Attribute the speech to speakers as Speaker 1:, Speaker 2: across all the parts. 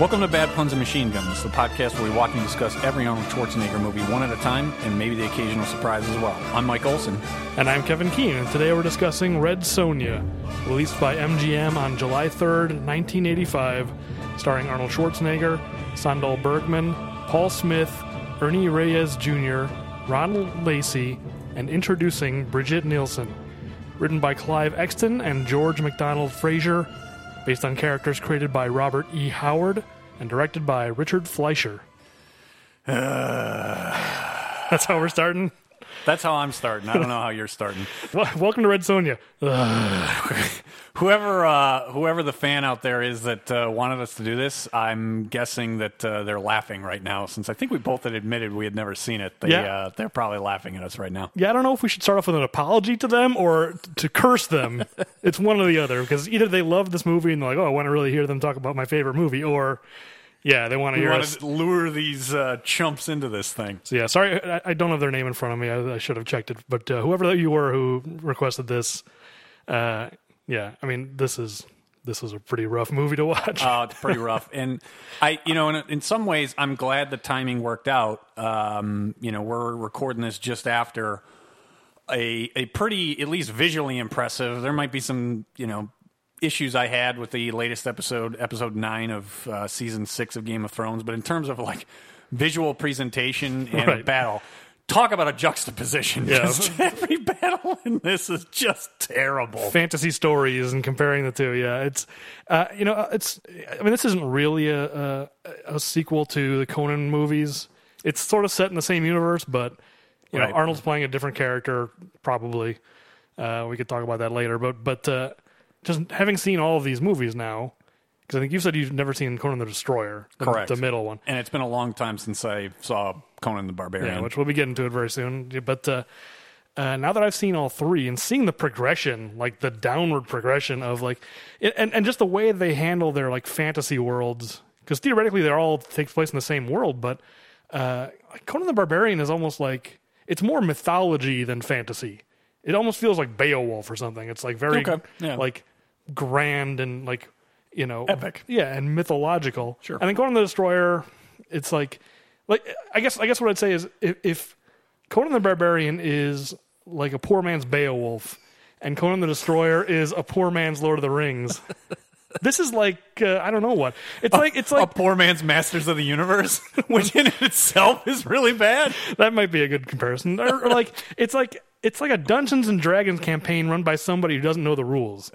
Speaker 1: Welcome to Bad Puns and Machine Guns, the podcast where we watch and discuss every Arnold Schwarzenegger movie one at a time and maybe the occasional surprise as well. I'm Mike Olson.
Speaker 2: And I'm Kevin Keene, and today we're discussing Red Sonja, released by MGM on July 3rd, 1985, starring Arnold Schwarzenegger, Sandal Bergman, Paul Smith, Ernie Reyes Jr., Ronald Lacey, and introducing Bridget Nielsen. Written by Clive Exton and George MacDonald Frazier, based on characters created by Robert E. Howard and directed by Richard Fleischer. That's how we're starting.
Speaker 1: That's how I'm starting. I don't know how you're starting.
Speaker 2: Wel- Welcome to Red Sonja.
Speaker 1: Whoever, uh, whoever the fan out there is that uh, wanted us to do this, I'm guessing that uh, they're laughing right now since I think we both had admitted we had never seen it. They,
Speaker 2: Yeah.
Speaker 1: uh, they're probably laughing at us right now.
Speaker 2: Yeah, I don't know if we should start off with an apology to them or t- to curse them. it's one or the other because either they love this movie and they're like, "Oh, I want to really hear them talk about my favorite movie," or yeah, they want to
Speaker 1: We
Speaker 2: hear
Speaker 1: want
Speaker 2: us.
Speaker 1: to lure these uh, chumps into this thing.
Speaker 2: So yeah, sorry, I, I don't have their name in front of me. I, I should have checked it. But uh, whoever that you were who requested this, uh, yeah, I mean, this is this is a pretty rough movie to watch.
Speaker 1: Uh, it's pretty rough. And I, you know, in, in some ways, I'm glad the timing worked out. Um, you know, we're recording this just after a a pretty, at least visually impressive. There might be some, you know, issues I had with the latest episode, episode nine of uh, season six of Game of Thrones, but in terms of like visual presentation and
Speaker 2: Right.
Speaker 1: battle. Talk about a juxtaposition.
Speaker 2: Yeah.
Speaker 1: Just every battle in this is just terrible.
Speaker 2: fantasy stories and comparing the two. Yeah, it's uh, you know it's I mean this isn't really a, a a sequel to the Conan movies. It's sort of set in the same universe, but you
Speaker 1: Right.
Speaker 2: know Arnold's playing a different character probably. Uh, we could talk about that later, but but uh, just having seen all of these movies now, because I think you said you've never seen Conan the Destroyer, the,
Speaker 1: Correct.
Speaker 2: the middle one.
Speaker 1: And it's been a long time since I saw Conan the Barbarian.
Speaker 2: Yeah, which we'll be getting to it very soon. Yeah, But uh, uh, now that I've seen all three and seeing the progression, like the downward progression of like, it, and and just the way they handle their like fantasy worlds, because theoretically they're all takes place in the same world, but uh, like Conan the Barbarian is almost like it's more mythology than fantasy. It almost feels like Beowulf or something. It's like very
Speaker 1: Okay, yeah.
Speaker 2: like grand and like you know
Speaker 1: Epic.
Speaker 2: yeah, and mythological.
Speaker 1: Sure.
Speaker 2: And then Conan the Destroyer, it's like, like I guess I guess what I'd say is if, if Conan the Barbarian is like a poor man's Beowulf, and Conan the Destroyer is a poor man's Lord of the Rings. this is like uh, I don't know what it's like. It's
Speaker 1: a
Speaker 2: like
Speaker 1: poor man's Masters of the Universe, which in itself is really bad.
Speaker 2: that might be a good comparison. Or, or like it's like. It's like a Dungeons and Dragons campaign run by somebody who doesn't know the rules.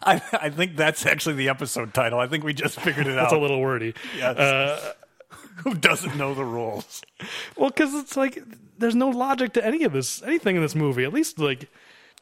Speaker 1: I, I think that's actually the episode title. I think we just figured it
Speaker 2: That's
Speaker 1: out.
Speaker 2: a uh, little wordy.
Speaker 1: Yes. Who doesn't know the rules?
Speaker 2: Well, because it's like there's no logic to any of this, anything in this movie. At least like,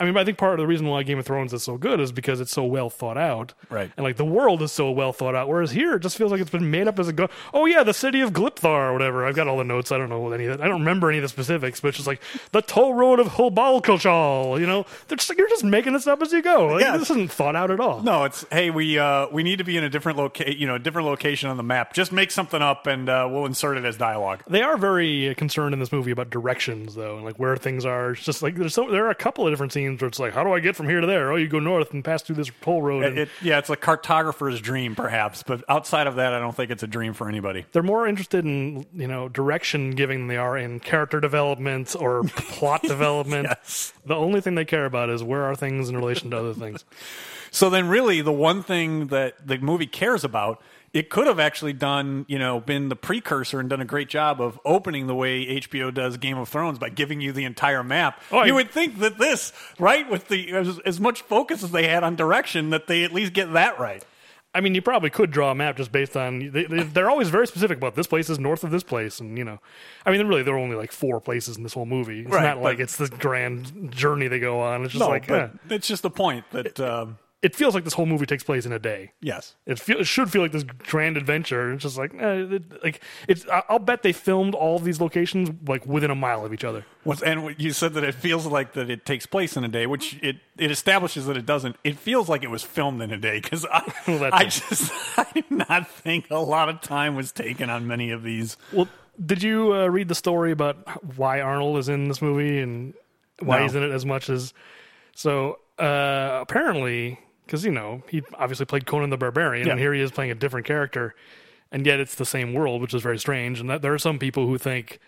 Speaker 2: I mean, I think part of the reason why Game of Thrones is so good is because it's so well thought out,
Speaker 1: Right.
Speaker 2: And like the world is so well thought out. Whereas here, it just feels like it's been made up as a go. Oh yeah, the city of Glipthar or whatever. I've got all the notes. I don't know any of that. I don't remember any of the specifics, but it's just like the toll road of Hobalkochal. You know, they're just like you're just making this up as you go. Like,
Speaker 1: Yes.
Speaker 2: This isn't thought out at all.
Speaker 1: No, it's hey, we uh, we need to be in a different location, you know, a different location on the map. Just make something up, and uh, we'll insert it as dialogue.
Speaker 2: They are very concerned in this movie about directions, though, and like where things are. It's just like there's so there are a couple of different scenes where it's like, how do I get from here to there? Oh, you go north and pass through this toll road.
Speaker 1: It,
Speaker 2: And
Speaker 1: it- yeah, it's a cartographer's dream, perhaps, but outside of that, I don't think it's a dream for anybody.
Speaker 2: they're more interested in you know direction giving than they are in character development or plot development.
Speaker 1: Yes.
Speaker 2: The only thing they care about is where are things in relation to other things.
Speaker 1: So then, really, the one thing that the movie cares about, it could have actually done, you know, been the precursor and done a great job of opening the way HBO does Game of Thrones by giving you the entire map.
Speaker 2: Oh, I-
Speaker 1: you would think that this, right, with the as, as much focus as they had on direction, that they at least get that right.
Speaker 2: I mean, you probably could draw a map just based on they, they- they're always very specific about this place is north of this place, and you know, I mean, really there are only like four places in this whole movie. It's
Speaker 1: Right,
Speaker 2: not like
Speaker 1: but-
Speaker 2: it's this grand journey they go on. It's just
Speaker 1: No,
Speaker 2: like eh.
Speaker 1: but it's just the point that, um,
Speaker 2: it feels like this whole movie takes place in a day.
Speaker 1: yes.
Speaker 2: It, feel, it should feel like this grand adventure. It's just like, eh, it- like it's. I- I'll bet they filmed all these locations like within a mile of each other.
Speaker 1: What's, and what you said that it feels like that it takes place in a day, which it, it establishes that it doesn't. It feels like it was filmed in a day because I,
Speaker 2: Well, that's
Speaker 1: I
Speaker 2: it.
Speaker 1: just I did not think a lot of time was taken on many of these.
Speaker 2: Well, Did you uh, read the story about why Arnold is in this movie and why
Speaker 1: No.
Speaker 2: he's in it as much as? So uh, apparently, because you know he obviously played Conan the Barbarian, and
Speaker 1: Yeah.
Speaker 2: here he is playing a different character, and yet it's the same world, which is very strange. And that there are some people who think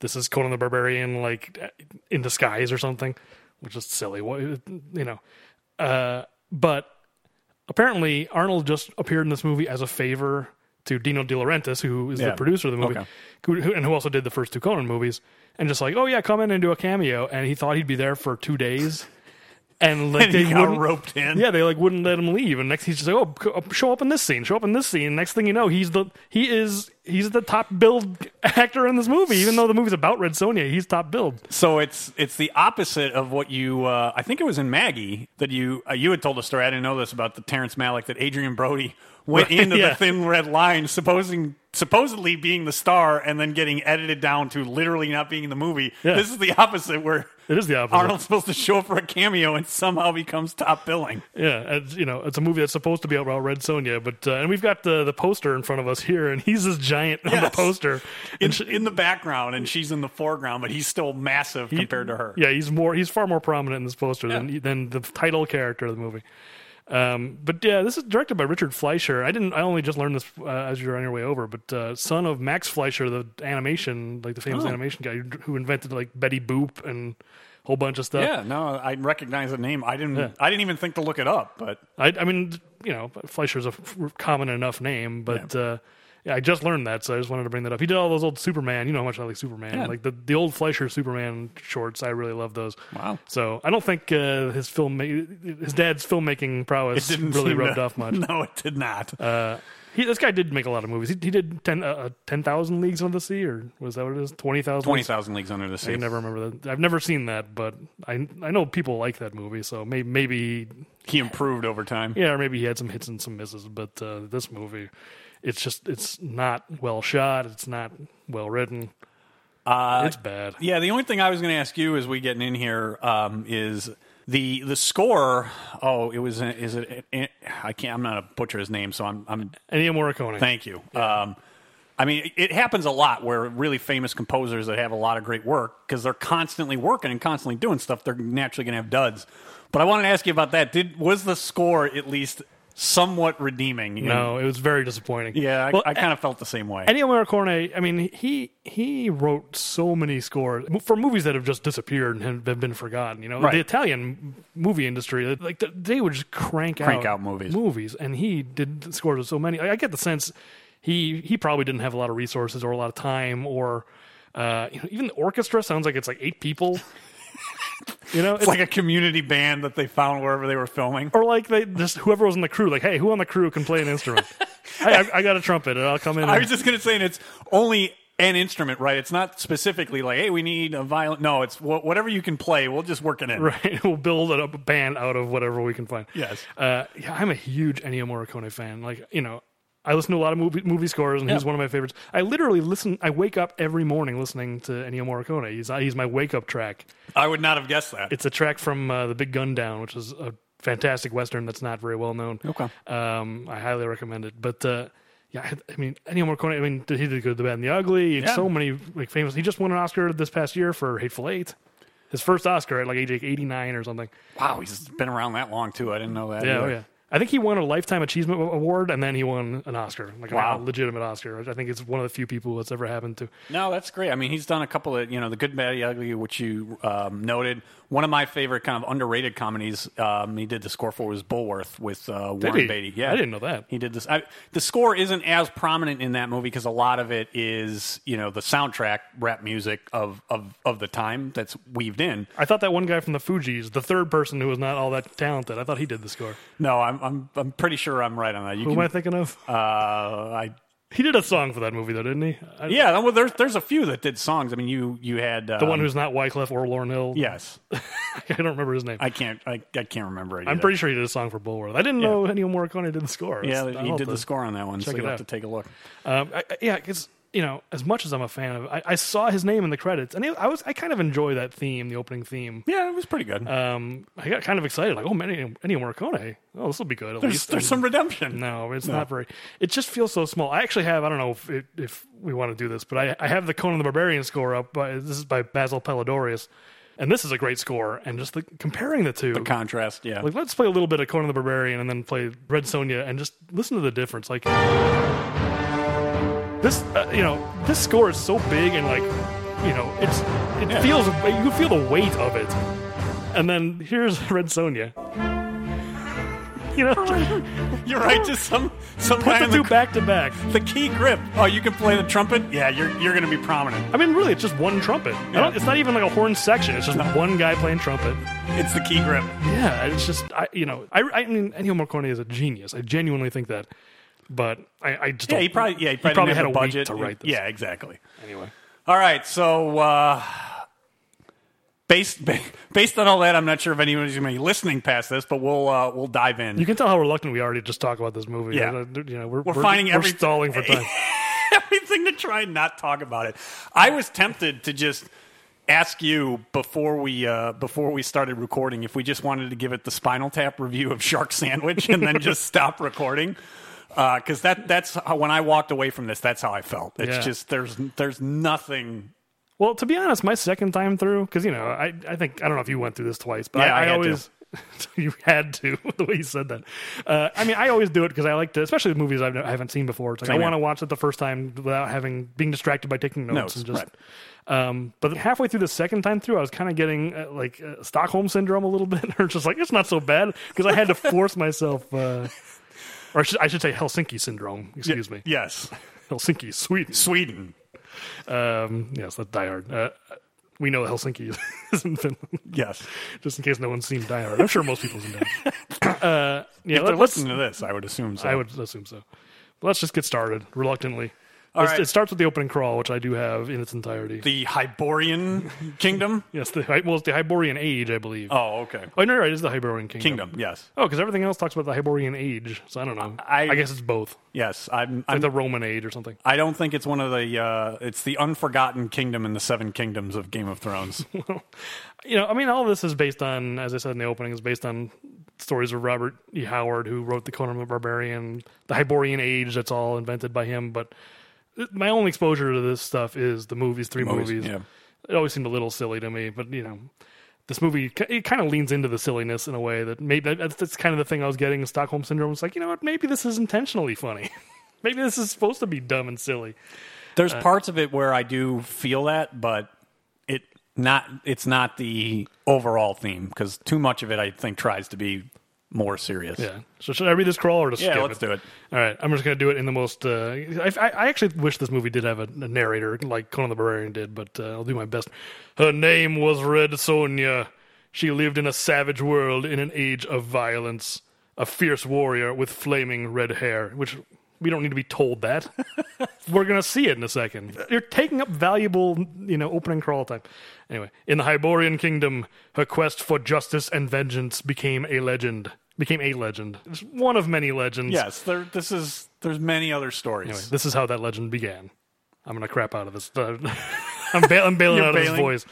Speaker 2: this is Conan the Barbarian, like in disguise or something, which is silly. What you know, uh, but apparently Arnold just appeared in this movie as a favor to Dino De Laurentiis, who is the
Speaker 1: Yeah.
Speaker 2: producer of the movie,
Speaker 1: Okay.
Speaker 2: who, who- and who also did the first two Conan movies, and just like, oh yeah, come in and do a cameo, and he thought he'd be there for two days, and like
Speaker 1: And
Speaker 2: they
Speaker 1: he got
Speaker 2: wouldn't-
Speaker 1: roped in.
Speaker 2: yeah, they like wouldn't let him leave, and next he's just like, "Oh, co- uh, show up in this scene, show up in this scene." Next thing you know, he's the he is he's the top billed actor in this movie, even though the movie's about Red Sonja, he's top billed.
Speaker 1: So it's it's the opposite of what you. Uh, I think it was in Maggie that you uh, you had told a story. I didn't know this about the Terrence Malick that Adrian Brody went into
Speaker 2: yeah.
Speaker 1: the thin red line, supposing supposedly being the star, and then getting edited down to literally not being in the movie.
Speaker 2: Yeah.
Speaker 1: This is the opposite where.
Speaker 2: It is the opposite.
Speaker 1: Arnold's supposed to show up for a cameo and somehow becomes top billing.
Speaker 2: Yeah, it's, you know, it's a movie that's supposed to be about Red Sonja, but uh, and we've got the the poster in front of us here, and he's this giant on the
Speaker 1: Yes.
Speaker 2: poster.
Speaker 1: In, in the background, and she's in the foreground, but he's still massive compared to her.
Speaker 2: Yeah, he's more he's far more prominent in this poster than than the title character of the movie. Um, but yeah, this is directed by Richard Fleischer. I didn't. I only just learned this uh, as you were on your way over. But uh, son of Max Fleischer, the animation, like the famous
Speaker 1: Oh.
Speaker 2: animation guy who- who invented like Betty Boop and a whole bunch of stuff.
Speaker 1: Yeah, no, I recognize the name. I didn't. I didn't even think to look it up, but
Speaker 2: I, I mean, you know, Fleischer's a f- common enough name, but uh, yeah, I just learned that, so I just wanted to bring that up. He did all those old Superman. You know how much I like Superman,
Speaker 1: Yeah.
Speaker 2: like the, the old Fleischer Superman shorts. I really love those.
Speaker 1: Wow.
Speaker 2: So I don't think uh, his film, his dad's filmmaking prowess
Speaker 1: didn't
Speaker 2: really
Speaker 1: seem
Speaker 2: rubbed
Speaker 1: to-
Speaker 2: off much.
Speaker 1: No, it did not.
Speaker 2: Uh, he, this guy did make a lot of movies. He, he did ten uh, uh, ten thousand leagues under the sea, or was that what it is? Twenty thousand.
Speaker 1: Twenty thousand leagues under the sea.
Speaker 2: I never remember that. I've never seen that, but I I know people like that movie, so maybe maybe
Speaker 1: He improved over time.
Speaker 2: yeah, or maybe he had some hits and some misses, but uh, this movie, it's just it's not well shot. It's not well written.
Speaker 1: Uh,
Speaker 2: It's bad.
Speaker 1: yeah. The only thing I was going to ask you as we getting in here um, is the the score. Oh, it was. Is it? I can't. I'm not a butcher his name, so I'm. I'm
Speaker 2: Ennio Morricone.
Speaker 1: thank you. Um, I mean, it happens a lot where really famous composers that have a lot of great work because they're constantly working and constantly doing stuff. They're naturally going to have duds. But I wanted to ask you about that. Did was the score at least somewhat redeeming?
Speaker 2: no, it was very disappointing.
Speaker 1: Yeah, I,
Speaker 2: Well,
Speaker 1: I kind of felt the same way.
Speaker 2: Ennio Morricone. I mean, he he wrote so many scores for movies that have just disappeared and have been forgotten. You know,
Speaker 1: Right.
Speaker 2: the Italian movie industry, like th- they would just crank,
Speaker 1: Crank out movies.
Speaker 2: movies, and he did scores of so many. I I get the sense he he probably didn't have a lot of resources or a lot of time or. Uh, you know, even the orchestra sounds like it's like eight people. you know,
Speaker 1: It's like a community band that they found wherever they were filming.
Speaker 2: or like they just whoever was in the crew, like, hey, who on the crew can play an instrument? hey, I, I got a trumpet, and I'll come in.
Speaker 1: I
Speaker 2: and-
Speaker 1: was just going to say, and it's only an instrument, right? It's not specifically like, hey, we need a violin. No, it's wh- whatever you can play. We'll just work it in.
Speaker 2: Right. We'll build a a band out of whatever we can find.
Speaker 1: Yes.
Speaker 2: Uh, yeah, I'm a huge Ennio Morricone fan. Like, you know, I listen to a lot of movie, movie scores, and he's
Speaker 1: Yeah.
Speaker 2: one of my favorites. I literally listen, I wake up every morning listening to Ennio Morricone. He's, he's my wake up track.
Speaker 1: I would not have guessed that.
Speaker 2: It's a track from uh, The Big Gun Down, which is a fantastic Western that's not very well known.
Speaker 1: Okay.
Speaker 2: Um, I highly recommend it. But, uh, yeah, I I mean, Ennio Morricone. I mean, he did Good, the Bad, and the Ugly.
Speaker 1: Yeah.
Speaker 2: So many like famous. He just won an Oscar this past year for Hateful Eight, his first Oscar at like age like, eighty nine or something.
Speaker 1: wow, he's been around that long too. I didn't know that.
Speaker 2: Yeah, oh
Speaker 1: either.
Speaker 2: yeah. I think he won a lifetime achievement award and then he won an Oscar, like
Speaker 1: Wow.
Speaker 2: a legitimate Oscar. which I think it's one of the few people that's ever happened to.
Speaker 1: No, that's great. I mean, he's done a couple of you know the good, bad, The ugly, which you um, noted. One of my favorite kind of underrated comedies um, he did the score for was Bullworth with uh, Warren
Speaker 2: he?
Speaker 1: Beatty. Yeah,
Speaker 2: I didn't know that.
Speaker 1: he did this. I, the score isn't as prominent in that movie because a lot of it is you know the soundtrack rap music of of of the time that's weaved in.
Speaker 2: I thought that one guy from the Fugees, the third person who was not all that talented, I thought he did the score.
Speaker 1: No, I'm I'm I'm pretty sure I'm right on that. You
Speaker 2: Who am
Speaker 1: can,
Speaker 2: I thinking of?
Speaker 1: uh, I
Speaker 2: He did a song for that movie though, didn't he? I,
Speaker 1: yeah. Well, there's there's a few that did songs. I mean, you you had um,
Speaker 2: The one who's not Wyclef or Lauren Hill.
Speaker 1: yes.
Speaker 2: I don't remember his name. I,
Speaker 1: I can't I, I can't remember it.
Speaker 2: am
Speaker 1: either.
Speaker 2: pretty sure he did a song for Bullworth. I didn't know Ennio Morricone did the score.
Speaker 1: Yeah,
Speaker 2: That's-
Speaker 1: he
Speaker 2: I'll
Speaker 1: did
Speaker 2: have
Speaker 1: the
Speaker 2: to-
Speaker 1: score on that one, so
Speaker 2: it
Speaker 1: you'll have
Speaker 2: out.
Speaker 1: to take a look.
Speaker 2: Um, I, I- yeah, because you know, as much as I'm a fan of, I, I saw his name in the credits, and it, I was I kind of enjoy that theme, the opening theme.
Speaker 1: Yeah, it was pretty good.
Speaker 2: Um, I got kind of excited, like, oh, man, Ennio Ennio Morricone. Oh, this will be good. At
Speaker 1: there's
Speaker 2: least
Speaker 1: there's
Speaker 2: And-
Speaker 1: some redemption.
Speaker 2: No, it's not very. It just feels so small. I actually have. I don't know if it, if we want to do this, but I, I have the Conan the Barbarian score up. By, this is by Basil Pelladorius, and this is a great score. And just the, comparing the two,
Speaker 1: Contrast, yeah.
Speaker 2: like let's play a little bit of Conan the Barbarian and then play Red Sonja and just listen to the difference. Like this, uh, you know, this score is so big and like, you know, it's it
Speaker 1: Yeah.
Speaker 2: feels you can feel the weight of it. And then here's Red Sonja. You know,
Speaker 1: You're right, just some some
Speaker 2: put
Speaker 1: guy
Speaker 2: the
Speaker 1: in
Speaker 2: two
Speaker 1: the,
Speaker 2: back to back.
Speaker 1: the key grip. Oh, you can play the trumpet? Yeah, you're you're gonna be prominent.
Speaker 2: I mean, really, it's just one trumpet. I
Speaker 1: Yeah.
Speaker 2: don't- it's not even like a horn section. It's just one guy playing trumpet.
Speaker 1: It's the key grip.
Speaker 2: Yeah, it's just I, you know, I, I mean, Ennio Morricone is a genius. I genuinely think that, but I, I just
Speaker 1: Yeah,
Speaker 2: don't-
Speaker 1: he probably yeah, he probably,
Speaker 2: probably
Speaker 1: didn't
Speaker 2: had
Speaker 1: have
Speaker 2: a
Speaker 1: the
Speaker 2: week
Speaker 1: budget
Speaker 2: to write this.
Speaker 1: Yeah, exactly.
Speaker 2: anyway.
Speaker 1: All right, so uh, based ba- based on all that, I'm not sure if anybody's going to be listening past this, but we'll uh, we'll dive in.
Speaker 2: You can tell how reluctant we are to just talk about this movie.
Speaker 1: Yeah.
Speaker 2: Uh, you know, we're,
Speaker 1: We're finding
Speaker 2: we're
Speaker 1: every-
Speaker 2: stalling for time.
Speaker 1: everything to try and not talk about it. I was tempted to just ask you before we uh, before we started recording if we just wanted to give it the Spinal Tap review of Shark Sandwich and then just stop recording. Because that that's how, when I walked away from this, that's how I felt. It's
Speaker 2: Yeah.
Speaker 1: just there's there's nothing.
Speaker 2: well, to be honest, my second time through, because you know, I, I think I don't know if you went through this twice, but
Speaker 1: Yeah, I
Speaker 2: I,
Speaker 1: had to.
Speaker 2: always. You had to the way you said that. Uh, I mean, I always do it because I like to, especially with movies I've, never- I haven't seen before. It's like
Speaker 1: Same
Speaker 2: I want to
Speaker 1: here.
Speaker 2: watch it the first time without having being distracted by taking notes,
Speaker 1: Notes,
Speaker 2: and just. Um, but halfway through the second time through, I was kind of getting uh, like uh, Stockholm syndrome a little bit, or just like it's not so bad because I had to force myself, uh, or I should, I should say Helsinki syndrome. Excuse me.
Speaker 1: Yes,
Speaker 2: Helsinki, Sweden.
Speaker 1: Sweden.
Speaker 2: Um, yes, that's Die Hard. Uh, we know Helsinki is in Finland,
Speaker 1: Yes.
Speaker 2: just in case no one's seen Die Hard. I'm sure most people have seen Die Hard. Uh, yeah,
Speaker 1: They're
Speaker 2: let, us
Speaker 1: listening to this, I would assume so.
Speaker 2: I would assume so. Let's just get started reluctantly.
Speaker 1: All
Speaker 2: Let's-
Speaker 1: right.
Speaker 2: It starts with the opening crawl, which I do have in its entirety.
Speaker 1: the Hyborian Kingdom.
Speaker 2: yes, the, Hy- well, it's the Hyborian Age, I believe. Oh,
Speaker 1: Oh, okay.
Speaker 2: no, you're right. It is the Hyborian Kingdom.
Speaker 1: Kingdom. Yes.
Speaker 2: Oh, because everything else talks about the Hyborian Age, so I don't know.
Speaker 1: I-
Speaker 2: guess it's both,
Speaker 1: Yes. I'm.
Speaker 2: like
Speaker 1: I'm
Speaker 2: the Roman Age or something.
Speaker 1: I don't think it's one of the. Uh, it's the unforgotten kingdom in the seven kingdoms of Game of Thrones.
Speaker 2: you know, I mean, all of this is based on, as I said in the opening, is based on stories of Robert E. Howard, who wrote the Conan the Barbarian, the Hyborian Age. That's all invented by him. But th- my only exposure to this stuff is the movies, three movies.
Speaker 1: Movies, yeah.
Speaker 2: It always seemed a little silly to me, but you know, this movie ki- it kind of leans into the silliness in a way that maybe that- that's, that's kind of the thing I was getting in Stockholm Syndrome. It's like, you know what? Maybe this is intentionally funny. maybe this is supposed to be dumb and silly.
Speaker 1: There's
Speaker 2: Uh,
Speaker 1: parts of it where I do feel that, but it not. It's not the overall theme because too much of it, I think, tries to be more serious.
Speaker 2: Yeah. So should I read this crawl or just
Speaker 1: Yeah,
Speaker 2: skip
Speaker 1: let's do it.
Speaker 2: All right, I'm just gonna do it in the most. Uh, I, I I actually wish this movie did have a, a narrator like Conan the Barbarian did, but uh, I'll do my best. Her name was Red Sonja. She lived in a savage world in an age of violence. A fierce warrior with flaming red hair, which we don't need to be told that. We're gonna see it in a second. You're taking up valuable, you know, opening crawl time. Anyway, in the Hyborian kingdom, her quest for justice and vengeance became a legend. Became a legend. It's one of many legends.
Speaker 1: Yes. There. This is. There's many other stories.
Speaker 2: Anyway, this is how that legend began. I'm gonna crap out of this. I'm, ba- I'm bailing
Speaker 1: You're
Speaker 2: out of this
Speaker 1: bailing?
Speaker 2: voice.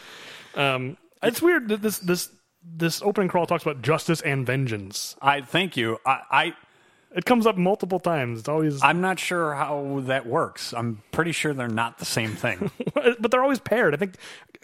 Speaker 2: Um, it's weird that this this this opening crawl talks about justice and vengeance.
Speaker 1: I thank you. I,
Speaker 2: It comes up multiple times. It's always,
Speaker 1: I. I'm not sure how that works. I'm pretty sure they're not the same thing.
Speaker 2: but they're always paired. I think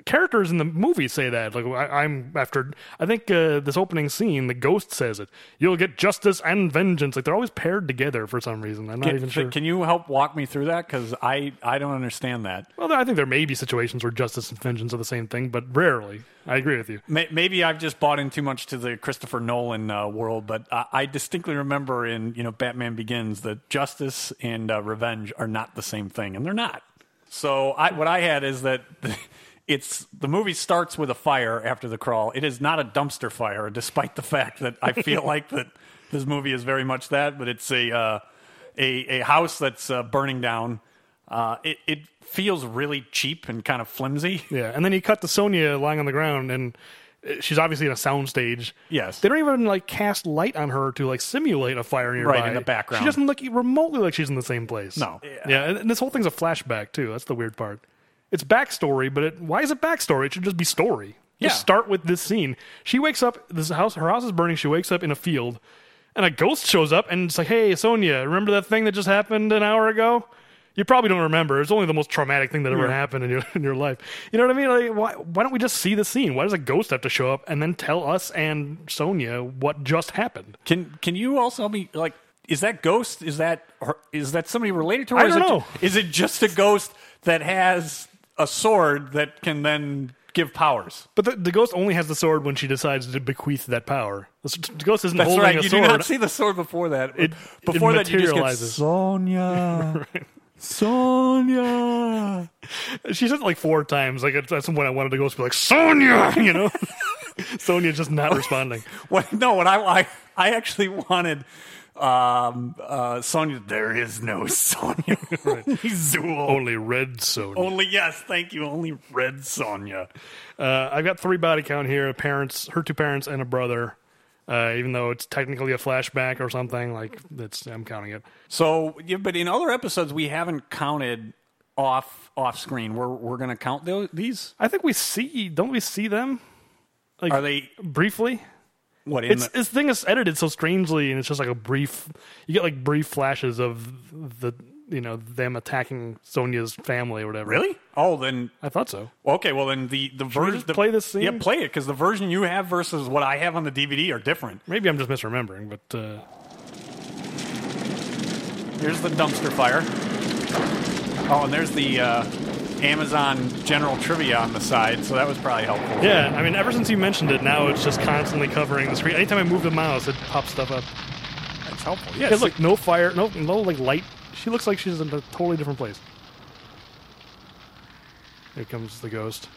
Speaker 2: characters in the movie say that. Like I, I'm after. I think uh, this opening scene, the ghost says it. You'll get justice and vengeance. Like they're always paired together for some reason. I'm not even sure.
Speaker 1: Can you help walk me through that? Because I. I don't understand that.
Speaker 2: well, I think there may be situations where justice and vengeance are the same thing, but rarely. I agree with you.
Speaker 1: May- Maybe I've just bought in too much to the Christopher Nolan uh, world, but I-, I distinctly remember in you know Batman Begins that justice and uh, revenge are not the same thing, and they're not. So I, what I had is that it's the movie starts with a fire after the crawl. It is not a dumpster fire, despite the fact that I feel like that this movie is very much that, but it's a uh, a, a house that's uh, burning down. Uh, it, it feels really cheap and kind of flimsy.
Speaker 2: Yeah, and then he cut to Sonya lying on the ground, and she's obviously in a soundstage.
Speaker 1: Yes.
Speaker 2: They don't even like cast light on her to like simulate a fire nearby.
Speaker 1: in the background.
Speaker 2: She doesn't look remotely like she's in the same place.
Speaker 1: No.
Speaker 2: Yeah, and, and this whole thing's a flashback too. That's the weird part. It's backstory, but it, why is it backstory? It should just be story. Just
Speaker 1: Yeah.
Speaker 2: start with this scene. She wakes up. This house, her house is burning. She wakes up in a field, and a ghost shows up, and it's like, "Hey, Sonia, remember that thing that just happened an hour ago?" You probably don't remember. It's only the most traumatic thing that ever happened in your in your life. You know what I mean? Like, why why don't we just see the scene? Why does a ghost have to show up and then tell us and Sonia what just happened?
Speaker 1: Can Can you also help me? Like, is that ghost? Is that her, is that somebody related to her?
Speaker 2: I
Speaker 1: is
Speaker 2: don't
Speaker 1: it, ju-
Speaker 2: know.
Speaker 1: Is it just a ghost that has a sword that can then give powers?
Speaker 2: But the, the ghost only has the sword when she decides to bequeath that power. The, s- the ghost isn't
Speaker 1: That's
Speaker 2: holding
Speaker 1: right.
Speaker 2: a
Speaker 1: You
Speaker 2: sword.
Speaker 1: do not see the sword before that.
Speaker 2: It-
Speaker 1: before
Speaker 2: it
Speaker 1: that, you just get
Speaker 2: materializes.
Speaker 1: Sonia. Sonia.
Speaker 2: she said it like four times. Like at, at some point, I wanted the ghost to be like Sonia, you know. Sonia's just not responding.
Speaker 1: What, no, what I, I I actually wanted um uh Sonia. There is no Sonia. Only Zool.
Speaker 2: Only red Sonia.
Speaker 1: Only yes, thank you. Only red Sonia.
Speaker 2: Uh, I've got three body count here: parents, her two parents, and a brother. Uh, even though it's technically a flashback or something, like that's I'm counting it.
Speaker 1: So, yeah, but in other episodes, we haven't counted off off screen. We're we're gonna count tho- these.
Speaker 2: I think we see, don't we see them
Speaker 1: Are they
Speaker 2: briefly?
Speaker 1: what in
Speaker 2: It's
Speaker 1: the,
Speaker 2: this thing is edited so strangely, and it's just like a brief. You get like brief flashes of the you know them attacking Sonia's family or whatever.
Speaker 1: really? Oh, then
Speaker 2: I thought so.
Speaker 1: okay. Well, then the the version
Speaker 2: just play this scene?
Speaker 1: Yeah, play it because the version you have versus what I have on the DVD are different.
Speaker 2: Maybe I'm just misremembering, but uh,
Speaker 1: Here's the dumpster fire. Oh, and there's the uh, Amazon general trivia on the side, so that was probably helpful.
Speaker 2: yeah. I mean, ever since you mentioned it, now it's just constantly covering the screen. Anytime I move the mouse, it pops stuff up.
Speaker 1: That's helpful. Yeah,
Speaker 2: Yeah,
Speaker 1: look,
Speaker 2: look, no fire, no, no like light. She looks like she's in a totally different place. Here comes the ghost.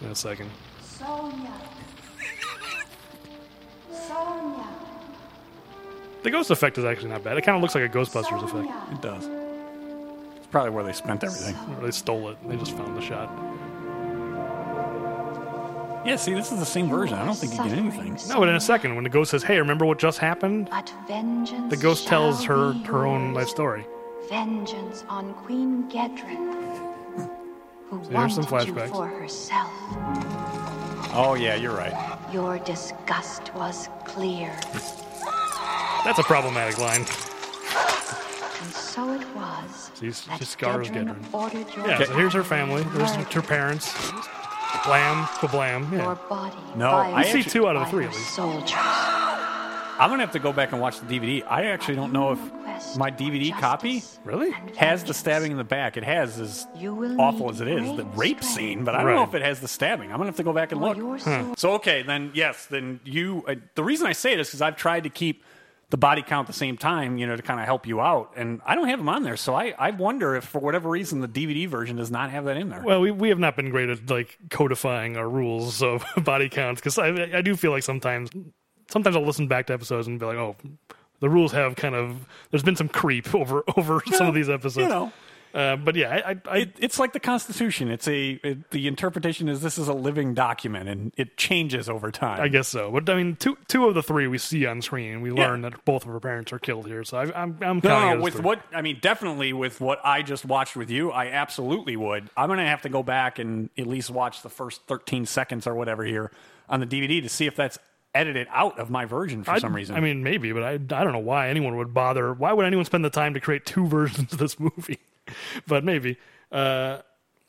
Speaker 2: In a second.
Speaker 3: Sonia. Sonia.
Speaker 2: The ghost effect is actually not bad. It kind of looks like a Ghostbusters effect.
Speaker 3: Sonia.
Speaker 1: it does. It's probably where they spent everything.
Speaker 2: Or they stole it. They just found the shot.
Speaker 1: Yeah, see, this is the same version. I don't think you get anything.
Speaker 2: No, but in a second, when the ghost says, "Hey, remember what just happened?"
Speaker 3: But vengeance.
Speaker 2: The ghost tells her
Speaker 3: shall be
Speaker 2: her own
Speaker 3: yours.
Speaker 2: life story.
Speaker 3: Vengeance on Queen Gedrin, who
Speaker 2: here's some
Speaker 3: wanted
Speaker 2: flashbacks.
Speaker 3: you for herself.
Speaker 1: Oh yeah, you're right.
Speaker 3: Your disgust was clear,
Speaker 2: That's a problematic line.
Speaker 3: and so it was.
Speaker 2: She- she
Speaker 3: that
Speaker 2: scars
Speaker 3: Gedrin
Speaker 2: Gedrin.
Speaker 3: ordered your
Speaker 2: Yeah. So here's her family. There's
Speaker 3: murdered
Speaker 2: her parents. Blam, kablam.
Speaker 3: Your
Speaker 2: Yeah.
Speaker 3: body.
Speaker 1: No,
Speaker 3: by
Speaker 1: I
Speaker 3: her-
Speaker 1: see
Speaker 2: two out of the
Speaker 3: by
Speaker 2: three,
Speaker 3: her
Speaker 2: at least.
Speaker 3: Soldiers.
Speaker 1: I'm gonna have to go back and watch the DVD. I actually don't know if my DVD copy
Speaker 2: Really?
Speaker 1: has the stabbing in the back. It has as
Speaker 3: You will
Speaker 1: awful
Speaker 3: need
Speaker 1: as it is the
Speaker 3: great
Speaker 1: rape
Speaker 3: strength.
Speaker 1: scene, but I don't know
Speaker 2: Right.
Speaker 1: if it has the stabbing. I'm gonna have to go back and
Speaker 3: Well,
Speaker 1: look.
Speaker 3: your soul
Speaker 1: So okay, then yes, then you. Uh, the reason I say it is because I've tried to keep the body count at the same time, you know, to kind of help you out, and I don't have them on there. So I, I wonder if for whatever reason the DVD version does not have that in there.
Speaker 2: Well, we, we have not been great at like codifying our rules of body counts because I I do feel like sometimes sometimes I'll listen back to episodes and be like, oh, the rules have kind of there's been some creep over over some of these episodes.
Speaker 1: you know.
Speaker 2: Uh, but yeah, I, I, I
Speaker 1: It, it's like the Constitution. It's a it, the interpretation is this is a living document and it changes over time.
Speaker 2: I guess so. But I mean, two two of the three we see on screen, and we learn that both of her parents are killed here. So I, I'm I'm
Speaker 1: No,
Speaker 2: counting
Speaker 1: no,
Speaker 2: it as
Speaker 1: with
Speaker 2: three.
Speaker 1: what I mean, definitely with what I just watched with you, I absolutely would. I'm gonna have to go back and at least watch the first 13 seconds or whatever here on the DVD to see if that's edited out of my version for
Speaker 2: I-
Speaker 1: some reason.
Speaker 2: I mean, maybe, but I, I don't know why anyone would bother. Why would anyone spend the time to create two versions of this movie? but maybe. Uh,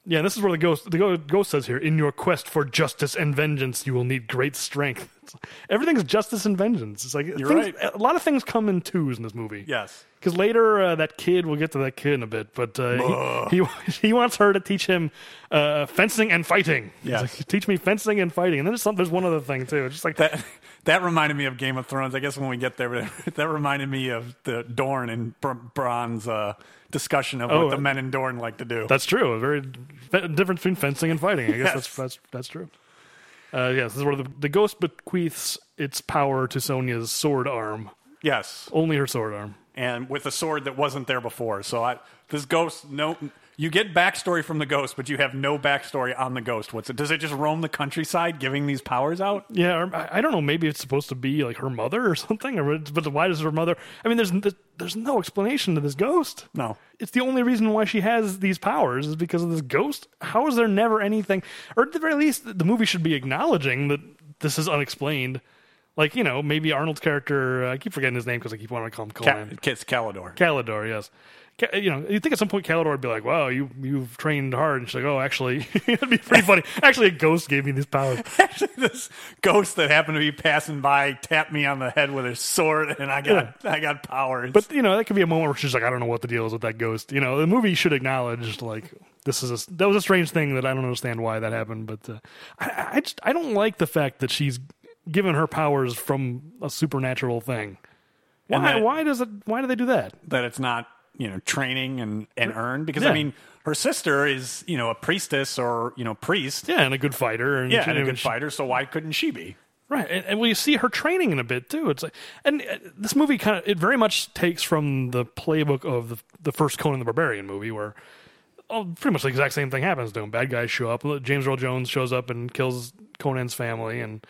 Speaker 2: yeah, this is where the ghost the go- ghost says here, in your quest for justice and vengeance, you will need great strength. It's- everything's justice and vengeance. It's like
Speaker 1: You're
Speaker 2: things-
Speaker 1: right.
Speaker 2: a lot of things come in twos in this movie.
Speaker 1: yes,
Speaker 2: Because later, uh, that kid, we'll get to that kid in a bit, but uh, he, he he wants her to teach him uh, fencing and fighting. He's
Speaker 1: Yes.
Speaker 2: like, teach me fencing and fighting. And then there's, some, there's one other thing, too. It's Just like
Speaker 1: that that reminded me of Game of Thrones. I guess when we get there, but that reminded me of the Dorn and Br- Bron's uh, discussion of
Speaker 2: Oh,
Speaker 1: what the men in Dorn like to do.
Speaker 2: That's true. A very fe- difference between fencing and fighting. I guess that's
Speaker 1: Yes.
Speaker 2: that's that's true. Uh, yes, this is where the, the ghost bequeaths its power to Sonya's sword arm.
Speaker 1: yes,
Speaker 2: Only her sword arm.
Speaker 1: and with a sword that wasn't there before. So I, this ghost, no, You get backstory from the ghost, but you have no backstory on the ghost. What's it? Does it just roam the countryside giving these powers out?
Speaker 2: Yeah, or, I I don't know. Maybe it's supposed to be like her mother or something. Or it's- but why does her mother? I mean, there's there's no explanation to this ghost.
Speaker 1: No.
Speaker 2: it's the only reason why she has these powers is because of this ghost. How is there never anything, or at the very least, the- the movie should be acknowledging that this is unexplained. Like you know, maybe Arnold's character. uh, I keep forgetting his name because I keep wanting to call him
Speaker 1: Ca-
Speaker 2: Conan.
Speaker 1: it's Calidor.
Speaker 2: Calidor, yes. Ca- You know, you think at some point Calidor would be like, "Wow, you you've trained hard," and she's like, "Oh, actually, it'd be pretty funny. Actually, a ghost gave me these powers."
Speaker 1: Actually, this ghost that happened to be passing by tapped me on the head with his sword, and I got I got powers.
Speaker 2: But you know, that could be a moment where she's like, I don't know what the deal is with that ghost. You know, the movie should acknowledge like this is a, that was a strange thing that I don't understand why that happened. But uh, I, I just I don't like the fact that she's given her powers from a supernatural thing. Why?
Speaker 1: And that-
Speaker 2: why does it? Why do they do that?
Speaker 1: that it's not you know training and and earned because
Speaker 2: Yeah.
Speaker 1: I mean her sister is you know a priestess or you know priest.
Speaker 2: Yeah, and a good fighter. And
Speaker 1: Yeah,
Speaker 2: she-
Speaker 1: and a good
Speaker 2: she-
Speaker 1: fighter. So why couldn't she be?
Speaker 2: Right, and, and well, you see her training in a bit too. It's like, and uh, this movie kind of it very much takes from the playbook of the, the first Conan the Barbarian movie, where oh, pretty much the exact same thing happens to him. Bad guys show up. James Earl Jones shows up and kills Conan's family, and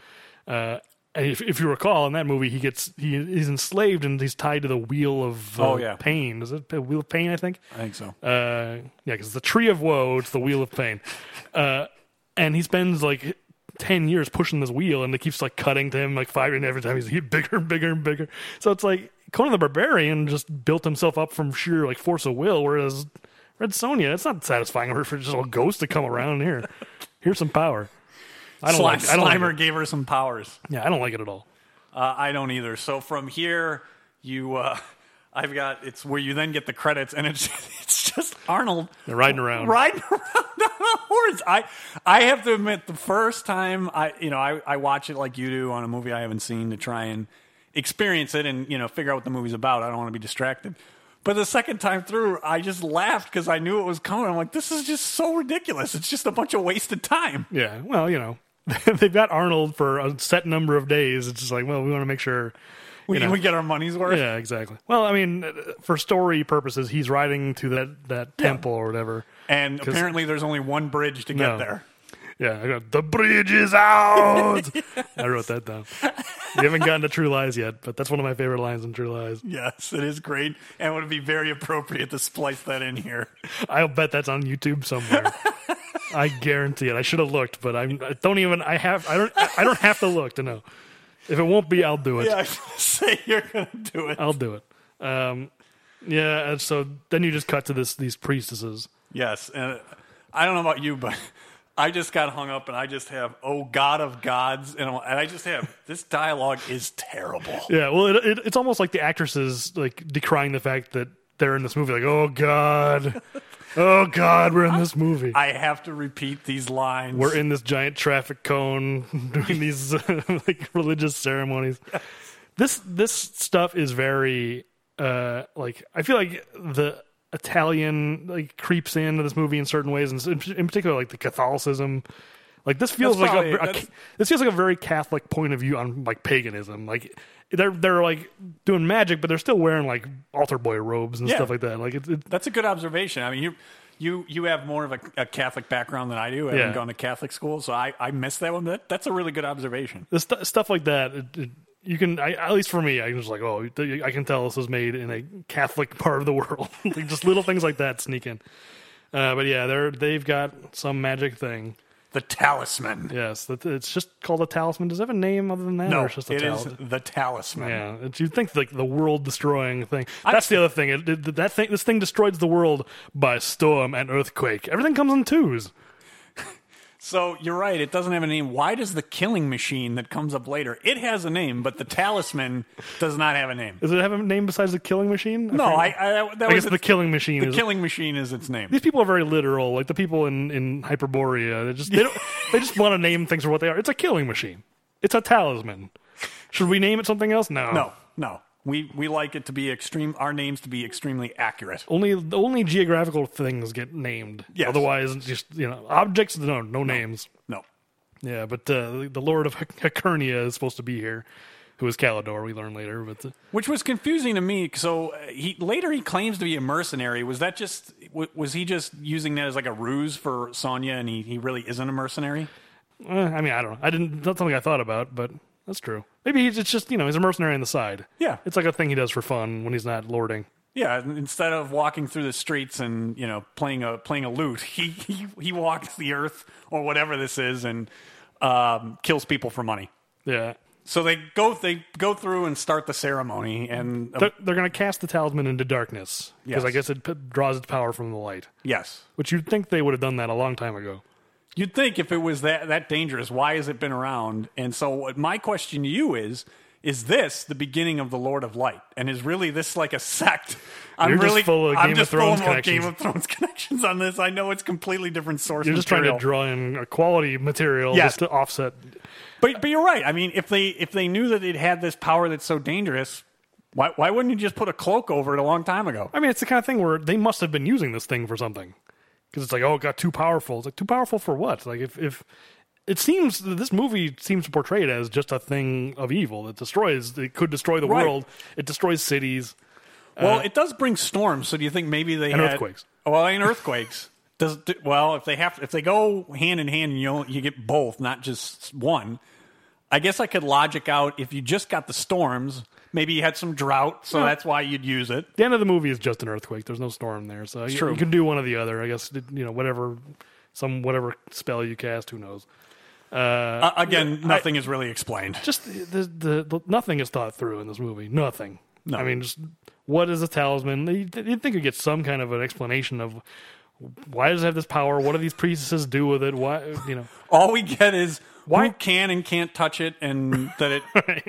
Speaker 2: uh, and if, if you recall in that movie, he gets he is enslaved and he's tied to the wheel of uh,
Speaker 1: Oh, yeah.
Speaker 2: pain. Is it a wheel of pain? I think
Speaker 1: I think so.
Speaker 2: uh, yeah, because the tree of woe, it's the wheel of pain, uh, and he spends like ten years pushing this wheel, and it keeps like cutting to him like five, and every time he's he bigger and bigger and bigger. So it's like Conan the Barbarian just built himself up from sheer like force of will, whereas Red Sonja, it's not satisfying for for just a little ghost to come around here. Here's some power. I don't
Speaker 1: Sli-
Speaker 2: like. I don't like
Speaker 1: Slimer
Speaker 2: it.
Speaker 1: gave her some powers.
Speaker 2: Yeah, I don't like it at all.
Speaker 1: Uh, I don't either. So from here, you, uh, I've got it's where you then get the credits, and it's it's just Arnold
Speaker 2: They're riding around.
Speaker 1: riding around on a horse. I I have to admit, the first time I you know I, I watch it like you do on a movie I haven't seen to try and experience it and you know figure out what the movie's about. I don't want to be distracted. But the second time through, I just laughed because I knew it was coming. I'm like, this is just so ridiculous. It's just a bunch of wasted time.
Speaker 2: Yeah, well, you know, they've got Arnold for a set number of days. It's just like, well, we want to make sure
Speaker 1: We,
Speaker 2: you know.
Speaker 1: we get our money's worth.
Speaker 2: Yeah, exactly. Well, I mean, uh, for story purposes, he's riding to that that temple or whatever.
Speaker 1: And
Speaker 2: 'Cause-
Speaker 1: apparently, there's only one bridge to get
Speaker 2: No.
Speaker 1: there.
Speaker 2: Yeah, I got, the bridge is out. I wrote that down. We haven't gotten to True Lies yet, but that's one of my favorite lines in True Lies.
Speaker 1: Yes, it is great, and would be very appropriate to splice that in here.
Speaker 2: I'll bet that's on YouTube somewhere. I guarantee it. I should have looked, but I'm, I don't even. I have. I don't. I don't have to look to know. If it won't be, I'll do it.
Speaker 1: Yeah, I was gonna say you're gonna do it.
Speaker 2: I'll do it. Um, yeah. and So then you just cut to this these priestesses.
Speaker 1: Yes, and I don't know about you, but I just got hung up, and I just have "Oh God of Gods," and, I'm- and I just have this dialogue is terrible.
Speaker 2: Yeah, well, it, it, it's almost like the actresses like decrying the fact that they're in this movie. Like, oh god, oh god, we're in this movie.
Speaker 1: I have to repeat these lines.
Speaker 2: We're in this giant traffic cone doing these like religious ceremonies. This this stuff is very uh like I feel like the Italian like creeps into this movie in certain ways, and in, in particular like the Catholicism. Like this feels
Speaker 1: That's
Speaker 2: like a-
Speaker 1: probably-
Speaker 2: a,
Speaker 1: that's-
Speaker 2: this feels like a very Catholic point of view on like paganism. Like they're they're like doing magic, but they're still wearing like altar boy robes and
Speaker 1: Yeah.
Speaker 2: stuff like that. Like it's it,
Speaker 1: That's a good observation. I mean, you you you have more of a, a Catholic background than I do. I
Speaker 2: Yeah.
Speaker 1: haven't gone to Catholic school, so I I missed that one. That, that's a really good observation.
Speaker 2: the stu stuff like that it, it, you can I, at least for me i can just like oh th- i can tell this was made in a catholic part of the world like just little things like that sneak in uh, but yeah they're they've got some magic thing
Speaker 1: The talisman.
Speaker 2: yes that, it's just called a talisman does it have a name other than that
Speaker 1: No,
Speaker 2: or
Speaker 1: it is
Speaker 2: it's just a talisman
Speaker 1: the talisman.
Speaker 2: yeah, it's, you'd think like the world-destroying thing. That's the other thing. It, it- that thing, this thing destroys the world by storm and earthquake. Everything comes in twos.
Speaker 1: So you're right. It doesn't have a name. Why does the killing machine that comes up later? It has a name, but the talisman does not have a name.
Speaker 2: Does it have a name besides the killing machine?
Speaker 1: No,
Speaker 2: forget-
Speaker 1: I, I that, that
Speaker 2: I
Speaker 1: was
Speaker 2: guess the
Speaker 1: its-
Speaker 2: killing machine.
Speaker 1: the
Speaker 2: is
Speaker 1: killing machine is its name.
Speaker 2: these people are very literal. Like the people in in Hyperborea, they just they don't they just want to name things for what they are. It's a killing machine. It's a talisman. Should we name it something else? No.
Speaker 1: No, no. We we like it to be extreme. Our names to be extremely accurate.
Speaker 2: Only only geographical things get named.
Speaker 1: Yes.
Speaker 2: Otherwise, it's just you know objects. No, no names.
Speaker 1: No.
Speaker 2: Yeah, but uh, the Lord of Hic- Hicernia is supposed to be here. who was Calidor. We learn later, but uh, the,
Speaker 1: Which was confusing to me. So uh, he later he claims to be a mercenary. Was that just w- was he just using that as like a ruse for Sonya, and he, he really isn't a mercenary?
Speaker 2: eh, I mean, I don't know. I didn't. That's something I thought about, but that's true. Maybe he's it's just you know he's a mercenary on the side.
Speaker 1: Yeah.
Speaker 2: it's like a thing he does for fun when he's not lording.
Speaker 1: Yeah, and instead of walking through the streets and you know playing a playing a lute, he he, he walks the earth or whatever this is and um, kills people for money.
Speaker 2: Yeah,
Speaker 1: So they go they go through and start the ceremony, and uh,
Speaker 2: they're, they're going to cast the talisman into darkness because
Speaker 1: Yes.
Speaker 2: I guess it p- draws its power from the light,
Speaker 1: yes,
Speaker 2: which you'd think they would have done that a long time ago.
Speaker 1: You'd think if it was that that dangerous, why has it been around? And so, what my question to you is: Is this the beginning of the Lord of Light? And is really this like a sect? I'm
Speaker 2: You're just
Speaker 1: really
Speaker 2: full of
Speaker 1: I'm
Speaker 2: Game of
Speaker 1: just
Speaker 2: Thrones
Speaker 1: full of Game
Speaker 2: connections.
Speaker 1: of Thrones connections on this. I know it's completely different source.
Speaker 2: You're just trying to draw in a quality material
Speaker 1: Yeah.
Speaker 2: just to offset.
Speaker 1: but but you're right. I mean, if they if they knew that it had this power that's so dangerous, why why wouldn't you just put a cloak over it a long time ago?
Speaker 2: I mean, it's the kind of thing where they must have been using this thing for something because it's like, oh, it got too powerful. It's like too powerful for what? Like if if it seems that this movie seems to portray it as just a thing of evil that destroys. It could destroy the
Speaker 1: Right.
Speaker 2: world. It destroys cities.
Speaker 1: Well, it does bring storms. So do you think maybe they
Speaker 2: And
Speaker 1: had,
Speaker 2: earthquakes.
Speaker 1: Well, and earthquakes. Does d- well if they have if they go hand in hand and you only- you get both, not just one. I guess I could logic out if you just got the storms. Maybe you had some drought, so that's why you'd use it.
Speaker 2: The end of the movie is just an earthquake. There's no storm there, so you,
Speaker 1: true.
Speaker 2: you can do one or the other. I guess you know whatever some whatever spell you cast. Who knows?
Speaker 1: Uh, again, nothing is really explained.
Speaker 2: just the, the, the nothing is thought through in this movie. Nothing. I mean, just what is a talisman? You- You'd think you get some kind of an explanation of why does it have this power? What do these priestesses do with it? Why you know?
Speaker 1: All we get is
Speaker 2: Why-
Speaker 1: who can and can't touch it, and that it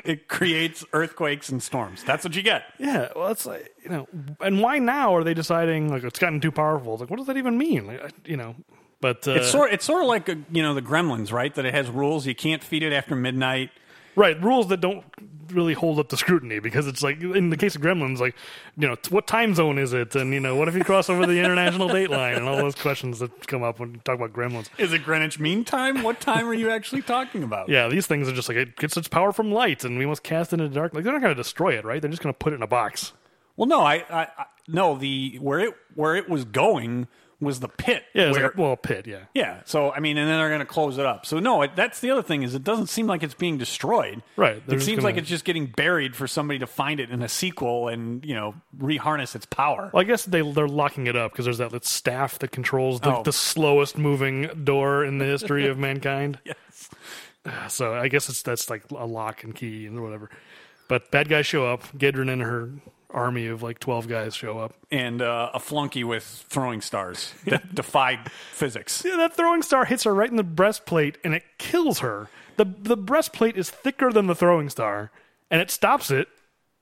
Speaker 1: it creates earthquakes and storms. That's what you get.
Speaker 2: Yeah, well, it's like you know, and why now are they deciding like it's gotten too powerful? It's like what does that even mean? Like, I- you know, but uh,
Speaker 1: It's sort it's sort of like uh you know the Gremlins, right? That it has rules. You can't feed it after midnight.
Speaker 2: Right, rules that don't really hold up to scrutiny because it's like in the case of Gremlins, like you know, t- what time zone is it, and you know, what if you cross over the international date line, and all those questions that come up when you talk about Gremlins.
Speaker 1: Is it Greenwich Mean Time? What time are you actually talking about?
Speaker 2: Yeah, these things are just like it gets its power from light, and we must cast it into dark. Like they're not going to destroy it, right? They're just going to put it in a box.
Speaker 1: Well, no, I, I, I no the where it where it was going was the pit.
Speaker 2: Yeah, it's
Speaker 1: where-
Speaker 2: like a, well, a pit. Yeah,
Speaker 1: yeah. So I mean, and then they're going to close it up. So no, it, that's the other thing is it doesn't seem like it's being destroyed.
Speaker 2: Right, they're
Speaker 1: It
Speaker 2: just
Speaker 1: seems
Speaker 2: gonna-
Speaker 1: like it's just getting buried for somebody to find it in a sequel and you know reharness its power.
Speaker 2: Well, I guess they they're locking it up because there's that, that staff that controls the,
Speaker 1: Oh.
Speaker 2: the slowest moving door in the history of mankind.
Speaker 1: Yes.
Speaker 2: So I guess it's that's like a lock and key and whatever. But bad guys show up. Gedrin and her army of like twelve guys show up.
Speaker 1: And uh, a flunky with throwing stars that defy physics.
Speaker 2: Yeah, that throwing star hits her right in the breastplate and it kills her. the The breastplate is thicker than the throwing star, and it stops it.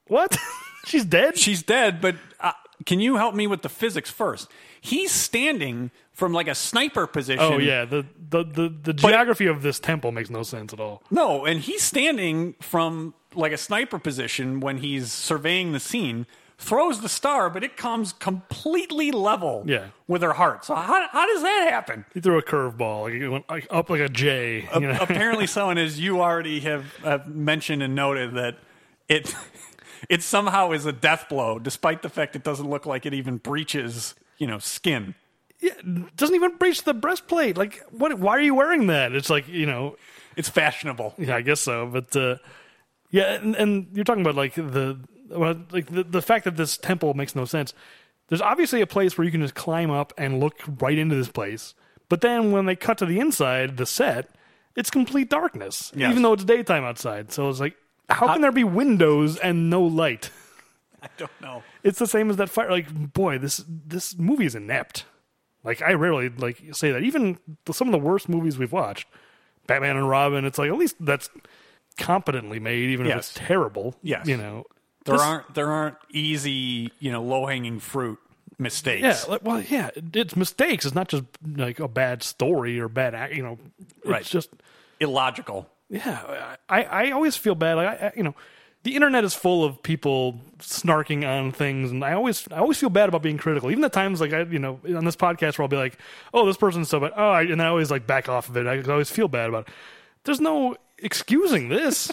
Speaker 2: What? She's dead.
Speaker 1: she's dead, but uh, can you help me with the physics first? He's standing from like a sniper position.
Speaker 2: oh yeah. The the the, the geography of this temple makes no sense at all.
Speaker 1: No, and he's standing from like a sniper position when he's surveying the scene, throws the star, but it comes completely level
Speaker 2: Yeah.
Speaker 1: with her heart. So, how, how does that happen?
Speaker 2: He threw a curveball. Like it went like, up like a J. you know?
Speaker 1: Apparently, someone, as you already have, have mentioned and noted, that it. It somehow is a death blow, despite the fact it doesn't look like it even breaches, you know, skin.
Speaker 2: Doesn't even breach the breastplate. Like what? Why are you wearing that? It's like you know.
Speaker 1: It's fashionable.
Speaker 2: Yeah, I guess so. But uh, yeah, and, and you're talking about like the well, like the, the fact that this temple makes no sense. There's obviously a place where you can just climb up and look right into this place, but then when they cut to the inside, the set, it's complete darkness,
Speaker 1: Yes.
Speaker 2: even though it's daytime outside. So it's like, how can there be windows and no light?
Speaker 1: I don't know.
Speaker 2: It's the same as that fire. Like, boy, this this movie is inept. Like, I rarely like say that. Even the, some of the worst movies we've watched, Batman and Robin. It's like at least that's competently made, even if
Speaker 1: Yes.
Speaker 2: it's terrible.
Speaker 1: Yes.
Speaker 2: you know.
Speaker 1: There
Speaker 2: This-
Speaker 1: aren't there aren't easy, you know, low hanging fruit mistakes.
Speaker 2: Yeah, like, well, yeah, it- it's mistakes. It's not just like a bad story or bad, act. you know. It's
Speaker 1: Right.
Speaker 2: just
Speaker 1: Illogical.
Speaker 2: yeah. I I always feel bad. Like, I, I you know. The internet is full of people snarking on things, and I always I always feel bad about being critical. Even the times like I you know on this podcast where I'll be like, "Oh, this person's so bad," oh, I, and I always like back off of it. I always feel bad about it. There's no excusing this.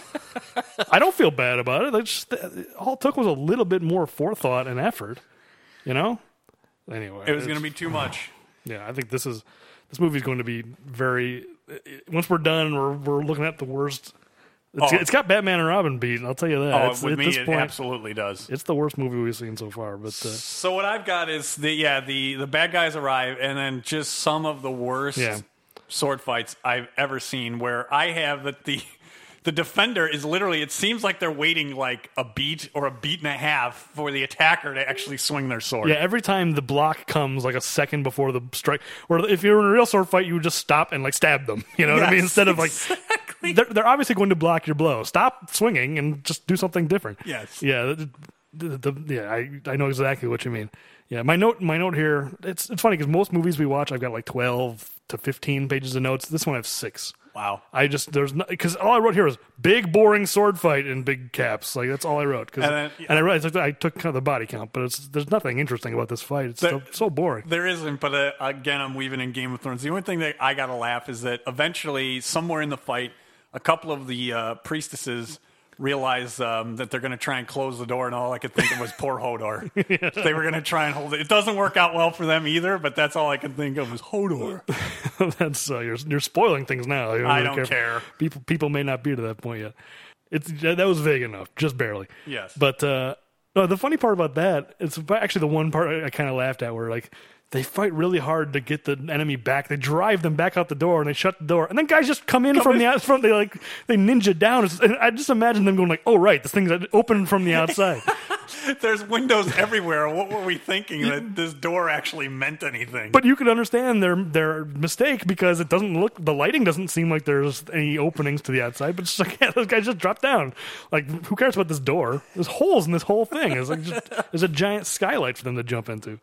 Speaker 2: I don't feel bad about it. I just, all it took was a little bit more forethought and effort, you know? Anyway.
Speaker 1: It was going to be too much.
Speaker 2: Yeah, I think this is this movie's going to be very. Once we're done, we're we're looking at the worst. It's,
Speaker 1: Oh.
Speaker 2: it's got Batman and Robin beat. I'll tell you that.
Speaker 1: Oh,
Speaker 2: It's-
Speaker 1: with
Speaker 2: at
Speaker 1: me,
Speaker 2: this
Speaker 1: it
Speaker 2: point,
Speaker 1: absolutely does.
Speaker 2: it's the worst movie we've seen so far. But uh,
Speaker 1: So what I've got is the yeah the the bad guys arrive and then just some of the worst
Speaker 2: Yeah.
Speaker 1: sword fights I've ever seen. Where I have that the the defender is literally it seems like they're waiting like a beat or a beat and a half for the attacker to actually swing their sword.
Speaker 2: yeah, every time the block comes like a second before the strike, or if you were in a real sword fight, you would just stop and like stab them. You know what I mean?
Speaker 1: Yes,
Speaker 2: Instead of like
Speaker 1: exactly.
Speaker 2: they're they're obviously going to block your blow. Stop swinging and just do something different.
Speaker 1: Yes.
Speaker 2: Yeah. th- th- th- yeah. I I know exactly what you mean. Yeah. My note my note here. It's it's funny because most movies we watch, I've got like twelve to fifteen pages of notes. This one I have six.
Speaker 1: Wow.
Speaker 2: I just there's no because all I wrote here was big boring sword fight in big caps like that's all I wrote 'Cause-
Speaker 1: And then-
Speaker 2: and I realized I took kind of the body count but it's, there's nothing interesting about this fight it's so, so boring
Speaker 1: There isn't, but uh, again, I'm weaving in Game of Thrones. The only thing that I got to laugh is that eventually, somewhere in the fight, a couple of the uh, priestesses realize um, that they're going to try and close the door, and all I could think of was poor Hodor. They were going to try and hold it. It doesn't work out well for them either, but that's all I could think of was Hodor.
Speaker 2: that's uh, you're you're spoiling things now You
Speaker 1: I
Speaker 2: really
Speaker 1: don't care.
Speaker 2: people people may not be to that point yet it's that that was vague enough just barely
Speaker 1: Yes.
Speaker 2: but uh no the funny part about that it's about- actually the one part I, I kind of laughed at where like they fight really hard to get the enemy back. They drive them back out the door and they shut the door. And then guys just come in from
Speaker 1: in.
Speaker 2: the out front. They like they ninja down. It's- And I just imagine them going like, "Oh right, this thing's open from the outside."
Speaker 1: There's windows everywhere. What were we thinking that this door actually meant anything?
Speaker 2: but you can understand their their mistake because it doesn't look the lighting doesn't seem like there's any openings to the outside, but it's just like yeah, those guys just drop down. Like who cares about this door? There's holes in this whole thing. It's like just, there's a giant skylight for them to jump into.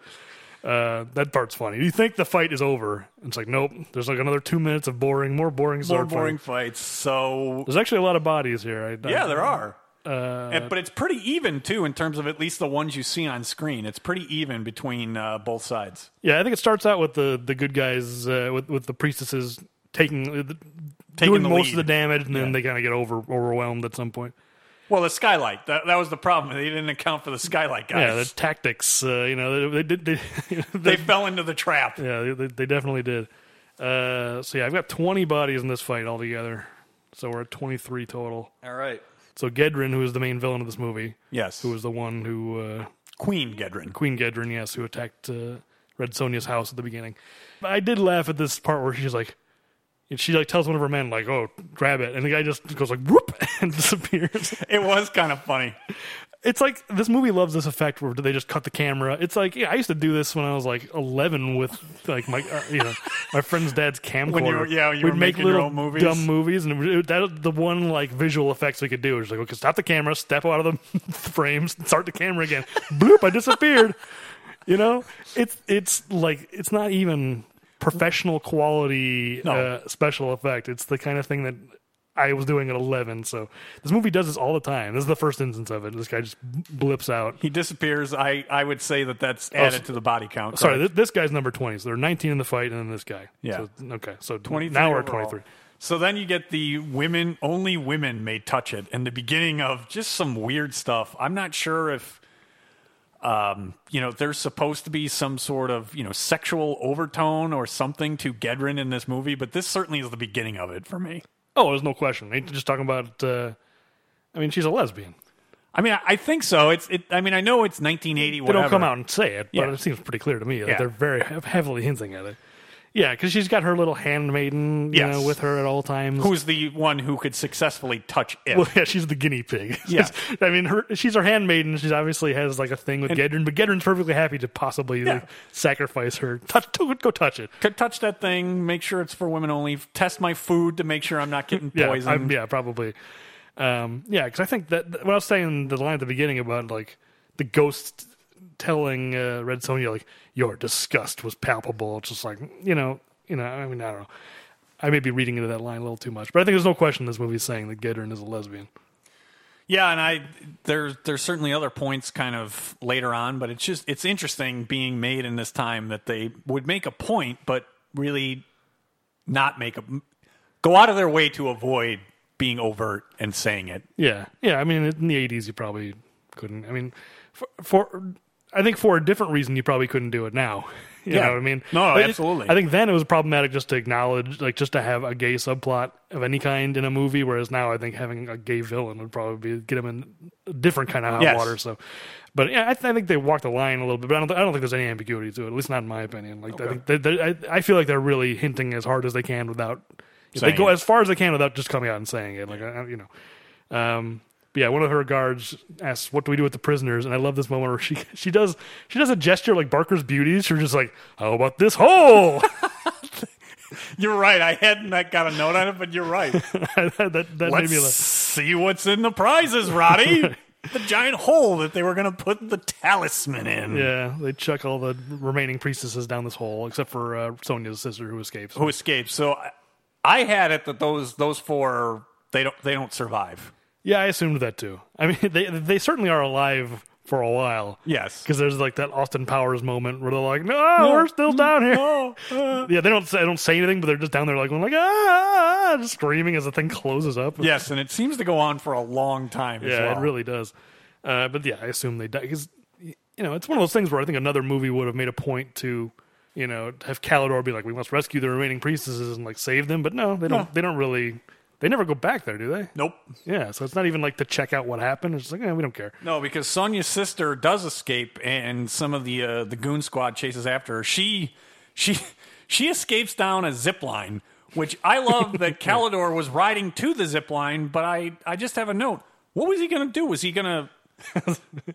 Speaker 2: Uh, that part's funny. You think the fight is over? It's like nope. There's like another two minutes of boring, more boring,
Speaker 1: more
Speaker 2: sword fighting.
Speaker 1: boring fights. So
Speaker 2: There's actually a lot of bodies here. I,
Speaker 1: Yeah, there are.
Speaker 2: uh,
Speaker 1: And- but it's pretty even too in terms of at least the ones you see on screen. It's pretty even between uh, both sides.
Speaker 2: Yeah, I think it starts out with the the good guys uh, with with the priestesses taking the,
Speaker 1: Taking
Speaker 2: doing
Speaker 1: the
Speaker 2: most
Speaker 1: lead.
Speaker 2: of the damage, and then they kind of get over overwhelmed at some point.
Speaker 1: Well, the skylight that, that was the problem. They didn't account for the skylight
Speaker 2: Yeah, the
Speaker 1: guys.
Speaker 2: tactics. Uh, you know, they did. They, they,
Speaker 1: they fell into the trap.
Speaker 2: yeah, they, they definitely did. Uh, so yeah, I've got 20 bodies in this fight altogether. So we're at 23 total.
Speaker 1: All right.
Speaker 2: So Gedrin, who is the main villain of this movie,
Speaker 1: Yes,
Speaker 2: who was the one who uh,
Speaker 1: Queen Gedrin.
Speaker 2: Queen Gedrin, yes, who attacked uh, Red Sonja's house at the beginning. But I did laugh at this part where she's like, she like tells one of her men like, "Oh, grab it," and the guy just goes like, "Whoop," and disappears.
Speaker 1: It was kind of funny.
Speaker 2: It's like this movie loves this effect where they just cut the camera. It's like yeah, I used to do this when I was like 11 with like my uh, you know my friend's dad's camcorder.
Speaker 1: you were- yeah, you
Speaker 2: we'd
Speaker 1: were
Speaker 2: make
Speaker 1: making your
Speaker 2: little
Speaker 1: own movies.
Speaker 2: dumb movies, and it- that was the one like visual effects we could do. It was like okay, stop the camera, step out of the frames, start the camera again. Bloop, I disappeared. you know, it's it's like it's not even professional quality uh, special effect. It's the kind of thing that. I was doing at 11, so this movie does this all the time. This is the first instance of it. This guy just blips out.
Speaker 1: He disappears. I, I would say that that's added to the body count.
Speaker 2: Oh, Sorry, this, this guy's number 20. So there are 19 in the fight, and then this guy.
Speaker 1: Yeah.
Speaker 2: So, okay, so 20,
Speaker 1: 23
Speaker 2: now we're at
Speaker 1: overall.
Speaker 2: 23.
Speaker 1: So then you get the women, only women may touch it, and the beginning of just some weird stuff. I'm not sure if, um, you know, there's supposed to be some sort of, you know, sexual overtone or something to Gedrin in this movie, but this certainly is the beginning of it for me.
Speaker 2: Oh, there's no question. They're just talking about, uh, I mean, she's a lesbian.
Speaker 1: I mean, I, I think so. It's, it, I mean, I know it's 1980,
Speaker 2: They
Speaker 1: whatever.
Speaker 2: don't come out and say it, but
Speaker 1: Yeah.
Speaker 2: it seems pretty clear to me that
Speaker 1: Yeah.
Speaker 2: they're very hev- heavily hinting at it. Yeah, because she's got her little handmaiden you
Speaker 1: Yes.
Speaker 2: know, with her at all times.
Speaker 1: Who's the one who could successfully touch it?
Speaker 2: well, yeah, she's the guinea pig.
Speaker 1: Yeah.
Speaker 2: I mean, her she's her handmaiden. She obviously has like a thing with Gedrin, but Gedrin's perfectly happy to possibly like, sacrifice her. Touch, to, go touch it.
Speaker 1: could touch that thing, make sure it's for women only, test my food to make sure I'm not getting
Speaker 2: yeah,
Speaker 1: poisoned.
Speaker 2: I'm- yeah, probably. Um, yeah, because I think that that- what I was saying the line at the beginning about like the ghost telling uh, Red Sonja like your disgust was palpable. It's just like you know, you know. I mean, I don't know. I may be reading into that line a little too much, but I think there's no question this movie is saying that Gedrin is a lesbian.
Speaker 1: Yeah, and I there's there's certainly other points kind of later on, but it's just it's interesting being made in this time that they would make a point, but really not make a go out of their way to avoid being overt and saying it.
Speaker 2: Yeah, yeah. I mean, in the eighties, you probably couldn't. I mean, for, for I think for a different reason, you probably couldn't do it now. You
Speaker 1: Yeah.
Speaker 2: know what I mean?
Speaker 1: No, no,
Speaker 2: But it-
Speaker 1: absolutely.
Speaker 2: I think then it was problematic just to acknowledge, like, just to have a gay subplot of any kind in a movie. Whereas now, I think having a gay villain would probably be, get him in a different kind of hot
Speaker 1: Yes.
Speaker 2: water. So, but yeah, I, th- I think they walked the line a little bit. But I don't, th- I don't think there's any ambiguity to it. At least not in my opinion. Like, I think they, they, I, I feel like they're really hinting as hard as they can without. They
Speaker 1: Saying
Speaker 2: go
Speaker 1: it.
Speaker 2: as far as they can without just coming out and saying it. Like, I, I- you know. Um, but yeah, one of her guards asks, "What do we do with the prisoners?" And I love this moment where she she does she does a gesture like Barker's Beauties. She's just like, "How about this hole?"
Speaker 1: You're right. I hadn't got a note on it, but you're right.
Speaker 2: that that made me
Speaker 1: Let's
Speaker 2: laugh.
Speaker 1: see what's in the prizes, Roddy. the giant hole that they were going to put the talisman in.
Speaker 2: Yeah, they chuck all the remaining priestesses down this hole, except for uh, Sonia's sister who escapes.
Speaker 1: Who escaped? So I, I had it that those those four they don't they don't survive.
Speaker 2: Yeah, I assumed that too. I mean, they they certainly are alive for a while.
Speaker 1: Yes.
Speaker 2: because there's like that Austin Powers moment where they're like, "No, uh, we're still down here." yeah, they don't say, they don't say anything, but they're just down there like, like ah, ah, ah," just screaming as the thing closes up.
Speaker 1: Yes, and it seems to go on for a long time. as
Speaker 2: Yeah,
Speaker 1: well.
Speaker 2: it really does. Uh, but yeah, I assume they die because you know it's one of those things where I think another movie would have made a point to you know to have Calidor be like, we must rescue the remaining priestesses and like save them, but no, they don't.
Speaker 1: No.
Speaker 2: They don't really. They never go back there, do they?
Speaker 1: Nope.
Speaker 2: Yeah, so it's not even like to check out what happened. It's just like, eh, we don't care.
Speaker 1: No, because Sonya's sister does escape, and some of the uh, the goon squad chases after her. She she she escapes down a zip line, which I love that Calidor was riding to the zip line. But I I just have a note. What was he going to do? Was he going to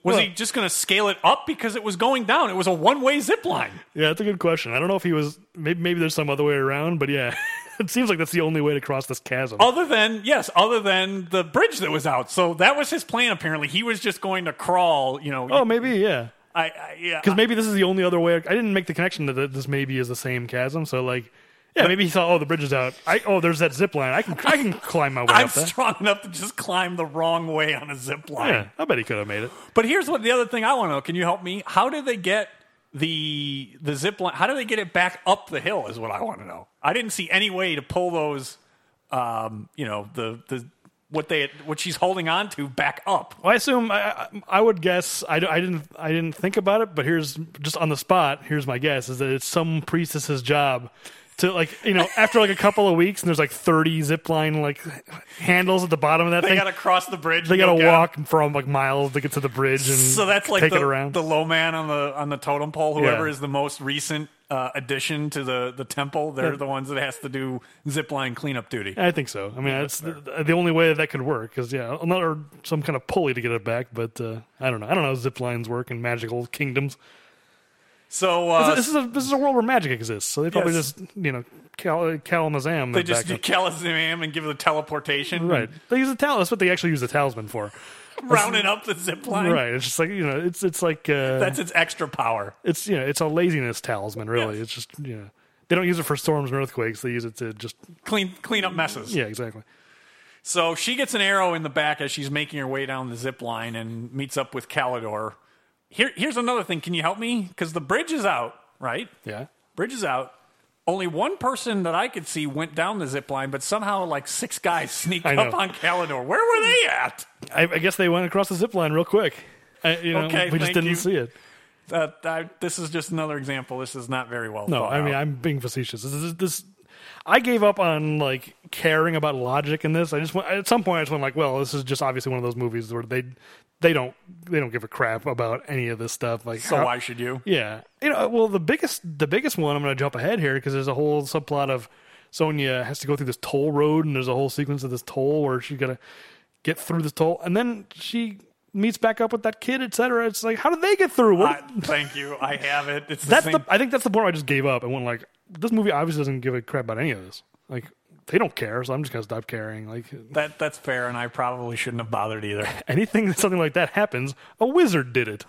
Speaker 1: was he just going to scale it up because it was going down? It was a one way zip line.
Speaker 2: Yeah, that's a good question. I don't know if he was. Maybe, maybe there's some other way around, but yeah, it seems like that's the only way to cross this chasm.
Speaker 1: Other than yes, other than the bridge that was out. So that was his plan. Apparently, he was just going to crawl. You know,
Speaker 2: oh, maybe yeah.
Speaker 1: I, I yeah.
Speaker 2: because maybe this is the only other way. I didn't make the connection that this maybe is the same chasm. So like, yeah, maybe he saw oh the bridge is out. I oh there's that zip line. I can I can climb my way
Speaker 1: I'm
Speaker 2: up that.
Speaker 1: strong enough to just climb the wrong way on a zip line.
Speaker 2: Yeah, I bet he could have made it.
Speaker 1: But here's what the other thing I want to know. Can you help me? How did they get the the zip line? How do they get it back up the hill? Is what I want to know. I didn't see any way to pull those. Um, you know the the what they what she's holding on to back up.
Speaker 2: Well, I assume I, I, I would guess I, d- I didn't I didn't think about it, but here's just on the spot. Here's my guess is that it's some priestess's job to like you know after like a couple of weeks and there's like 30 zip line like handles at the bottom of that
Speaker 1: They
Speaker 2: thing.
Speaker 1: got to cross the bridge.
Speaker 2: they
Speaker 1: and
Speaker 2: gotta
Speaker 1: go down.
Speaker 2: walk from like miles to get to the bridge and
Speaker 1: So that's like
Speaker 2: take
Speaker 1: the,
Speaker 2: it around.
Speaker 1: the low man on the on the totem pole. Whoever
Speaker 2: Yeah.
Speaker 1: is the most recent uh, addition to the the temple, they're the ones that has to do zip line cleanup duty.
Speaker 2: I think so. I mean, that's the, the only way that could work because yeah, not or some kind of pulley to get it back. But uh, I don't know. I don't know how zip lines work in magical kingdoms.
Speaker 1: So uh,
Speaker 2: this is a this is a world where magic exists, so they probably
Speaker 1: Yes.
Speaker 2: just you know cal- uh, Kalamazam.
Speaker 1: they
Speaker 2: it
Speaker 1: just
Speaker 2: back
Speaker 1: do Calazam and give the teleportation,
Speaker 2: up. right. They use a talisman. That's what they actually use a talisman for.
Speaker 1: Rounding up the zip line.
Speaker 2: Right. It's just like you know, it's it's like uh,
Speaker 1: That's its extra power.
Speaker 2: it's you know, it's a laziness talisman. Really,
Speaker 1: Yes.
Speaker 2: it's just you know, they don't use it for storms and earthquakes. They use it to just
Speaker 1: Clean clean up messes.
Speaker 2: yeah, exactly.
Speaker 1: So she gets an arrow in the back as she's making her way down the zip line and meets up with Calidor. Here, here's another thing. Can you help me? Because the bridge is out, right?
Speaker 2: Yeah.
Speaker 1: Bridge is out. Only one person that I could see went down the zip line, but somehow like six guys sneaked
Speaker 2: I know.
Speaker 1: up on Calidor. Where were they at?
Speaker 2: I, I guess they went across the zip line real quick. I, you know,
Speaker 1: Okay,
Speaker 2: we
Speaker 1: thank
Speaker 2: just didn't
Speaker 1: you.
Speaker 2: see it.
Speaker 1: Uh, I, this is just another example. This is not very well.
Speaker 2: No,
Speaker 1: thought
Speaker 2: I mean
Speaker 1: out.
Speaker 2: I'm being facetious. This, is this I gave up on like caring about logic in this. I just went, at some point I just went like, well, this is just obviously one of those movies where they they don't they don't give a crap about any of this stuff. Like,
Speaker 1: so
Speaker 2: how-
Speaker 1: why should you?
Speaker 2: Yeah, you know. Well, the biggest the biggest one I'm going to jump ahead here because there's a whole subplot of Sonya has to go through this toll road, and there's a whole sequence of this toll where she's got to get through this toll, and then she meets back up with that kid, etc. It's like, how did they get through? What?
Speaker 1: I, thank you. I have it. It's the
Speaker 2: that's
Speaker 1: same.
Speaker 2: the I think that's the point where I just gave up and went like this movie obviously doesn't give a crap about any of this. Like they don't care, so I'm just gonna stop caring. Like
Speaker 1: that that's fair, and I probably shouldn't have bothered either.
Speaker 2: anything that something like that happens, a wizard did it.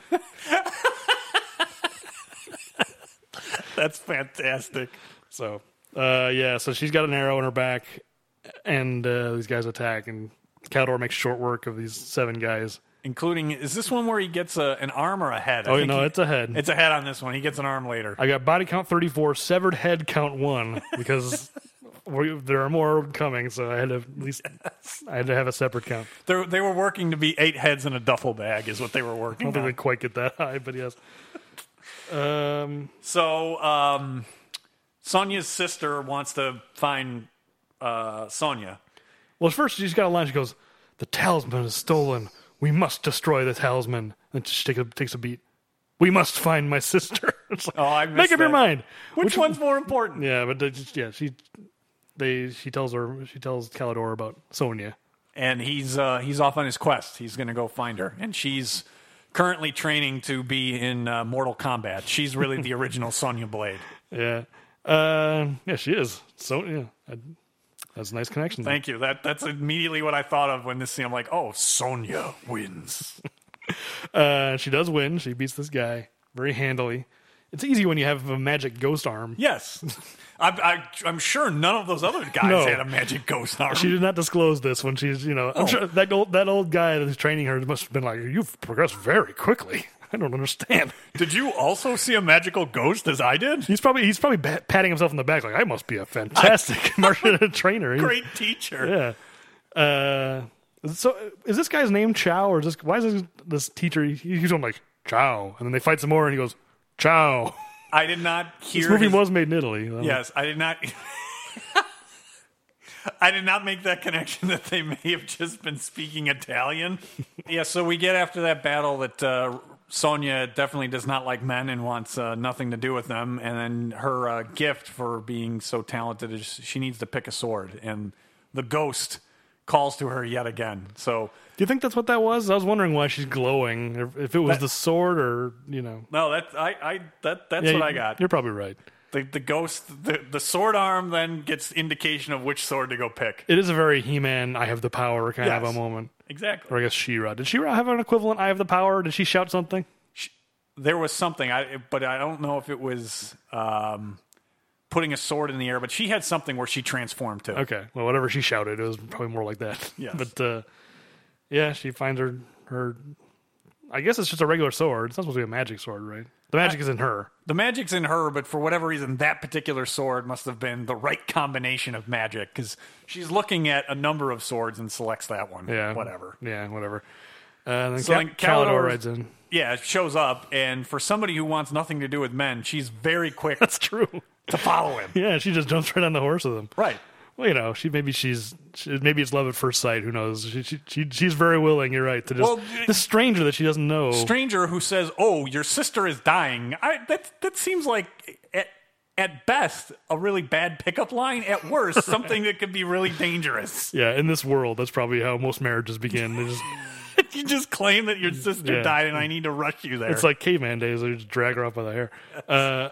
Speaker 1: That's fantastic.
Speaker 2: So uh, yeah, so she's got an arrow in her back, and uh, these guys attack, and Caldor makes short work of these seven guys.
Speaker 1: Including is this one where he gets a, an arm or a head? I
Speaker 2: Oh
Speaker 1: think
Speaker 2: no,
Speaker 1: he-
Speaker 2: it's a head.
Speaker 1: it's a head on this one. He gets an arm later.
Speaker 2: I got body count 34, severed head count one because we, there are more coming, so I had to at least I had to have a separate count.
Speaker 1: They're, they were working to be eight heads in a duffel bag, is what they were
Speaker 2: I
Speaker 1: working
Speaker 2: don't think
Speaker 1: on.
Speaker 2: they quite get that high, but yes. Um,
Speaker 1: So um, Sonia's sister wants to find uh, Sonia.
Speaker 2: well, first she's got a line. She goes, "The talisman is stolen. We must destroy the talisman." And she takes a, takes a beat. We must find my sister. It's like,
Speaker 1: Oh, I
Speaker 2: make
Speaker 1: missed
Speaker 2: up your
Speaker 1: that.
Speaker 2: mind.
Speaker 1: Which, one's more important?
Speaker 2: Yeah, but they just, yeah, she they she tells her she tells Calidor about Sonia.
Speaker 1: And he's uh, he's off on his quest. He's going to go find her, and she's currently training to be in uh, Mortal Kombat. She's really the original Sonya Blade.
Speaker 2: Yeah, uh, yeah, she is. So yeah, I, that's a nice connection. there.
Speaker 1: Thank you. That that's immediately what I thought of when this scene. I'm like, oh, Sonya wins.
Speaker 2: Uh, she does win. She beats this guy very handily. It's easy when you have a magic ghost arm.
Speaker 1: yes, I, I, I'm sure none of those other guys
Speaker 2: No.
Speaker 1: had a magic ghost arm.
Speaker 2: She did not disclose this when she's, you know, I'm
Speaker 1: Oh.
Speaker 2: sure that old that old guy that's training her must have been like, "You've progressed very quickly. I don't understand."
Speaker 1: did you also see a magical ghost as I did?
Speaker 2: He's probably he's probably bat- patting himself in the back like, "I must be a fantastic martial trainer." He's-
Speaker 1: Great teacher.
Speaker 2: Yeah. Uh, so is this guy's name Chow or is this why is this, this teacher? He, he keeps on like Chow, and then they fight some more, and he goes Chow.
Speaker 1: I did not hear.
Speaker 2: This movie
Speaker 1: his-
Speaker 2: was made in Italy. though.
Speaker 1: Yes, I did not. I did not make that connection that they may have just been speaking Italian. yeah, so we get after that battle that uh, Sonia definitely does not like men and wants uh, nothing to do with them. And then her uh, gift for being so talented is she needs to pick a sword. And the ghost calls to her yet again. So,
Speaker 2: Do you think that's what that was? I was wondering why she's glowing. If, if it was
Speaker 1: That-
Speaker 2: the sword or you know,
Speaker 1: no, that, I, I, that, that's
Speaker 2: Yeah,
Speaker 1: what
Speaker 2: you-
Speaker 1: I got.
Speaker 2: You're probably right.
Speaker 1: The, the ghost, the, the sword arm then gets indication of which sword to go pick.
Speaker 2: It is a very He-Man, I have the power kind of
Speaker 1: Yes.
Speaker 2: a moment.
Speaker 1: Exactly.
Speaker 2: Or I guess She-Ra. Did She-Ra have an equivalent? I have the power. Did she shout something?
Speaker 1: there was something I, but I don't know if it was um, putting a sword in the air. But she had something where she transformed to.
Speaker 2: Okay. Well, whatever she shouted, it was probably more like that.
Speaker 1: Yes.
Speaker 2: But uh, yeah, she finds her her. I guess it's just a regular sword. It's not supposed to be a magic sword, right? The
Speaker 1: Uh,
Speaker 2: magic is in her.
Speaker 1: The magic's in her, but for whatever reason, that particular sword must have been the right combination of magic because she's looking at a number of swords and selects that one.
Speaker 2: Yeah.
Speaker 1: whatever.
Speaker 2: Yeah, whatever. Uh, and then
Speaker 1: So
Speaker 2: Cal-
Speaker 1: then
Speaker 2: Calidor
Speaker 1: Calidor's-
Speaker 2: rides in.
Speaker 1: Yeah, it shows up, and for somebody who wants nothing to do with men, she's very quick
Speaker 2: That's true.
Speaker 1: to follow him.
Speaker 2: Yeah, she just jumps right on the horse with him.
Speaker 1: Right.
Speaker 2: Well, you know, she maybe she's she, maybe it's love at first sight. Who knows? She, she, she she's very willing. You're right to just
Speaker 1: Well, y-
Speaker 2: this stranger that she doesn't know.
Speaker 1: stranger who says, "Oh, your sister is dying." I, that that seems like at, at best a really bad pickup line. At worst, something that could be really dangerous.
Speaker 2: yeah, in this world, that's probably how most marriages begin. They just,
Speaker 1: you just claim that your sister
Speaker 2: Yeah.
Speaker 1: died, and I need to rush you there.
Speaker 2: it's like caveman days. They just drag her off by the hair. Uh,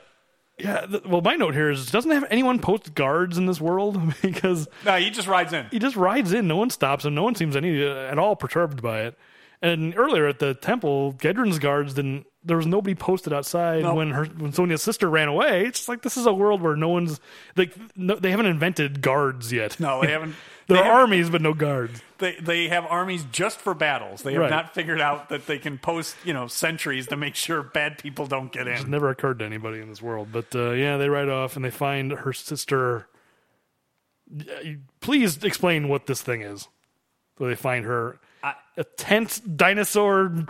Speaker 2: yeah. Th- well, my note here is doesn't have anyone post guards in this world because
Speaker 1: no, he just rides in.
Speaker 2: he just rides in. No one stops him. No one seems any uh, at all perturbed by it. And earlier at the temple, Gedrin's guards didn't. There was nobody posted outside
Speaker 1: No.
Speaker 2: when her when Sonia's sister ran away. It's just like this is a world where no one's like no, they haven't invented guards yet.
Speaker 1: No, they haven't.
Speaker 2: there
Speaker 1: they
Speaker 2: are
Speaker 1: have,
Speaker 2: armies but no guards.
Speaker 1: they, they have armies just for battles. They have
Speaker 2: Right.
Speaker 1: not figured out that they can post, you know, sentries to make sure bad people don't get
Speaker 2: It
Speaker 1: in.
Speaker 2: never occurred to anybody in this world. But uh, yeah, they ride off and they find her sister. Y- Please explain what this thing is. So they find her
Speaker 1: I-
Speaker 2: a tent dinosaur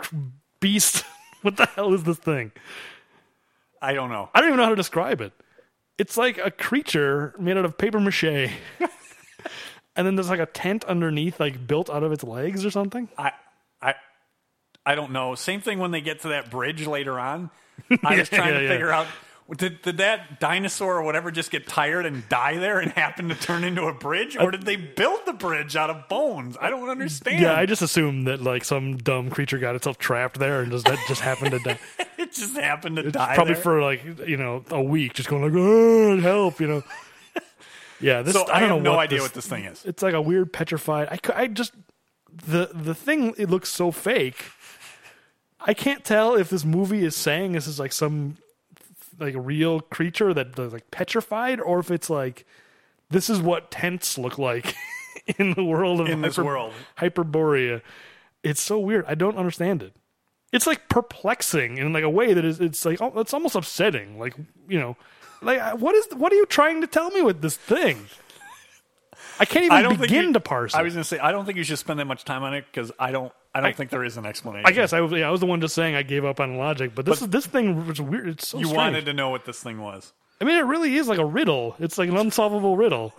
Speaker 2: beast. what the hell is this thing?
Speaker 1: I don't know.
Speaker 2: I don't even know how to describe it. It's like a creature made out of paper mache. and then there's like a tent underneath, like built out of its legs or something.
Speaker 1: I, I, I don't know. Same thing when they get to that bridge later on. I was
Speaker 2: Yeah,
Speaker 1: trying
Speaker 2: yeah,
Speaker 1: to
Speaker 2: yeah.
Speaker 1: figure out did, did that dinosaur or whatever just get tired and die there and happen to turn into a bridge, or did they build the bridge out of bones? I don't understand.
Speaker 2: Yeah, I just assumed that like some dumb creature got itself trapped there and just that just happened to die.
Speaker 1: it just happened to die.
Speaker 2: probably
Speaker 1: there.
Speaker 2: for like you know a week, just going like, oh, help, you know. Yeah, this.
Speaker 1: So I,
Speaker 2: I don't
Speaker 1: have
Speaker 2: know
Speaker 1: no idea what this thing is.
Speaker 2: It's like a weird petrified. I, cou- I just the the thing. It looks so fake. I can't tell if this movie is saying this is like some like real creature that that's like petrified, or if it's like this is what tents look like in the world of
Speaker 1: In this world.
Speaker 2: Hyperborea. It's so weird. I don't understand it. It's like perplexing in like a way that is it's like oh, it's almost upsetting. Like you know, like I- what is what are you trying to tell me with this thing? I can't even
Speaker 1: I don't think
Speaker 2: begin
Speaker 1: you-
Speaker 2: to parse it.
Speaker 1: I was going to say I don't think you should spend that much time on it because I don't. I don't think there is an explanation.
Speaker 2: I guess I was, yeah, I was the one just saying I gave up on logic, but this is this thing was weird. It's so
Speaker 1: you
Speaker 2: strange.
Speaker 1: wanted to know what this thing was.
Speaker 2: I mean, it really is like a riddle. It's like an unsolvable riddle.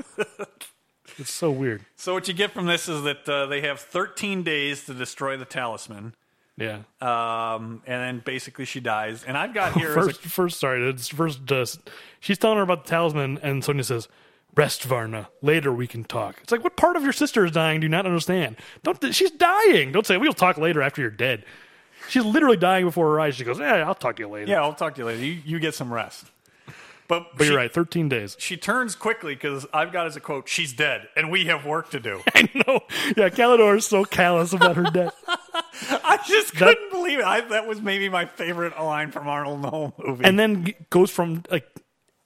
Speaker 2: it's so weird.
Speaker 1: So what you get from this is that uh, they have 13 days to destroy the talisman,
Speaker 2: Yeah.
Speaker 1: um, and then basically she dies. And I've got here as a-
Speaker 2: first, first, sorry. It's first, just she's telling her about the talisman, and Sonia says, "Rest, Varna. Later we can talk." It's like, what part of your sister is dying? Do you not understand? Don't. She's dying. Don't say we'll talk later after you're dead. She's literally dying before her eyes. She goes, "Yeah, I'll talk to you later."
Speaker 1: yeah, I'll talk to you later. You, you get some rest. But,
Speaker 2: But
Speaker 1: she,
Speaker 2: you're right. Thirteen days.
Speaker 1: She turns quickly because I've got as a quote: "She's dead, and we have work to do."
Speaker 2: I know. Yeah, Calidor is so callous about her death.
Speaker 1: I just couldn't believe it. I, that was maybe my favorite line from Arnold in the whole movie.
Speaker 2: and then g- goes from like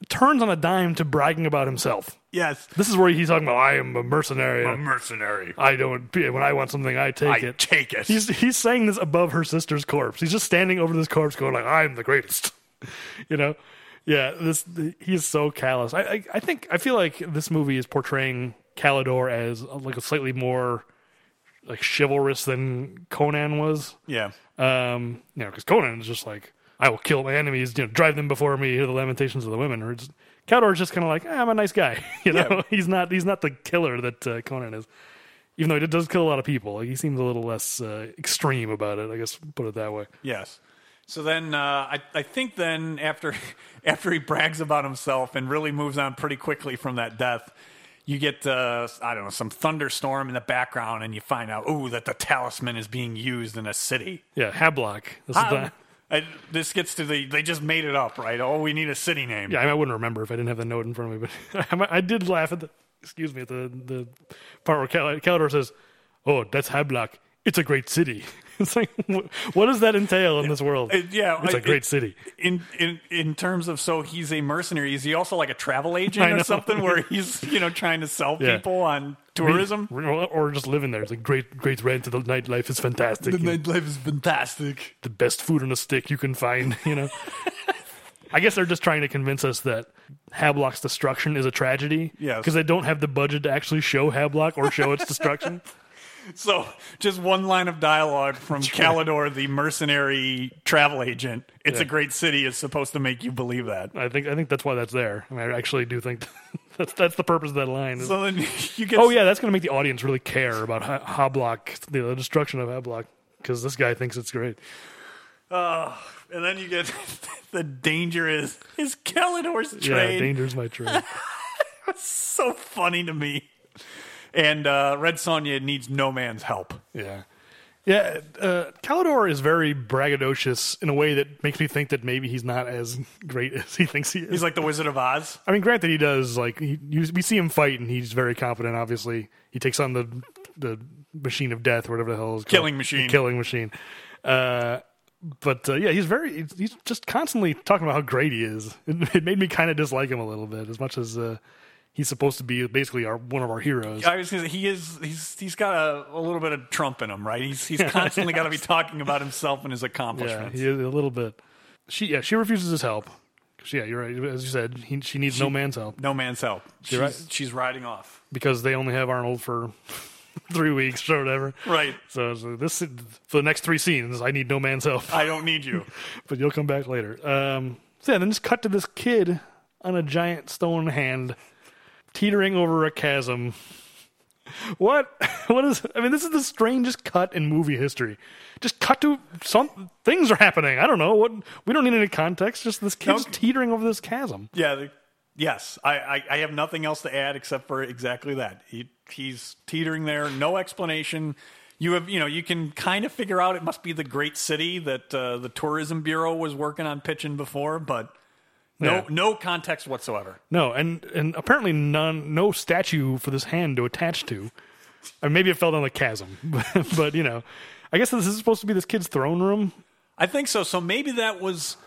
Speaker 2: turns on a dime to bragging about himself.
Speaker 1: yes,
Speaker 2: This is where he's talking about I am a mercenary.
Speaker 1: a mercenary.
Speaker 2: I don't when I want something I take
Speaker 1: I
Speaker 2: it.
Speaker 1: take it.
Speaker 2: He's he's saying this above her sister's corpse. He's just standing over this corpse going like I'm the greatest. you know? Yeah, this he's so callous. I, I I think I feel like this movie is portraying Calidor as uh, like a slightly more like chivalrous than Conan was.
Speaker 1: yeah,
Speaker 2: Um, you know, because Conan is just like, I will kill my enemies, you know, drive them before me, hear the lamentations of the women. Or just, Caldor is just kind of like, "Eh, I'm a nice guy, you know.
Speaker 1: Yeah.
Speaker 2: He's not he's not the killer that uh, Conan is, even though he does kill a lot of people. Like, he seems a little less uh, extreme about it, I guess. Put it that way.
Speaker 1: yes. So then, uh, I I think then after after he brags about himself and really moves on pretty quickly from that death. You get uh, I don't know some thunderstorm in the background, and you find out ooh that the talisman is being used in a city.
Speaker 2: Yeah, Hablock. This is
Speaker 1: Um,
Speaker 2: the,
Speaker 1: I, this gets to the they just made it up, right? Oh, we need a city name.
Speaker 2: yeah, I, mean, I wouldn't remember if I didn't have the note in front of me, but I, might- I did laugh at the excuse me at the the part where Cal- Calidor says, "Oh, that's Hablock. It's a great city." It's like, what, what does that entail in this world?
Speaker 1: It- yeah,
Speaker 2: it's
Speaker 1: I-
Speaker 2: a great
Speaker 1: it-
Speaker 2: city.
Speaker 1: In in in terms of so he's a mercenary. Is he also like a travel agent
Speaker 2: I know.
Speaker 1: or something where he's you know trying to sell
Speaker 2: Yeah.
Speaker 1: people on tourism?
Speaker 2: Or- or just living there. It's like great, great rent. The nightlife is fantastic. You know, The,
Speaker 1: nightlife is fantastic.
Speaker 2: best food on a stick you can find. You know. I guess they're just trying to convince us that Hablock's destruction is a tragedy.
Speaker 1: Yes.
Speaker 2: Because they don't have the budget to actually show Hablock or show its destruction.
Speaker 1: So just one line of dialogue from Calidor, the mercenary travel agent. It's a great city is supposed to make you believe that.
Speaker 2: I think I think that's why that's there. I mean, I actually do think that's that's the purpose of that line. is-
Speaker 1: So then you get
Speaker 2: oh yeah, that's going to make the audience really care about Ha- Hablock, the the destruction of Hablock, because this guy thinks it's great.
Speaker 1: and then you get the danger is is Calidor's
Speaker 2: Yeah,
Speaker 1: trade.
Speaker 2: danger's my trade.
Speaker 1: so funny to me. And uh, Red Sonja needs no man's help.
Speaker 2: Yeah. Yeah, uh, Calidor is very braggadocious in a way that makes me think that maybe he's not as great as he thinks he is.
Speaker 1: He's like the Wizard of Oz.
Speaker 2: I mean, granted, he does like he, you, we see him fight, and he's very competent. Obviously, he takes on the the machine of death, or whatever the hell is
Speaker 1: Killing machine.
Speaker 2: killing machine. Uh, but uh, yeah, he's very he's- he's just constantly talking about how great he is. It, it made me kind of dislike him a little bit, as much as uh, he's supposed to be basically our one of our heroes.
Speaker 1: I was gonna say, he is he's he's got a, a little bit of Trump in him, right? He's he's constantly got to be talking about himself and his
Speaker 2: Yeah,
Speaker 1: accomplishments.
Speaker 2: he is a little bit. She yeah, she refuses his help. 'Cause, yeah, you're right. As you said, he, she needs no man's help
Speaker 1: No man's help. She's,
Speaker 2: right.
Speaker 1: she's riding off.
Speaker 2: because they only have Arnold for three weeks or whatever.
Speaker 1: Right.
Speaker 2: So, so this for the next three scenes, I need no man's help,
Speaker 1: I don't need you.
Speaker 2: but you'll come back later. Um, so yeah, then just cut to this kid on a giant stone hand teetering over a chasm. What? What is? I mean, this is the strangest cut in movie history. Just cut to some things are happening. I don't know what. We don't need any context. Just this kid's
Speaker 1: Nope.
Speaker 2: teetering over this chasm.
Speaker 1: Yeah. The, yes. I, I I have nothing else to add except for exactly that. He he's teetering there. No explanation. You have you know you can kind of figure out it must be the great city that uh, the tourism bureau was working on pitching before, but no
Speaker 2: Yeah.
Speaker 1: no context whatsoever.
Speaker 2: No, and and apparently none, no statue for this hand to attach to. Or maybe it fell down the chasm, but you know, I guess this is supposed to be this kid's throne room.
Speaker 1: I think so. So maybe that was,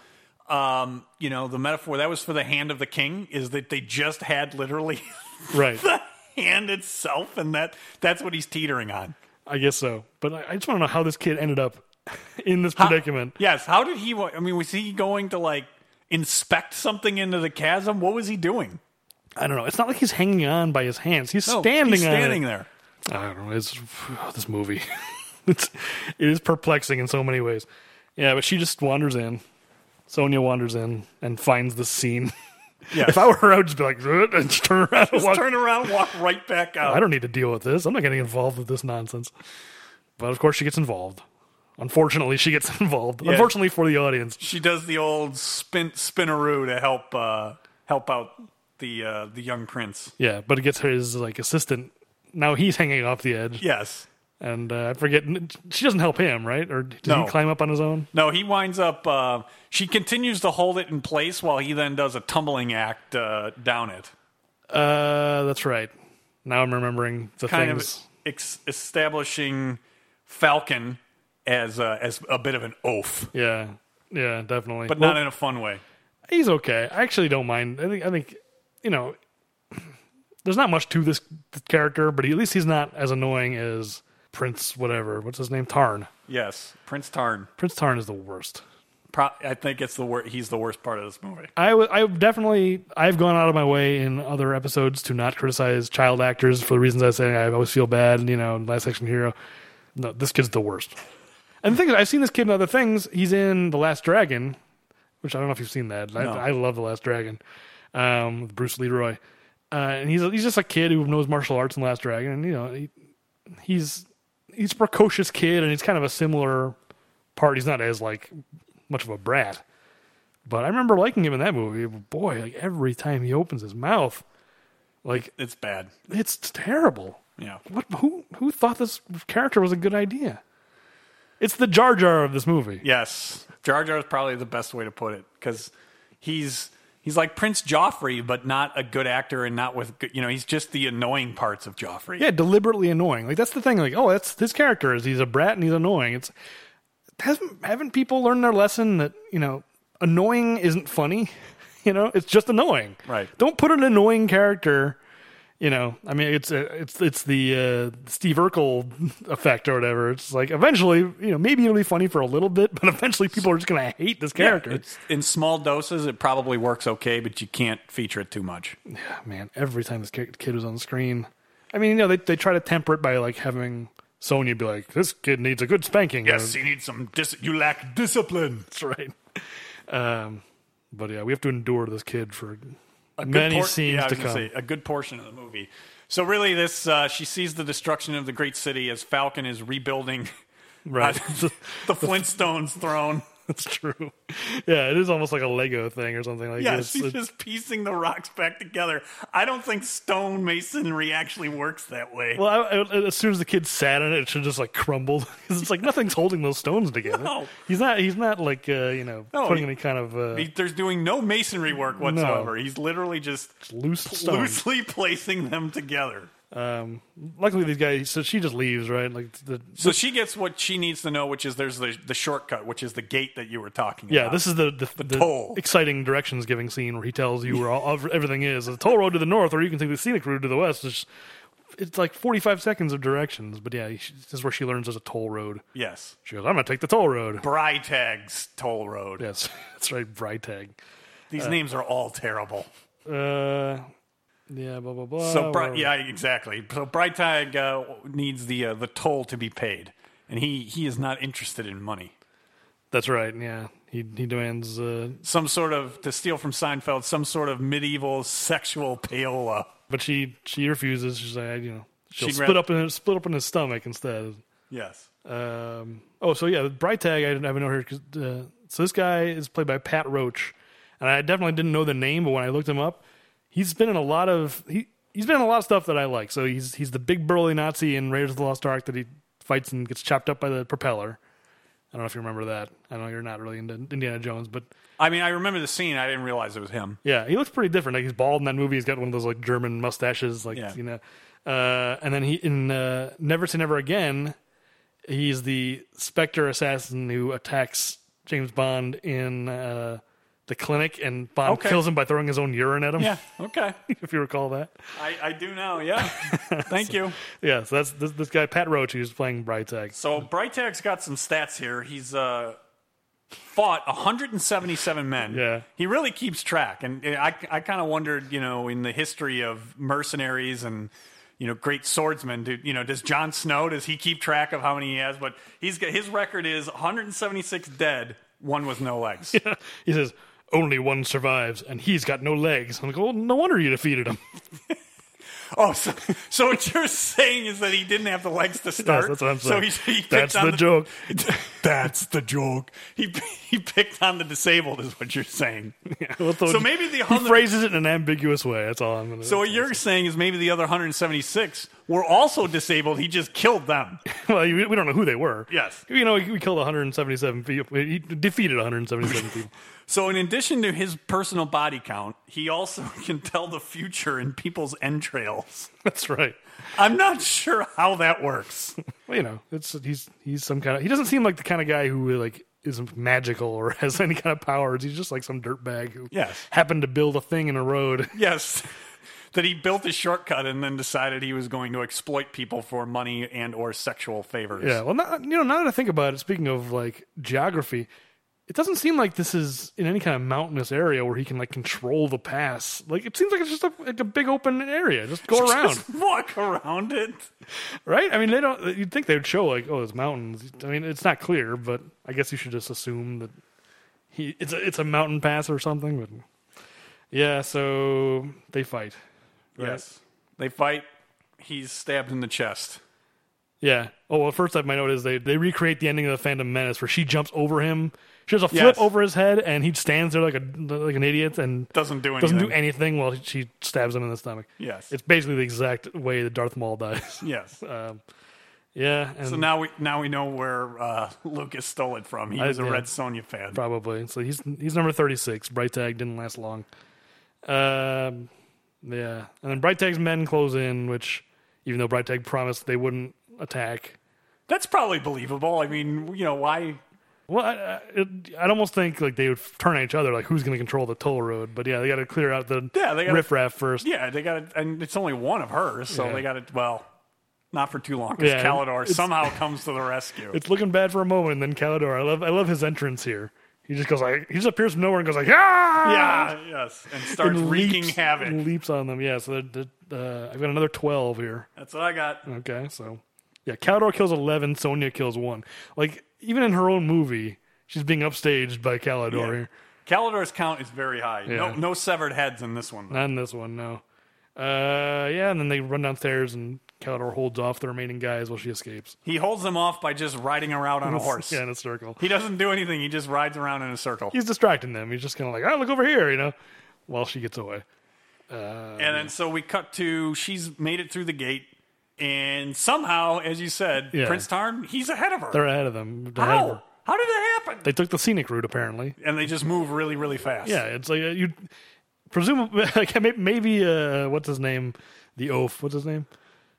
Speaker 1: um, you know, the metaphor that was for the hand of the king is that they just had literally
Speaker 2: Right.
Speaker 1: the hand itself, and that that's what he's teetering on.
Speaker 2: I guess so. But I, I just want to know how this kid ended up in this predicament.
Speaker 1: Yes. How did he? wa- I mean, was he going to like inspect something into the chasm? What was he doing?
Speaker 2: I don't know. It's not like he's hanging on by his hands. He's
Speaker 1: No,
Speaker 2: standing.
Speaker 1: he's
Speaker 2: on it.
Speaker 1: standing there.
Speaker 2: I don't know. It's this movie. it's it is perplexing in so many ways. Yeah, but she just wanders in. Sonia wanders in and finds the scene.
Speaker 1: Yeah.
Speaker 2: If I were her, I would just be like, "Ugh," and just turn around. and
Speaker 1: Just
Speaker 2: walk.
Speaker 1: turn around, walk right back out.
Speaker 2: I don't need to deal with this. I'm not getting involved with this nonsense. But of course, she gets involved. Unfortunately, she gets involved. Unfortunately for the audience,
Speaker 1: She does the old spin spinneroo to help uh, help out the uh, the young prince.
Speaker 2: yeah. But it gets his like assistant. Now he's hanging off the edge,
Speaker 1: Yes.
Speaker 2: and uh, I forget. She doesn't help him, right? Or did
Speaker 1: No.
Speaker 2: he climb up on his own?
Speaker 1: No, he winds up. Uh, she continues to hold it in place while he then does a tumbling act uh, down it.
Speaker 2: Uh, that's right. Now I'm remembering the
Speaker 1: Kind
Speaker 2: things.
Speaker 1: of ex- establishing Falcon as uh, as a bit of an oaf,
Speaker 2: Yeah, yeah, definitely.
Speaker 1: but not in a fun way.
Speaker 2: he's okay. I actually don't mind. I think I think you know, there's not much to this character, but at least he's not as annoying as Prince whatever. What's his name? Tarn.
Speaker 1: Yes, Prince Tarn.
Speaker 2: Prince Tarn is the worst.
Speaker 1: Pro- I think it's the wor- he's the worst part of this movie.
Speaker 2: I w- I definitely I've gone out of my way in other episodes to not criticize child actors for the reasons I say I always feel bad. You know, in Last Action Hero. No, this kid's the worst. And the thing is, I've seen this kid in other things. He's in The Last Dragon, which I don't know if you've seen that. I,
Speaker 1: No.
Speaker 2: I love The Last Dragon um, with Bruce Leroy, uh, and he's he's just a kid who knows martial arts in The Last Dragon, and you know he, he's he's a precocious kid, and he's kind of a similar part. He's not as like much of a brat, but I remember liking him in that movie. Boy, like every time he opens his mouth, like
Speaker 1: It's bad.
Speaker 2: it's terrible
Speaker 1: Yeah.
Speaker 2: what who who thought this character was a good idea? It's the Jar Jar of this movie.
Speaker 1: Yes, Jar Jar is probably the best way to put it because he's he's like Prince Joffrey, but not a good actor and not with good, you know he's just the annoying parts of Joffrey.
Speaker 2: Yeah, deliberately annoying. Like that's the thing. Like, oh, that's his character is he's a brat and he's annoying. It's hasn't haven't people learned their lesson that you know annoying isn't funny. You know, it's just annoying.
Speaker 1: Right.
Speaker 2: Don't put an annoying character. You know, I mean, it's uh, it's it's the uh, Steve Urkel effect or whatever. It's like eventually, you know, maybe it'll be funny for a little bit, but eventually people are just gonna hate this character.
Speaker 1: It's in small doses. It probably works okay, but you can't feature it too much.
Speaker 2: man, every time this ki- kid was on the screen, I mean, you know, they they try to temper it by like having Sonya be like, "This kid needs a good spanking." Uh,
Speaker 1: Yes, you need some. Dis- you lack discipline.
Speaker 2: that's right. Um, but yeah, we have to endure this kid for many
Speaker 1: por-
Speaker 2: scenes
Speaker 1: yeah, I
Speaker 2: to
Speaker 1: was gonna
Speaker 2: come.
Speaker 1: say, a good portion of the movie. So really, this uh, she sees the destruction of the great city as Falcon is rebuilding
Speaker 2: Right,
Speaker 1: the Flintstones throne.
Speaker 2: that's true. Yeah, it is almost like a Lego thing or something like
Speaker 1: Yeah,
Speaker 2: this.
Speaker 1: she's just piecing the rocks back together. I don't think stone masonry actually works that way.
Speaker 2: well, I, I, as soon as the kid sat on it, it should just like crumbled 'Cause it's like nothing's holding those stones together.
Speaker 1: No.
Speaker 2: He's not. He's not like uh, you know
Speaker 1: No,
Speaker 2: putting
Speaker 1: he-
Speaker 2: any kind of uh,
Speaker 1: He- There's doing no masonry work whatsoever. He's literally just
Speaker 2: loose stones.
Speaker 1: loosely placing them together.
Speaker 2: Um, luckily, these guys. So she just leaves, right? Like the
Speaker 1: So she gets what she needs to know, which is there's the the shortcut, which is the gate that you were talking
Speaker 2: yeah,
Speaker 1: about.
Speaker 2: this is the the, the
Speaker 1: toll.
Speaker 2: exciting directions giving scene where he tells you where all, everything is: the toll road to the north, or you can take the scenic road to the west. It's, it's like forty five seconds of directions, but yeah, she, this is where she learns there's a toll road.
Speaker 1: yes,
Speaker 2: She goes, "I'm gonna take the toll road."
Speaker 1: Breitag's toll road.
Speaker 2: Yes, that's right, Breitag.
Speaker 1: These names are all terrible.
Speaker 2: Uh, yeah, blah blah blah.
Speaker 1: So
Speaker 2: blah,
Speaker 1: Bri- yeah, exactly. So Breitag uh, needs the uh, the toll to be paid, and he he is not interested in money.
Speaker 2: that's right. Yeah, he he demands uh,
Speaker 1: some sort of to steal from Seinfeld, some sort of medieval sexual payola.
Speaker 2: but she she refuses. She's like, you know, she'll
Speaker 1: She'd
Speaker 2: split
Speaker 1: rather-
Speaker 2: up in split up in his stomach instead.
Speaker 1: Yes.
Speaker 2: Um, oh, so yeah, Bright Tag I didn't have a note here 'cause, uh, so this guy is played by Pat Roach, and I definitely didn't know the name, but when I looked him up, he's been in a lot of he he's been in a lot of stuff that I like. So he's he's the big burly Nazi in Raiders of the Lost Ark that he fights and gets chopped up by the propeller. I don't know if you remember that. I know you're not really into Indiana Jones, but
Speaker 1: I mean, I remember the scene. I didn't realize it was him.
Speaker 2: yeah, he looks pretty different. Like he's bald in that movie. He's got one of those like German mustaches, like
Speaker 1: Yeah.
Speaker 2: you know. Uh, and then he in uh, Never Say Never Again, he's the Spectre assassin who attacks James Bond in uh, the clinic, and Bond
Speaker 1: Okay.
Speaker 2: kills him by throwing his own urine at him.
Speaker 1: Yeah. Okay.
Speaker 2: if you recall that.
Speaker 1: I, I do now. Yeah. Thank you.
Speaker 2: Yeah, so that's this, this guy Pat Roach who's playing Brightag.
Speaker 1: So Brightag's got some stats here. He's uh, fought 177 men.
Speaker 2: Yeah.
Speaker 1: He really keeps track. And I, I kind of wondered, you know, in the history of mercenaries and, you know, great swordsmen, do, you know, does Jon Snow, does he keep track of how many he has? But he's got, his record is 176 dead, one with no legs.
Speaker 2: He says, only one survives, and he's got no legs. I'm like, well, no wonder you defeated him.
Speaker 1: Oh, so, so what you're saying is that he didn't have the legs to start.
Speaker 2: that's what I'm
Speaker 1: So he,
Speaker 2: saying.
Speaker 1: he picked
Speaker 2: That's
Speaker 1: on
Speaker 2: the joke.
Speaker 1: That's the joke. He he picked on the disabled, is what you're saying.
Speaker 2: Well,
Speaker 1: So maybe the
Speaker 2: he
Speaker 1: hundred-
Speaker 2: phrases it in an ambiguous way. That's all I'm gonna.
Speaker 1: So what you're saying is maybe the other 176 were also disabled. He just killed them.
Speaker 2: well, you- we don't know who they were.
Speaker 1: Yes.
Speaker 2: you know, we killed 177 people. He defeated 177 people.
Speaker 1: So in addition to his personal body count, he also can tell the future in people's entrails.
Speaker 2: That's right.
Speaker 1: I'm not sure how that works.
Speaker 2: Well, you know, it's he's he's some kind of. He doesn't seem like the kind of guy who like is magical or has any kind of powers. He's just like some dirtbag who
Speaker 1: Yes.
Speaker 2: happened to build a thing in a road.
Speaker 1: Yes. That he built a shortcut and then decided he was going to exploit people for money and or sexual favors.
Speaker 2: Yeah, well, not, you know, now that I think about it, speaking of like geography, it doesn't seem like this is in any kind of mountainous area where he can like control the pass. Like it seems like it's just a, like a big open area. Just go around,
Speaker 1: Just walk around it.
Speaker 2: right? I mean, they don't. You'd think they would show like, oh, there's mountains. I mean, it's not clear, but I guess you should just assume that he it's a, it's a mountain pass or something. But yeah, so they fight. right?
Speaker 1: Yes. They fight. He's stabbed in the chest.
Speaker 2: Yeah. Oh well, first up, my note is they they recreate the ending of the Phantom Menace where she jumps over him. She does a
Speaker 1: Yes.
Speaker 2: flip over his head, and he stands there like a like an idiot and
Speaker 1: Doesn't do anything.
Speaker 2: doesn't do anything while she stabs him in the stomach.
Speaker 1: Yes.
Speaker 2: It's basically the exact way that Darth Maul dies.
Speaker 1: yes.
Speaker 2: um, yeah, and
Speaker 1: So now we now we know where uh, Lucas stole it from. He was a
Speaker 2: yeah.
Speaker 1: Red Sonja fan.
Speaker 2: probably so he's he's number thirty six. Bright Tag didn't last long. Um, yeah, and then Bright Tag's men close in, which even though Bright Tag promised they wouldn't attack,
Speaker 1: That's probably believable. I mean, you know, why?
Speaker 2: Well, I, I- it, I'd almost think like they would turn on each other, like who's going to control the toll road. But yeah, they got to clear out the
Speaker 1: Yeah, they gotta-
Speaker 2: riffraff first.
Speaker 1: Yeah, they got to and it's only one of hers, so
Speaker 2: Yeah.
Speaker 1: they got to Well, not for too long because
Speaker 2: Yeah,
Speaker 1: Calidor
Speaker 2: it's-
Speaker 1: somehow comes to the rescue.
Speaker 2: It's looking bad for a moment, and then Calidor. I love, I love his entrance here. He just goes like he just appears from nowhere and goes like ah
Speaker 1: yeah, yes, and starts
Speaker 2: and
Speaker 1: wreaking
Speaker 2: leaps,
Speaker 1: havoc.
Speaker 2: Leaps on them. Yeah, so they're- they're, uh, I've got another twelve here.
Speaker 1: That's what I got.
Speaker 2: Okay, so yeah, Calidor kills eleven. Sonya kills one. Like even in her own movie, she's being upstaged by Calidor here.
Speaker 1: Calidor's count is very high. No,
Speaker 2: Yeah.
Speaker 1: no severed heads in this one. though.
Speaker 2: Not in this one, no. Uh, yeah, and then they run downstairs, and Calidor holds off the remaining guys while she escapes.
Speaker 1: He holds them off by just riding around on a horse.
Speaker 2: Yeah, in a circle.
Speaker 1: He doesn't do anything. He just rides around in a circle.
Speaker 2: He's distracting them. He's just kind of like, oh, look over here, you know, while she gets away.
Speaker 1: And then so we cut to she's made it through the gate, and somehow, as you said,
Speaker 2: Yeah.
Speaker 1: Prince Tarn, he's ahead of her.
Speaker 2: They're ahead of them. They're ahead of her.
Speaker 1: How? How did that happen?
Speaker 2: They took the scenic route, apparently.
Speaker 1: and they just move really, really fast.
Speaker 2: Yeah, it's like uh, you presume like, may- maybe uh, what's his name, the oaf. What's his name?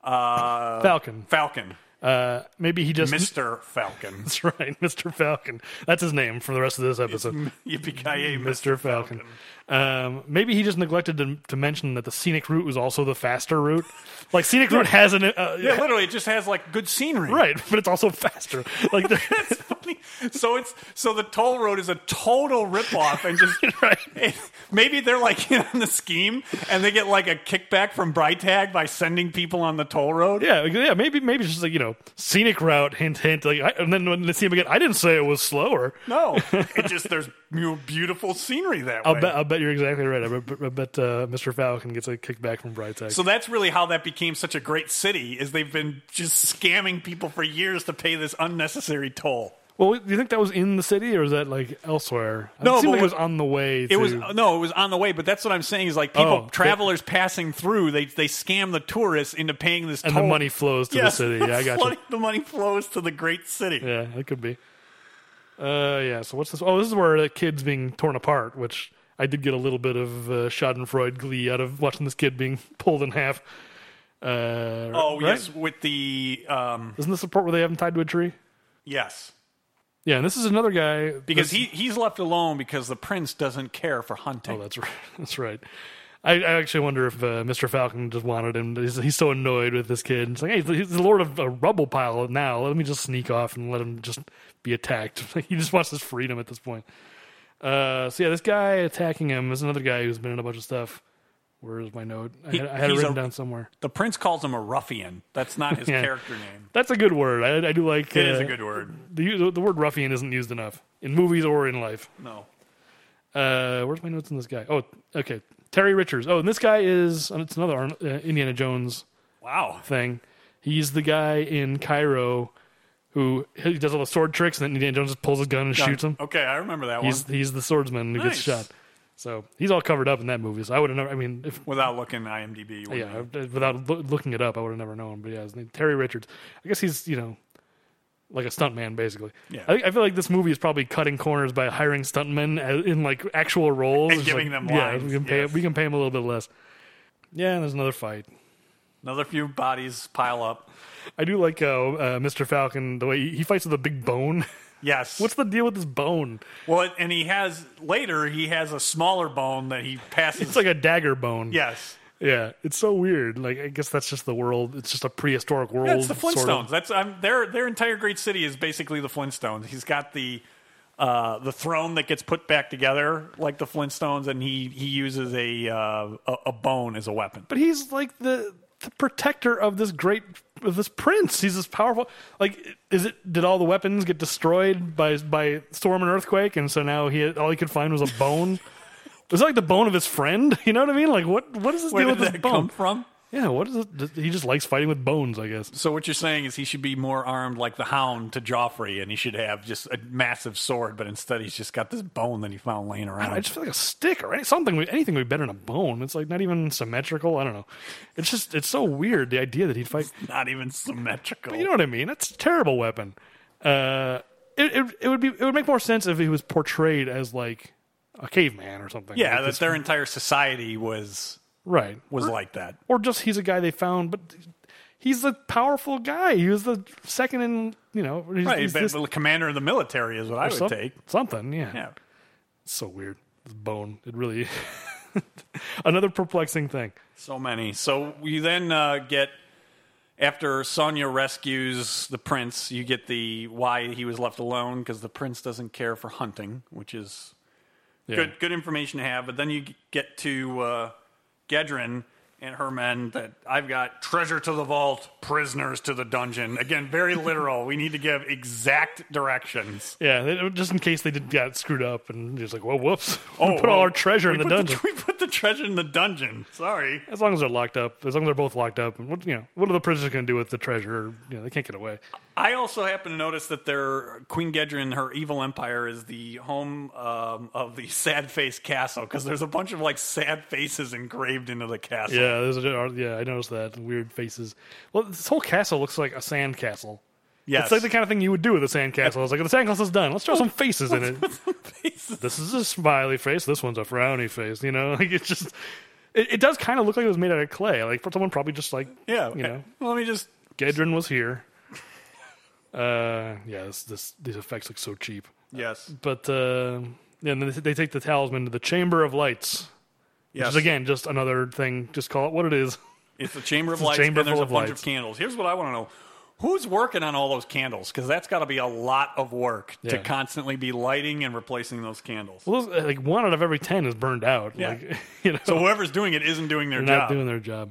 Speaker 2: Uh, Falcon.
Speaker 1: Falcon,
Speaker 2: Uh, maybe he just.
Speaker 1: Mister Falcon,
Speaker 2: that's right, Mr. Falcon. That's his name for the rest of this episode.
Speaker 1: yippee ki
Speaker 2: Mr. Falcon. Um, maybe he just neglected to, to mention that the scenic route was also the faster route. Like scenic route has an uh,
Speaker 1: Yeah, literally, it just has like good scenery.
Speaker 2: right, but it's also faster. Like
Speaker 1: It's
Speaker 2: the,
Speaker 1: funny. So it's so the toll road is a total ripoff, and just
Speaker 2: right.
Speaker 1: it- maybe they're like in on the scheme, and they get like a kickback from Brightag by sending people on the toll road.
Speaker 2: Yeah, like, yeah, maybe maybe it's just like you know scenic route. Hint, hint. Like, I, and then when they see him again, I didn't say it was slower.
Speaker 1: No, it just there's mu- beautiful scenery that
Speaker 2: I'll
Speaker 1: way.
Speaker 2: bet, I'll bet you're exactly right. I bet, I bet uh, Mr. Falcon gets a kickback from Brightside.
Speaker 1: So that's really how that became such a great city is they've been just scamming people for years to pay this unnecessary toll.
Speaker 2: well, do you think that was in the city or was that like elsewhere?
Speaker 1: No,
Speaker 2: it seemed
Speaker 1: but
Speaker 2: like it was
Speaker 1: what-
Speaker 2: on the way.
Speaker 1: It was no, it was on the way, but that's what I'm saying is like
Speaker 2: Oh,
Speaker 1: people
Speaker 2: they-
Speaker 1: travelers passing through, they they scam the tourists into paying this
Speaker 2: and
Speaker 1: toll.
Speaker 2: the money flows to
Speaker 1: Yes,
Speaker 2: the city. Yeah, I got you.
Speaker 1: flooding- The money flows to the great city.
Speaker 2: Yeah, it could be. Uh, yeah. So what's this? Oh, this is where the kid's being torn apart, which I did get a little bit of uh, Schadenfreude glee out of watching this kid being pulled in half. Uh,
Speaker 1: Oh,
Speaker 2: right?
Speaker 1: yes, with the um
Speaker 2: Isn't this the part where they have him tied to a tree?
Speaker 1: yes.
Speaker 2: Yeah, and this is another guy
Speaker 1: Because
Speaker 2: this-
Speaker 1: he he's left alone because the prince doesn't care for hunting.
Speaker 2: Oh, that's right. That's right. I, I actually wonder if uh, Mr. Falcon just wanted him. To, he's, he's so annoyed with this kid. It's like, hey, he's the lord of a rubble pile now. Let me just sneak off and let him just be attacked. he just wants his freedom at this point. Uh, so yeah, this guy attacking him is another guy who's been in a bunch of stuff. Where is my note? I
Speaker 1: He-
Speaker 2: had, I had it
Speaker 1: he's
Speaker 2: written
Speaker 1: a-
Speaker 2: down somewhere.
Speaker 1: The prince calls him a ruffian. That's not his
Speaker 2: Yeah.
Speaker 1: character name.
Speaker 2: That's a good word. I, I do like.
Speaker 1: It is
Speaker 2: uh,
Speaker 1: a good word.
Speaker 2: The, the word ruffian isn't used enough in movies or in life.
Speaker 1: No.
Speaker 2: Uh, where's my notes on this guy? Oh, okay. Terry Richards. Oh, and this guy is and it's another Arn- uh, Indiana Jones
Speaker 1: Wow.
Speaker 2: thing. He's the guy in Cairo who he does all the sword tricks, and then Indiana Jones just pulls his gun and shoots him.
Speaker 1: Okay, I remember that
Speaker 2: He's
Speaker 1: one.
Speaker 2: he's the swordsman who gets
Speaker 1: Nice.
Speaker 2: shot. So he's all covered up in that movie. So I would have never. I mean, if
Speaker 1: Without looking IMDb. you wouldn't
Speaker 2: yeah, I- without loo- looking it up, I would have never known. But yeah, his name, Terry Richards. I guess he's you know like a stuntman basically.
Speaker 1: Yeah.
Speaker 2: I, think, I feel like this movie is probably cutting corners by hiring stuntmen a- in like actual roles
Speaker 1: And
Speaker 2: It's
Speaker 1: giving
Speaker 2: like,
Speaker 1: them
Speaker 2: Yeah,
Speaker 1: lines,
Speaker 2: we can pay
Speaker 1: yes.
Speaker 2: we can pay him a little bit less. Yeah, and there's another fight.
Speaker 1: Another few bodies pile up.
Speaker 2: I do like uh, uh, Mr. Falcon the way he, he fights with a big bone.
Speaker 1: Yes.
Speaker 2: What's the deal with this bone?
Speaker 1: well, and he has later he has a smaller bone that he passes.
Speaker 2: It's like a dagger bone.
Speaker 1: yes.
Speaker 2: yeah. It's so weird. Like I guess that's just the world. It's just a prehistoric world.
Speaker 1: That's the
Speaker 2: sort of.
Speaker 1: Flintstones. That's um, their their entire great city is basically the Flintstones. He's got the uh, the throne that gets put back together like the Flintstones, and he he uses a uh, a, a bone as a weapon.
Speaker 2: but he's like the the protector of this great of this prince. He's this powerful. Like, is it? Did all the weapons get destroyed by by storm and earthquake? And so now he all he could find was a bone. was it like the bone of his friend? You know what I mean? Like, what what does this
Speaker 1: Where
Speaker 2: deal
Speaker 1: did
Speaker 2: with this
Speaker 1: that
Speaker 2: bone?
Speaker 1: come from?
Speaker 2: Yeah, what is it? He just likes fighting with bones, I guess.
Speaker 1: So what you're saying is he should be more armed like the Hound to Joffrey, and he should have just a massive sword, but instead he's just got this bone that he found laying around.
Speaker 2: I just feel like a stick or any, something, anything would be better than a bone. It's like not even symmetrical. I don't know. It's just, it's so weird the idea that he'd fight
Speaker 1: Not even symmetrical.
Speaker 2: You know what I mean? That's a terrible weapon. Uh, it, it it would be it would make more sense if he was portrayed as like a caveman or something.
Speaker 1: yeah,
Speaker 2: Like
Speaker 1: that
Speaker 2: this-
Speaker 1: their entire society was
Speaker 2: right.
Speaker 1: was
Speaker 2: or,
Speaker 1: like that.
Speaker 2: or just he's a guy they found, but he's a powerful guy. He was the second in you know he's,
Speaker 1: Right,
Speaker 2: he's
Speaker 1: but
Speaker 2: this-
Speaker 1: the commander of the military is what I
Speaker 2: or
Speaker 1: would
Speaker 2: some-
Speaker 1: take.
Speaker 2: something. Yeah.
Speaker 1: Yeah.
Speaker 2: it's so weird. This bone. It really another perplexing thing.
Speaker 1: So many. So you then uh, get after Sonya rescues the prince, you get the why he was left alone because the prince doesn't care for hunting, which is
Speaker 2: Yeah.
Speaker 1: good good information to have. But then you g- get to uh, Gedrin and her men that I've got treasure to the vault, prisoners to the dungeon. Again, very literal. we need to give exact directions.
Speaker 2: Yeah, they- just in case they did got screwed up and just like, well, whoops, we
Speaker 1: Oh,
Speaker 2: put all
Speaker 1: well,
Speaker 2: our treasure in
Speaker 1: we
Speaker 2: the
Speaker 1: put
Speaker 2: dungeon.
Speaker 1: we put the treasure in the dungeon. Sorry.
Speaker 2: As long as they're locked up, as long as they're both locked up, and what you know, what are the prisoners going to do with the treasure? You know, they can't get away.
Speaker 1: I also happen to notice that their Queen Gedrin, her evil empire, is the home um, of the sad face castle because there's a bunch of like sad faces engraved into the castle.
Speaker 2: Yeah, those are, uh, yeah, I noticed that weird faces. Well, this whole castle looks like a sand castle.
Speaker 1: yes.
Speaker 2: It's like the kind of thing you would do with a sand castle. It's like the sand castle's done. Let's draw some faces in it.
Speaker 1: faces.
Speaker 2: This is a smiley face. This one's a frowny face. You know, like it's just. It, it does kind of look like it was made out of clay. Like someone probably just like
Speaker 1: Yeah.
Speaker 2: you know,
Speaker 1: Well, let me just.
Speaker 2: Gedrin was here. Uh, yeah, this, this these effects look so cheap.
Speaker 1: Yes.
Speaker 2: but uh, yeah, and they, they take the talisman to the Chamber of Lights, which
Speaker 1: Yes.
Speaker 2: is again just another thing. Just call it what it is.
Speaker 1: It's the chamber of
Speaker 2: a
Speaker 1: lights,
Speaker 2: chamber
Speaker 1: and there's
Speaker 2: full
Speaker 1: a
Speaker 2: of
Speaker 1: bunch
Speaker 2: lights.
Speaker 1: of candles. Here's what I want to know: Who's working on all those candles? Because that's got to be a lot of work
Speaker 2: Yeah.
Speaker 1: to constantly be lighting and replacing those candles.
Speaker 2: Well, those- like one out of every ten is burned out. Like, you know,
Speaker 1: so whoever's doing it isn't doing their
Speaker 2: they're
Speaker 1: job.
Speaker 2: not doing their job.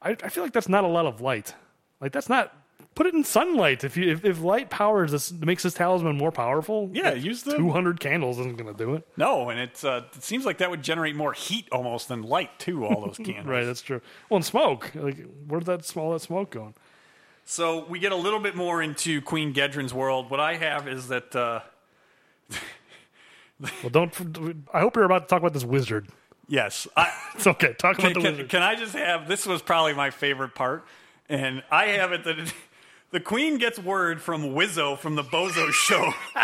Speaker 2: I, I feel like that's not a lot of light. Like that's not put it in sunlight. If you if, if light powers this makes this talisman more powerful.
Speaker 1: yeah, use the
Speaker 2: two hundred candles isn't going to do it.
Speaker 1: no, and it's uh, it seems like that would generate more heat almost than light too. All those candles.
Speaker 2: Right, that's true. Well, and smoke. Like where'd that small that smoke going?
Speaker 1: So we get a little bit more into Queen Gedrin's world. What I have is that. Uh,
Speaker 2: Well, don't. I hope you're about to talk about this wizard.
Speaker 1: Yes, I,
Speaker 2: It's okay. Talk
Speaker 1: can,
Speaker 2: about the
Speaker 1: can-
Speaker 2: wizard.
Speaker 1: can I just have this was probably my favorite part, and I have it that it, the queen gets word from Wizzo from the Bozo show.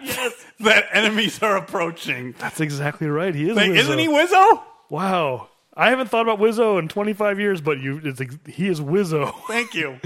Speaker 1: yes, that enemies are approaching.
Speaker 2: that's exactly right. He is.
Speaker 1: Like,
Speaker 2: Wizzo.
Speaker 1: isn't he Wizzo?
Speaker 2: Wow. I haven't thought about Wizzo in 25 years, but you, it's, ex- he is Wizzo.
Speaker 1: Thank you.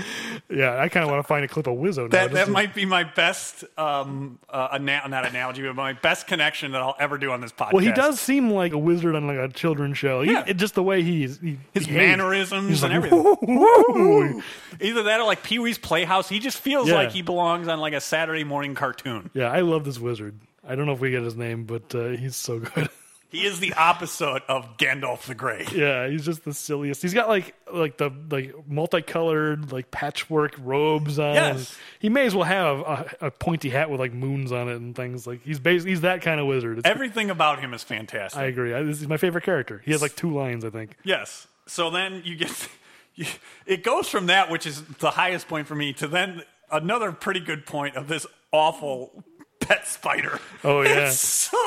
Speaker 2: Yeah, I kind of want to find a clip of Wizzo.
Speaker 1: That, that
Speaker 2: now, just-
Speaker 1: might be my best, um, uh, ana- not analogy, but my best connection that I'll ever do on this podcast.
Speaker 2: well, he does seem like a wizard on like a children's show. He-
Speaker 1: Yeah.
Speaker 2: it- just the way he's he,
Speaker 1: His
Speaker 2: behaves.
Speaker 1: mannerisms
Speaker 2: He's
Speaker 1: and
Speaker 2: like,
Speaker 1: everything.
Speaker 2: "Woo-hoo-hoo."
Speaker 1: Either that or like Pee Wee's Playhouse. He just feels
Speaker 2: Yeah.
Speaker 1: like he belongs on like a Saturday morning cartoon.
Speaker 2: Yeah, I love this wizard. I don't know if we get his name, but uh, he's so good.
Speaker 1: He is the opposite of Gandalf the Grey.
Speaker 2: yeah, he's just the silliest. He's got like like the like multicolored like patchwork robes on.
Speaker 1: Yes.
Speaker 2: He may as well have a, a pointy hat with like moons on it and things like he's bas- he's that kind of wizard. It's,
Speaker 1: Everything about him is fantastic.
Speaker 2: I agree. I, this is my favorite character. He has like two lines, I think.
Speaker 1: Yes. So then you get you, it goes from that, which is the highest point for me, to then another pretty good point of this awful pet spider.
Speaker 2: Oh, yeah.
Speaker 1: it's so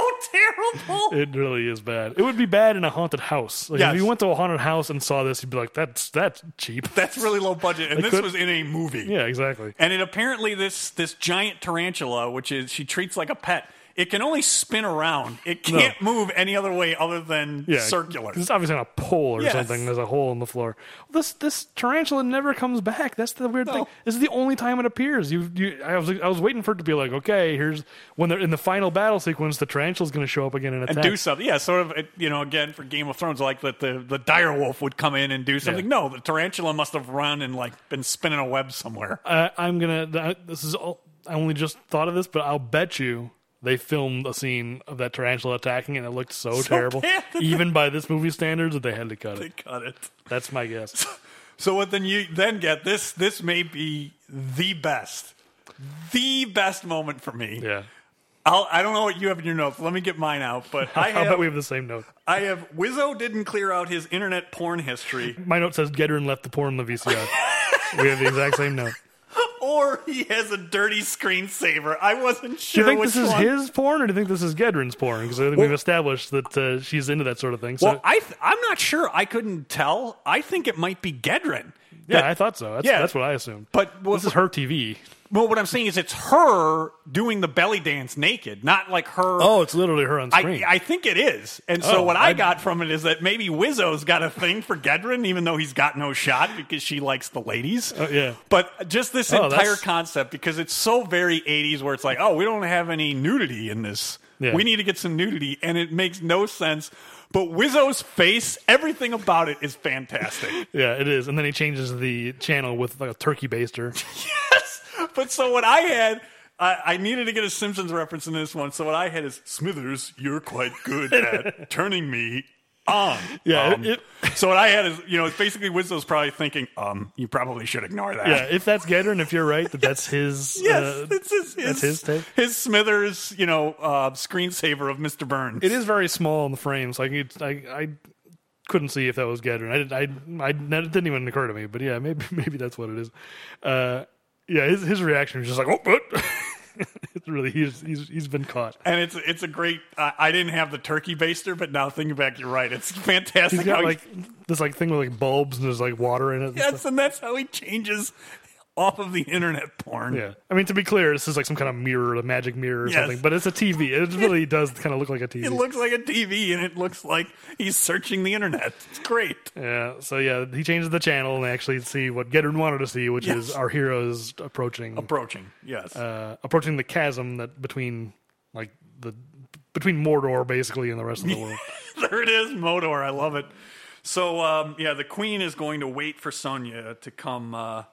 Speaker 1: terrible.
Speaker 2: It really is bad. It would be bad in a haunted house. Like
Speaker 1: Yes.
Speaker 2: if you went to a haunted house and saw this, you'd be like, "That's that's cheap."
Speaker 1: That's really low budget, and
Speaker 2: They
Speaker 1: this
Speaker 2: could-
Speaker 1: was in a movie.
Speaker 2: yeah, exactly.
Speaker 1: And it apparently this this giant tarantula, which is she treats like a pet. It can only spin around. It can't move any other way other than
Speaker 2: Yeah,
Speaker 1: circular.
Speaker 2: 'cause It's obviously on a pole or
Speaker 1: Yes.
Speaker 2: something. There's a hole in the floor. This this tarantula never comes back. That's the weird thing.
Speaker 1: No.
Speaker 2: This is the only time it appears. You, you I was I was waiting for it to be like, okay, here's when they're in the final battle sequence, the tarantula's going to show up again and attack.
Speaker 1: and do something. Yeah, sort of. it- You know, again for Game of Thrones, like that the the dire wolf would come in and do something.
Speaker 2: Yeah.
Speaker 1: No, the tarantula must have run and like been spinning a web somewhere.
Speaker 2: I, I'm gonna. th- This is all. I only just thought of this, but I'll bet you they filmed a scene of that tarantula attacking, and it looked so, terrible,
Speaker 1: bad.
Speaker 2: even by this movie standards, that they had to cut
Speaker 1: They
Speaker 2: it.
Speaker 1: cut it.
Speaker 2: That's my guess.
Speaker 1: So what then you then get this? This may be the best, the best moment for me.
Speaker 2: Yeah,
Speaker 1: I'll, I don't know what you have in your notes. Let me get mine out. But I
Speaker 2: I
Speaker 1: have,
Speaker 2: bet we have the same note.
Speaker 1: I have Wizzo didn't clear out his internet porn history,
Speaker 2: My note says Gedrin left the porn in the VCR. we have the exact same note.
Speaker 1: or he has a dirty screensaver. I wasn't
Speaker 2: Do
Speaker 1: sure
Speaker 2: you think
Speaker 1: which
Speaker 2: this is
Speaker 1: one.
Speaker 2: his porn, or do you think this is Gedrin's porn? Because I think we've established that uh, she's into that sort of thing. So
Speaker 1: Well, I th- I'm not sure. I couldn't tell. I think it might be Gedrin.
Speaker 2: yeah,
Speaker 1: That-
Speaker 2: I thought so. That's,
Speaker 1: yeah.
Speaker 2: that's what I assumed.
Speaker 1: but what,
Speaker 2: this is her TV.
Speaker 1: well, what I'm saying is it's her doing the belly dance naked, not like her.
Speaker 2: Oh, it's literally her on
Speaker 1: I,
Speaker 2: screen.
Speaker 1: I think it is. And so
Speaker 2: Oh,
Speaker 1: what I,
Speaker 2: I-
Speaker 1: got from it is that maybe Wizzo's got a thing for Gedrin, even though he's got no shot because she likes the ladies.
Speaker 2: Oh, yeah.
Speaker 1: But just this
Speaker 2: Oh,
Speaker 1: entire
Speaker 2: that's-
Speaker 1: concept, because it's so very 80s where it's like, oh, we don't have any nudity in this.
Speaker 2: Yeah.
Speaker 1: We need to get some nudity. And it makes no sense. But Wizzo's face, everything about it is fantastic.
Speaker 2: yeah, it is. And then he changes the channel with like a turkey baster.
Speaker 1: yes. But so what I had, I, I needed to get a Simpsons reference in this one. So what I had is Smithers, you're quite good at turning me on.
Speaker 2: Yeah,
Speaker 1: Um,
Speaker 2: it-
Speaker 1: so what I had is, you know, it's basically Winslow's probably thinking, um, you probably should ignore that.
Speaker 2: yeah, if that's Gedrin, if you're right, that that's his.
Speaker 1: Yes,
Speaker 2: uh,
Speaker 1: it's his, his,
Speaker 2: that's his take?
Speaker 1: his Smithers, you know, uh, screensaver of Mr. Burns.
Speaker 2: It is very small in the frame, so I could, I, I couldn't see if that was Gedrin. I did, I, I that didn't even occur to me, but yeah, maybe maybe that's what it is. Uh, yeah, his his reaction was just like, oh, what? it's really he's he's he's been caught.
Speaker 1: and it's it's a great. I I didn't have the turkey baster, but now thinking back, you're right. It's
Speaker 2: He's
Speaker 1: fantastic.
Speaker 2: got
Speaker 1: how
Speaker 2: like this like thing with like bulbs and there's like water in it. and
Speaker 1: he, yes,
Speaker 2: stuff.
Speaker 1: and that's how he changes off of the internet porn.
Speaker 2: Yeah, I mean to be clear, this is like some kind of mirror, a magic mirror or
Speaker 1: Yes.
Speaker 2: something, but it's a TV. It really does kind of look like a TV.
Speaker 1: It looks like a TV, and it looks like he's searching the internet. It's great.
Speaker 2: yeah, so yeah, he changes the channel and they actually see what Gedrin wanted to see, which is
Speaker 1: Yes.
Speaker 2: our heroes approaching
Speaker 1: Approaching, yes.
Speaker 2: uh, approaching the chasm that between like the between Mordor basically and the rest of the world.
Speaker 1: there it is, Modor. I love it. So, um, yeah, the queen is going to wait for Sonya to come uh,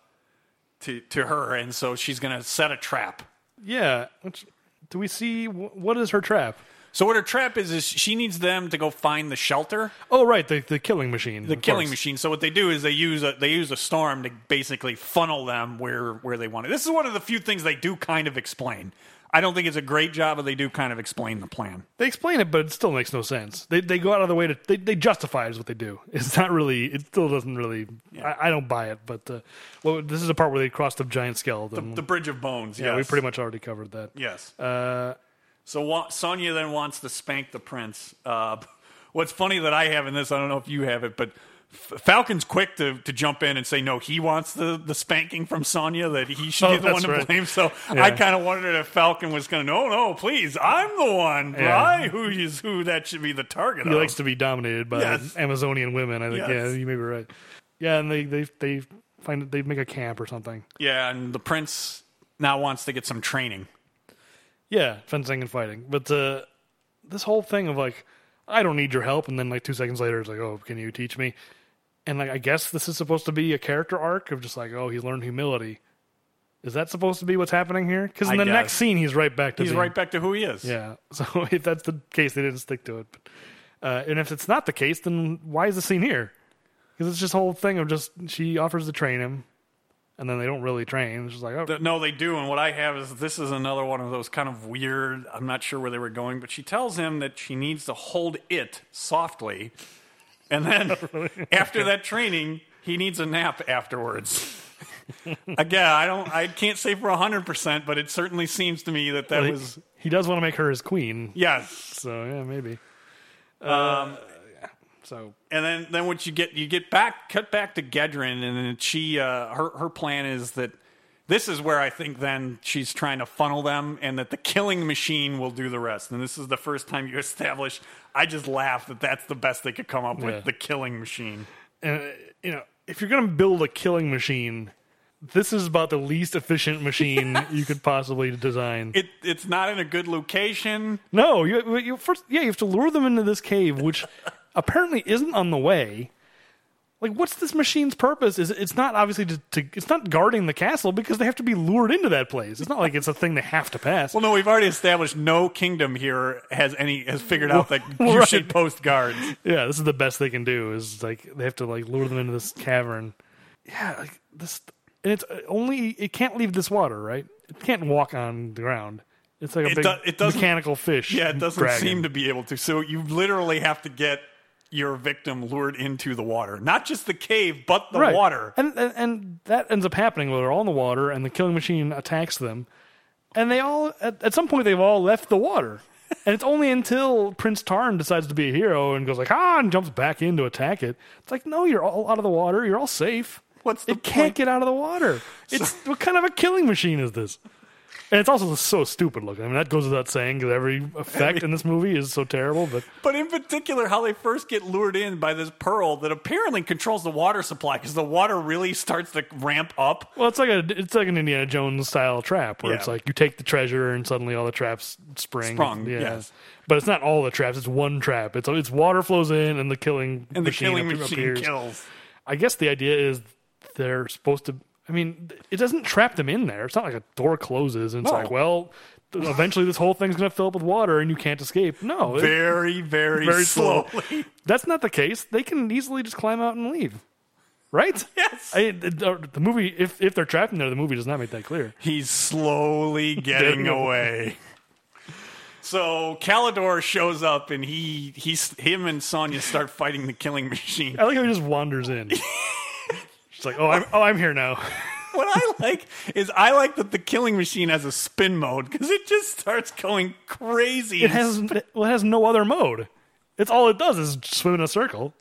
Speaker 1: to to her, and so she's going to set a trap.
Speaker 2: yeah, which, do we see wh- what is her trap?
Speaker 1: So, what her trap is is she needs them to go find the shelter,
Speaker 2: Oh right, the the killing machine.
Speaker 1: the killing machine. So, what they do is they use a they use a storm to basically funnel them where where they want it. This is one of the few things they do kind of explain. I don't think it's a great job, but they do kind of explain the plan.
Speaker 2: They explain it, but it still makes no sense. They they go out of their way to they, they justify it is what they do. It's not really. It still doesn't really. I, I don't buy it. But uh, well, this is a part where they cross the giant skeleton.
Speaker 1: The Bridge of Bones.
Speaker 2: yeah, we
Speaker 1: yes.
Speaker 2: pretty much already covered that.
Speaker 1: Yes.
Speaker 2: Uh,
Speaker 1: So wa- Sonya then wants to spank the prince. Uh, what's funny that I have in this, I don't know if you have it, but F- Falcon's quick to, to jump in and say no, he wants the, the spanking from Sonya that he should be
Speaker 2: Oh,
Speaker 1: the one
Speaker 2: that's
Speaker 1: to
Speaker 2: right.
Speaker 1: blame. So I kind of wondered if Falcon was going to no, no, please, I'm the one.
Speaker 2: Yeah.
Speaker 1: I who is who that should be the target
Speaker 2: He
Speaker 1: of.
Speaker 2: likes to be dominated by
Speaker 1: Oh. Yes.
Speaker 2: Amazonian women. I think.
Speaker 1: Yes.
Speaker 2: Yeah, you may be right. Yeah, and they they they find they make a camp or something.
Speaker 1: Yeah, and the prince now wants to get some training.
Speaker 2: Yeah, fencing and fighting. But uh, this whole thing of like, I don't need your help, and then like two seconds later, it's like, oh, can you teach me? And like, I guess this is supposed to be a character arc of just like, oh, he learned humility. Is that supposed to be what's happening here? Because in
Speaker 1: I
Speaker 2: the next
Speaker 1: guess.
Speaker 2: scene, he's right back to
Speaker 1: He's
Speaker 2: being-
Speaker 1: right back to who he is.
Speaker 2: Yeah. So if that's the case, they didn't stick to it. But, uh, and if it's not the case, then why is the scene here? Because it's just whole thing of just she offers to train him, and then they don't really train. It's just like, oh,
Speaker 1: Th- No, they do. And what I have is this is another one of those kind of weird, I'm not sure where they were going, but she tells him that she needs to hold it softly. And then after that training, he needs a nap afterwards. Again, I don't I can't say for 100%, but it certainly seems to me that that
Speaker 2: he-
Speaker 1: was
Speaker 2: he does want to make her his queen.
Speaker 1: yes.
Speaker 2: So yeah, maybe. Um, so
Speaker 1: and then then what you get you get back cut back to Gedrin, and then she uh, her her plan is that this is where I think then she's trying to funnel them, and that the killing machine will do the rest. And this is the first time you establish. I just laugh that that's the best they could come up
Speaker 2: Yeah.
Speaker 1: with the killing machine.
Speaker 2: and uh, you know, if you're gonna build a killing machine, this is about the least efficient machine you could possibly design.
Speaker 1: It it's not in a good location.
Speaker 2: No, you, you first, yeah, you have to lure them into this cave, which apparently isn't on the way. Like, what's this machine's purpose? Is it- it's not obviously to, to it's not guarding the castle because they have to be lured into that place. It's not like it's a thing they have to pass.
Speaker 1: Well, no, we've already established no kingdom here has any has figured out that you
Speaker 2: Right.
Speaker 1: should post guards.
Speaker 2: yeah, this is the best they can do is like they have to like lure them into this cavern. Yeah, like this, and it's uh, only it can't leave this water, right? It can't walk on the ground. It's like a
Speaker 1: It
Speaker 2: big
Speaker 1: do- it doesn't-
Speaker 2: mechanical fish.
Speaker 1: Yeah, it doesn't
Speaker 2: dragon.
Speaker 1: seem to be able to. So you literally have to get your victim lured into the water, not just the cave, but the
Speaker 2: Right.
Speaker 1: water.
Speaker 2: And, and and that ends up happening where they're all in the water and the killing machine attacks them. And they all at, at some point they've all left the water. And it's only until Prince Tarn decides to be a hero and goes like, ah, and jumps back in to attack it. It's like, no, you're all out of the water. You're all safe.
Speaker 1: What's the
Speaker 2: it can't
Speaker 1: point?
Speaker 2: get out of the water. It's what kind of a killing machine is this? And it's also so stupid looking. I mean, that goes without saying because every effect in this movie is so terrible. But
Speaker 1: But in particular, how they first get lured in by this pearl that apparently controls the water supply because the water really starts to ramp up.
Speaker 2: Well, it's like a it's like an Indiana Jones style trap where it's
Speaker 1: Yeah.
Speaker 2: like you take the treasure and suddenly all the traps spring.
Speaker 1: Sprung, yes.
Speaker 2: But it's not all the traps; it's one trap. It's it's water flows in and the killing
Speaker 1: And the
Speaker 2: machine
Speaker 1: killing
Speaker 2: ap-
Speaker 1: machine
Speaker 2: appears.
Speaker 1: kills.
Speaker 2: I guess the idea is they're supposed to. I mean, it doesn't trap them in there. It's not like a door closes and it's
Speaker 1: No.
Speaker 2: like, well, th- eventually this whole thing's going to fill up with water and you can't escape. No, it-
Speaker 1: Very, very,
Speaker 2: very slow.
Speaker 1: slowly.
Speaker 2: That's not the case. They can easily just climb out and leave. Right?
Speaker 1: Yes.
Speaker 2: I, the, the movie, if, if they're trapped in there, the movie does not make that clear.
Speaker 1: He's slowly getting
Speaker 2: Getting
Speaker 1: away. So Calidor shows up and he he's him and Sonya start fighting the killing machine.
Speaker 2: I like how he just wanders in. She's like, oh, I'm, oh, I'm here now.
Speaker 1: what I like is I like that the killing machine has a spin mode because it just starts going crazy.
Speaker 2: It has, well, it has no other mode. It's all it does is swim in a circle.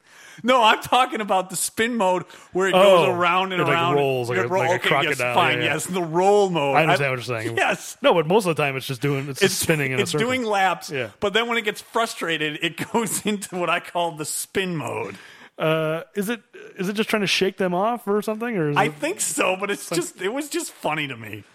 Speaker 1: no, I'm talking about the spin mode where it
Speaker 2: Oh,
Speaker 1: goes around and
Speaker 2: it, like,
Speaker 1: around.
Speaker 2: rolls like
Speaker 1: It
Speaker 2: a- like a
Speaker 1: Yes,
Speaker 2: crocodile,
Speaker 1: fine.
Speaker 2: yeah, yeah.
Speaker 1: Yes, the roll mode.
Speaker 2: I understand what you're saying.
Speaker 1: Yes.
Speaker 2: No, but most of the time it's just doing, it's, just spinning in
Speaker 1: it's
Speaker 2: a circle.
Speaker 1: doing laps,
Speaker 2: Yeah.
Speaker 1: but then when it gets frustrated, it goes into what I call the spin mode.
Speaker 2: uh, is it, is it just trying to shake them off or something? Or is
Speaker 1: I
Speaker 2: it,
Speaker 1: think so, but it's just it was just funny to me.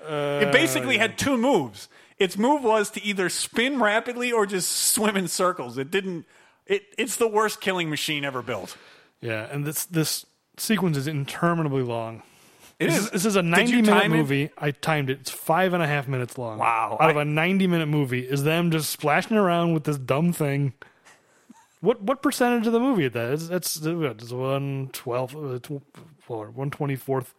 Speaker 2: Uh,
Speaker 1: it basically had two moves. Its move was to either spin rapidly or just swim in circles. It didn't. It, it's the worst killing machine ever built.
Speaker 2: yeah. And this, this sequence is interminably long.
Speaker 1: It
Speaker 2: This is, this is a
Speaker 1: Did you
Speaker 2: 90 minute
Speaker 1: time it?
Speaker 2: movie. I timed it. It's five and a half minutes long.
Speaker 1: Wow.
Speaker 2: Out of a 90 minute movie is them just splashing around with this dumb thing. What what percentage of the movie is that? It's, it's, it's one twelfth, uh, tw- or one twenty fourth.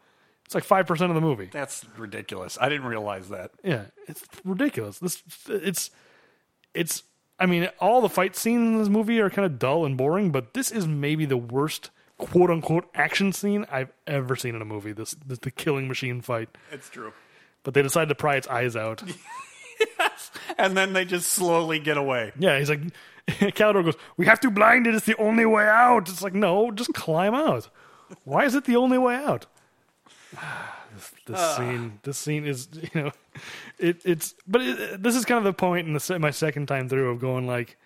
Speaker 2: It's like five percent of the movie.
Speaker 1: That's ridiculous. I didn't realize that.
Speaker 2: Yeah, it's ridiculous. This it's it's. I mean, all the fight scenes in this movie are kind of dull and boring, but this is maybe the worst "quote unquote" action scene I've ever seen in a movie. This, this the killing machine fight
Speaker 1: It's true.
Speaker 2: but they decide to pry its eyes out.
Speaker 1: And then they just slowly get away.
Speaker 2: yeah, he's like, Calidor goes, We have to blind it. It's the only way out. It's like, no, just climb out. Why is it the only way out? this this
Speaker 1: Ah.
Speaker 2: scene, this scene is, you know, it, it's, but it, this is kind of the point in the, se- my second time through of going like,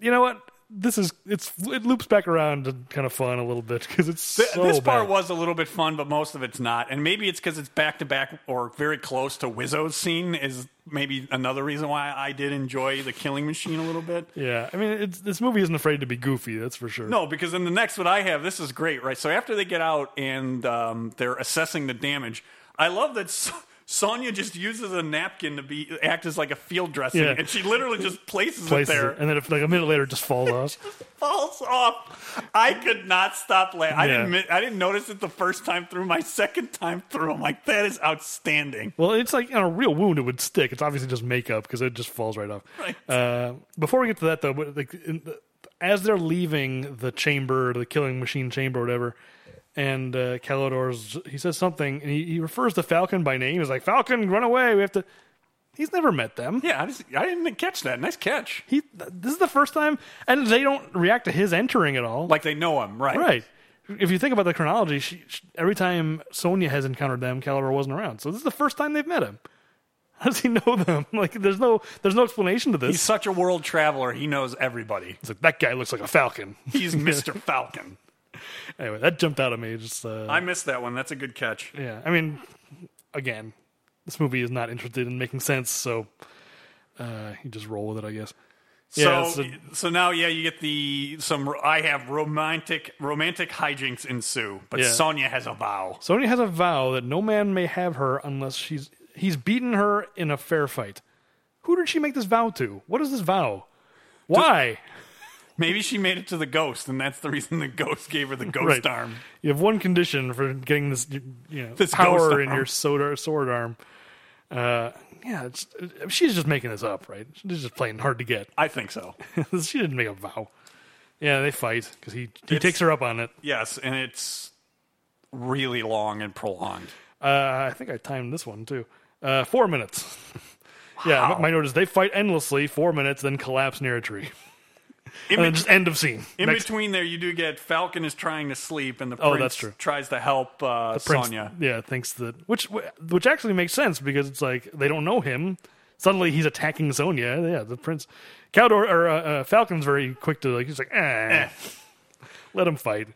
Speaker 2: you know what? this is it's it loops back around to kind of fun a little bit because it's
Speaker 1: Th-
Speaker 2: so
Speaker 1: this
Speaker 2: bad.
Speaker 1: part was a little bit fun, but most of it's not. And maybe it's because it's back to back or very close to Wizzo's scene is maybe another reason why I did enjoy the Killing Machine a little bit.
Speaker 2: yeah, I mean, it's, this movie isn't afraid to be goofy. That's for sure.
Speaker 1: No, because then the next one I have, this is great, right? So after they get out and um, they're assessing the damage, I love that S- Sonya just uses a napkin to be act as like a field dressing,
Speaker 2: Yeah.
Speaker 1: and she literally just places,
Speaker 2: places
Speaker 1: it there
Speaker 2: it, and then if, like a minute later, it just falls off.
Speaker 1: falls off. I could not stop laughing. I
Speaker 2: Yeah.
Speaker 1: didn't. mi- I didn't notice it the first time through. My second time through, I'm like, that is outstanding.
Speaker 2: Well, it's like on a real wound, it would stick. It's obviously just makeup because it just falls right off.
Speaker 1: Right.
Speaker 2: Uh, before we get to that, though, but, like in the, as they're leaving the chamber, the killing machine chamber, or whatever, and uh, Calidor's, he says something, and he, he refers to Falcon by name. He's like, "Falcon, run away! We have to." He's never met them.
Speaker 1: Yeah, I, just, I didn't catch that. Nice catch.
Speaker 2: He, this is the first time, and they don't react to his entering at all.
Speaker 1: Like they know him, right?
Speaker 2: Right. If you think about the chronology, she, she, every time Sonya has encountered them, Calibur wasn't around. So this is the first time they've met him. How does he know them? Like, there's no, there's no explanation to this.
Speaker 1: He's such a world traveler. He knows everybody.
Speaker 2: It's like that guy looks like a falcon.
Speaker 1: He's Mr. Falcon.
Speaker 2: anyway, that jumped out at me. Just uh,
Speaker 1: I missed that one. That's a good catch.
Speaker 2: yeah. I mean, again, this movie is not interested in making sense, so uh, you just roll with it, I guess. Yeah,
Speaker 1: so,
Speaker 2: it's
Speaker 1: so now, yeah, you get the some. I have romantic romantic hijinks ensue, but
Speaker 2: Yeah.
Speaker 1: Sonya has a vow.
Speaker 2: Sonya has a vow that no man may have her unless she's he's beaten her in a fair fight. Who did she make this vow to? What is this vow? Why?
Speaker 1: Maybe she made it to the ghost, and that's the reason the ghost gave her the ghost
Speaker 2: Right.
Speaker 1: arm.
Speaker 2: You have one condition for getting this, you know,
Speaker 1: This ghost
Speaker 2: power
Speaker 1: arm.
Speaker 2: in your soda, sword arm. Uh, yeah, it's, she's just making this up, right? She's just playing hard to get.
Speaker 1: I think so.
Speaker 2: she didn't make a vow. Yeah, they fight because he he
Speaker 1: It's-
Speaker 2: takes her up on it.
Speaker 1: Yes, and it's really long and prolonged.
Speaker 2: Uh, I think I timed this one too. Uh, four minutes. Yeah, my- my note is they fight endlessly, four minutes, then collapse near a tree.
Speaker 1: In, bet-
Speaker 2: And then just end of scene.
Speaker 1: in
Speaker 2: Next-
Speaker 1: between there, you do get Falcon is trying to sleep, and the
Speaker 2: Oh,
Speaker 1: prince
Speaker 2: that's true.
Speaker 1: tries to help uh,
Speaker 2: Prince-
Speaker 1: Sonya.
Speaker 2: Yeah, thinks that which which actually makes sense because it's like they don't know him. Suddenly he's attacking Sonya. Yeah, the prince, Caldor or uh, uh, Falcon's very quick to like. He's like, eh, let him fight.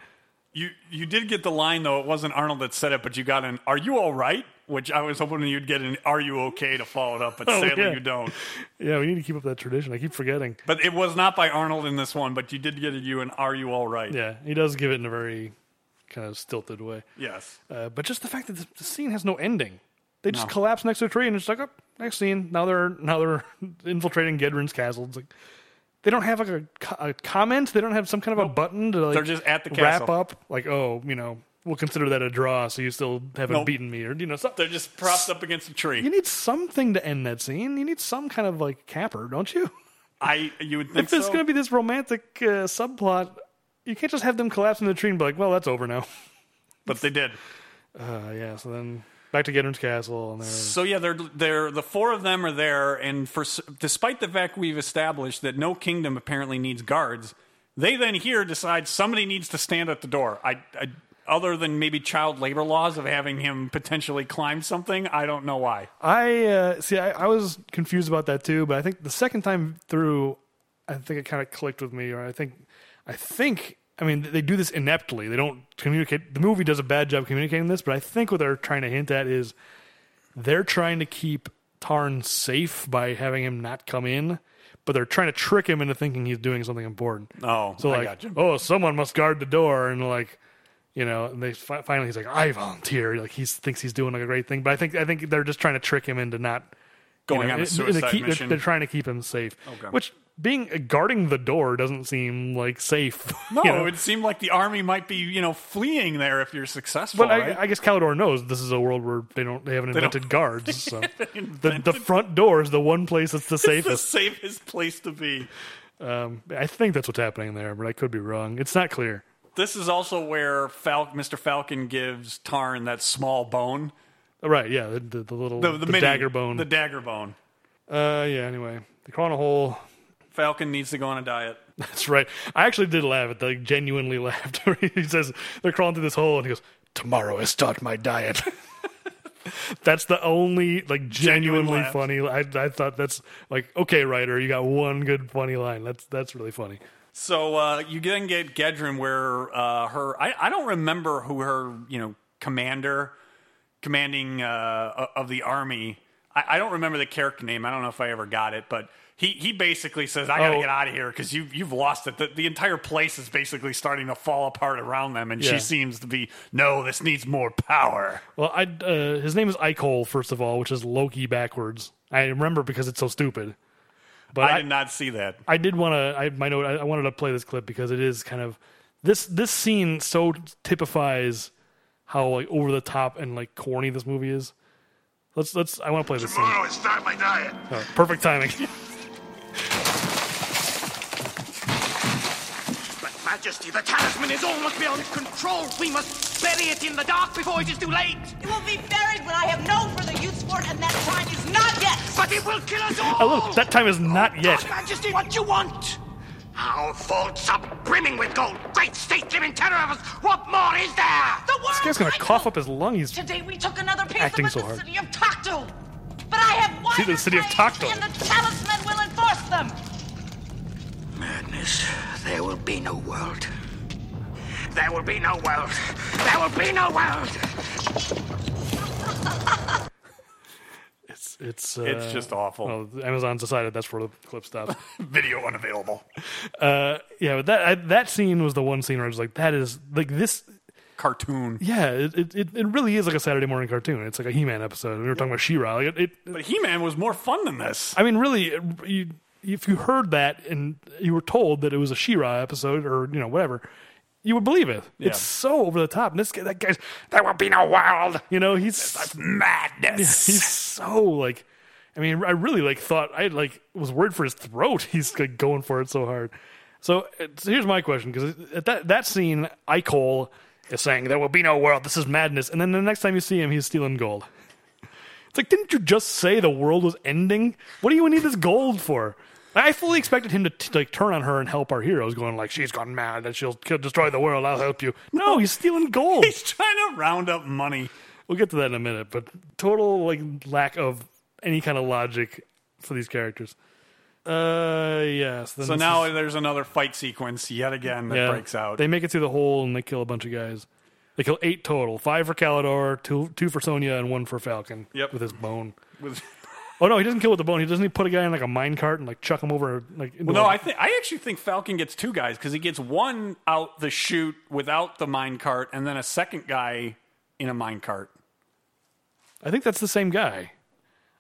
Speaker 1: You you did get the line though. It wasn't Arnold that said it, but you got an "Are you all right?" Which I was hoping you'd get an "Are you okay?" to follow it up, but sadly
Speaker 2: Oh, yeah.
Speaker 1: you don't.
Speaker 2: Yeah, we need to keep up that tradition. I keep forgetting.
Speaker 1: But it was not by Arnold in this one. But you did get a you an "Are you all right?"
Speaker 2: Yeah, he does give it in a very kind of stilted way.
Speaker 1: Yes.
Speaker 2: Uh, but just the fact that the, the scene has no ending. They just collapse next to a tree and it's like, oh, next scene. Now they're now they're infiltrating Gedrin's castle. It's like they don't have like a, co- a comment. They don't have some kind of a button to like.
Speaker 1: They're just at the
Speaker 2: wrap
Speaker 1: castle.
Speaker 2: up. Like, oh, you know, we'll consider that a draw. So you still haven't
Speaker 1: Nope.
Speaker 2: beaten me, or you know, so,
Speaker 1: They're just propped up against a
Speaker 2: you
Speaker 1: tree.
Speaker 2: need something to end that scene. You need some kind of like capper, don't you?
Speaker 1: I you would think
Speaker 2: If it's
Speaker 1: so.
Speaker 2: going to be this romantic uh, subplot, you can't just have them collapse in the tree and be like, well, that's over now.
Speaker 1: but they did.
Speaker 2: Uh, yeah. So then back to Gedrin's castle, and they're
Speaker 1: So yeah, they're they're the four of them are there, and for s- despite the fact we've established that no kingdom apparently needs guards, they then here decide somebody needs to stand at the door. I, I other than maybe child labor laws of having him potentially climb something, I don't know why.
Speaker 2: I uh, see. I, I was confused about that too, but I think the second time through, I think it kind of clicked with me. Or I think, I think. I mean, they do this ineptly. They don't communicate. The movie does a bad job communicating this, but I think what they're trying to hint at is they're trying to keep Tarn safe by having him not come in, but they're trying to trick him into thinking he's doing something important.
Speaker 1: Oh,
Speaker 2: So
Speaker 1: I
Speaker 2: like,
Speaker 1: gotcha.
Speaker 2: oh, someone must guard the door, and like, you know, and they fi- finally he's like, I volunteer. Like he thinks he's doing like a great thing, but I think I think they're just trying to trick him into not you
Speaker 1: Going on a
Speaker 2: it-
Speaker 1: suicide
Speaker 2: they keep- they're-
Speaker 1: mission.
Speaker 2: They're, trying to keep him safe, which being uh, guarding the door doesn't seem like safe.
Speaker 1: No,
Speaker 2: you know?
Speaker 1: it seemed like the army might be you know fleeing there if you're successful.
Speaker 2: But
Speaker 1: right?
Speaker 2: I, I guess Calidor knows this is a world where they don't they haven't
Speaker 1: don't-
Speaker 2: invented guards. So the, the front door is the one place that's the
Speaker 1: it's the
Speaker 2: safest.
Speaker 1: safest place to be.
Speaker 2: Um, I think that's what's happening there, but I could be wrong. It's not clear.
Speaker 1: This is also where Fal- Mr. Falcon gives Tarn that small bone,
Speaker 2: Oh, Right? Yeah, the, the, the little
Speaker 1: the, the, mini-
Speaker 2: dagger bone.
Speaker 1: the dagger bone.
Speaker 2: Uh, yeah. Anyway, the crawl in a hole.
Speaker 1: Falcon needs to go on a diet.
Speaker 2: That's right. I actually did laugh at that. Genuinely laughed. he says they're crawling through this hole, and he goes, "Tomorrow I start my diet." that's the only like
Speaker 1: Genuine
Speaker 2: genuinely
Speaker 1: laugh.
Speaker 2: funny. I I thought that's like okay, writer, you got one good funny line. That's that's really funny.
Speaker 1: So uh, you then get Gedrin, where uh, her I, I don't remember who her you know commander, commanding uh, of the army. I, I don't remember the character name. I don't know if I ever got it, but he, he basically says, "I got to
Speaker 2: Oh.
Speaker 1: get out of here because you you've lost it. The, the entire place is basically starting to fall apart around them." And
Speaker 2: Yeah.
Speaker 1: she seems to be, "No, this needs more power."
Speaker 2: Well, I uh, his name is Eichel, first of all, which is Loki backwards. I remember because it's so stupid. But
Speaker 1: I,
Speaker 2: I,
Speaker 1: did not see that.
Speaker 2: I did want to. I my note. I, I wanted to play this clip because it is kind of this. This scene so typifies how like over the top and like corny this movie is. Let's let's. I want to play this scene.
Speaker 4: Tomorrow it's not my diet.
Speaker 2: Oh, perfect timing.
Speaker 4: But Majesty, the talisman is almost beyond control. We must bury it in the dark before it is too late.
Speaker 5: It will be buried when I have no further use for it, and that time is not yet.
Speaker 4: But it will kill us all.
Speaker 2: Oh, look, that time is not yet.
Speaker 4: God, Majesty, what you want? Our vaults are brimming with gold. Great state live in terror of us. What more is there?
Speaker 5: The world.
Speaker 2: This guy's gonna cough up his lung. He's
Speaker 5: Today we took another piece
Speaker 2: Acting
Speaker 5: about
Speaker 2: so
Speaker 5: the
Speaker 2: hard.
Speaker 5: city of Takto, but I have wider
Speaker 2: the city of
Speaker 5: plans,
Speaker 2: Takto.
Speaker 5: and the talisman will enforce them.
Speaker 4: Madness. There will be no world. There will be no world. There will be no world.
Speaker 2: it's it's uh,
Speaker 1: It's just awful.
Speaker 2: Well, Amazon decided that's where the clip stops.
Speaker 1: Video unavailable.
Speaker 2: uh, yeah, but that I, that scene was the one scene where I was like, that is like this.
Speaker 1: Cartoon.
Speaker 2: Yeah, it, it, it- it really is like a Saturday morning cartoon. It's like a He-Man episode. We were talking about She-Ra. Like it, it,
Speaker 1: But He Man was more fun than this.
Speaker 2: I mean, really, it- you, if you heard that and you were told that it was a She-Ra episode or you know whatever, you would believe it. It's so over the top. And this guy, that guy's,
Speaker 4: There will be no world.
Speaker 2: you know, he's
Speaker 1: Madness.
Speaker 2: he's so like, I mean, I really like thought I like was worried for his throat. He's like going for it so hard. So, it's- here's my question because at that that scene, Eichel is saying there will be no world. This is madness. And then the next time you see him, he's stealing gold. It's like, didn't you just say the world was ending? What do you need this gold for? I fully expected him to t- like turn on her and help our heroes, going like, "She's gone mad and she'll kill- destroy the world. I'll help you." No, he's stealing gold.
Speaker 1: He's trying to round up money.
Speaker 2: We'll get to that in a minute, but total like lack of any kind of logic for these characters. Uh, yes.
Speaker 1: So now there's another fight sequence yet again that breaks out.
Speaker 2: They make it through the hole and they kill a bunch of guys. They kill eight total: five for Calidor, two two for Sonya, and one for Falcon.
Speaker 1: Yep.
Speaker 2: with his bone.
Speaker 1: With-
Speaker 2: Oh no, he doesn't kill with the bone. He doesn't. He put a guy in like a mine cart and like chuck him over. Like into
Speaker 1: well, no,
Speaker 2: a-
Speaker 1: I think I actually think Falcon gets two guys because he gets one out the chute without the mine cart, and then a second guy in a mine cart.
Speaker 2: I think that's the same guy.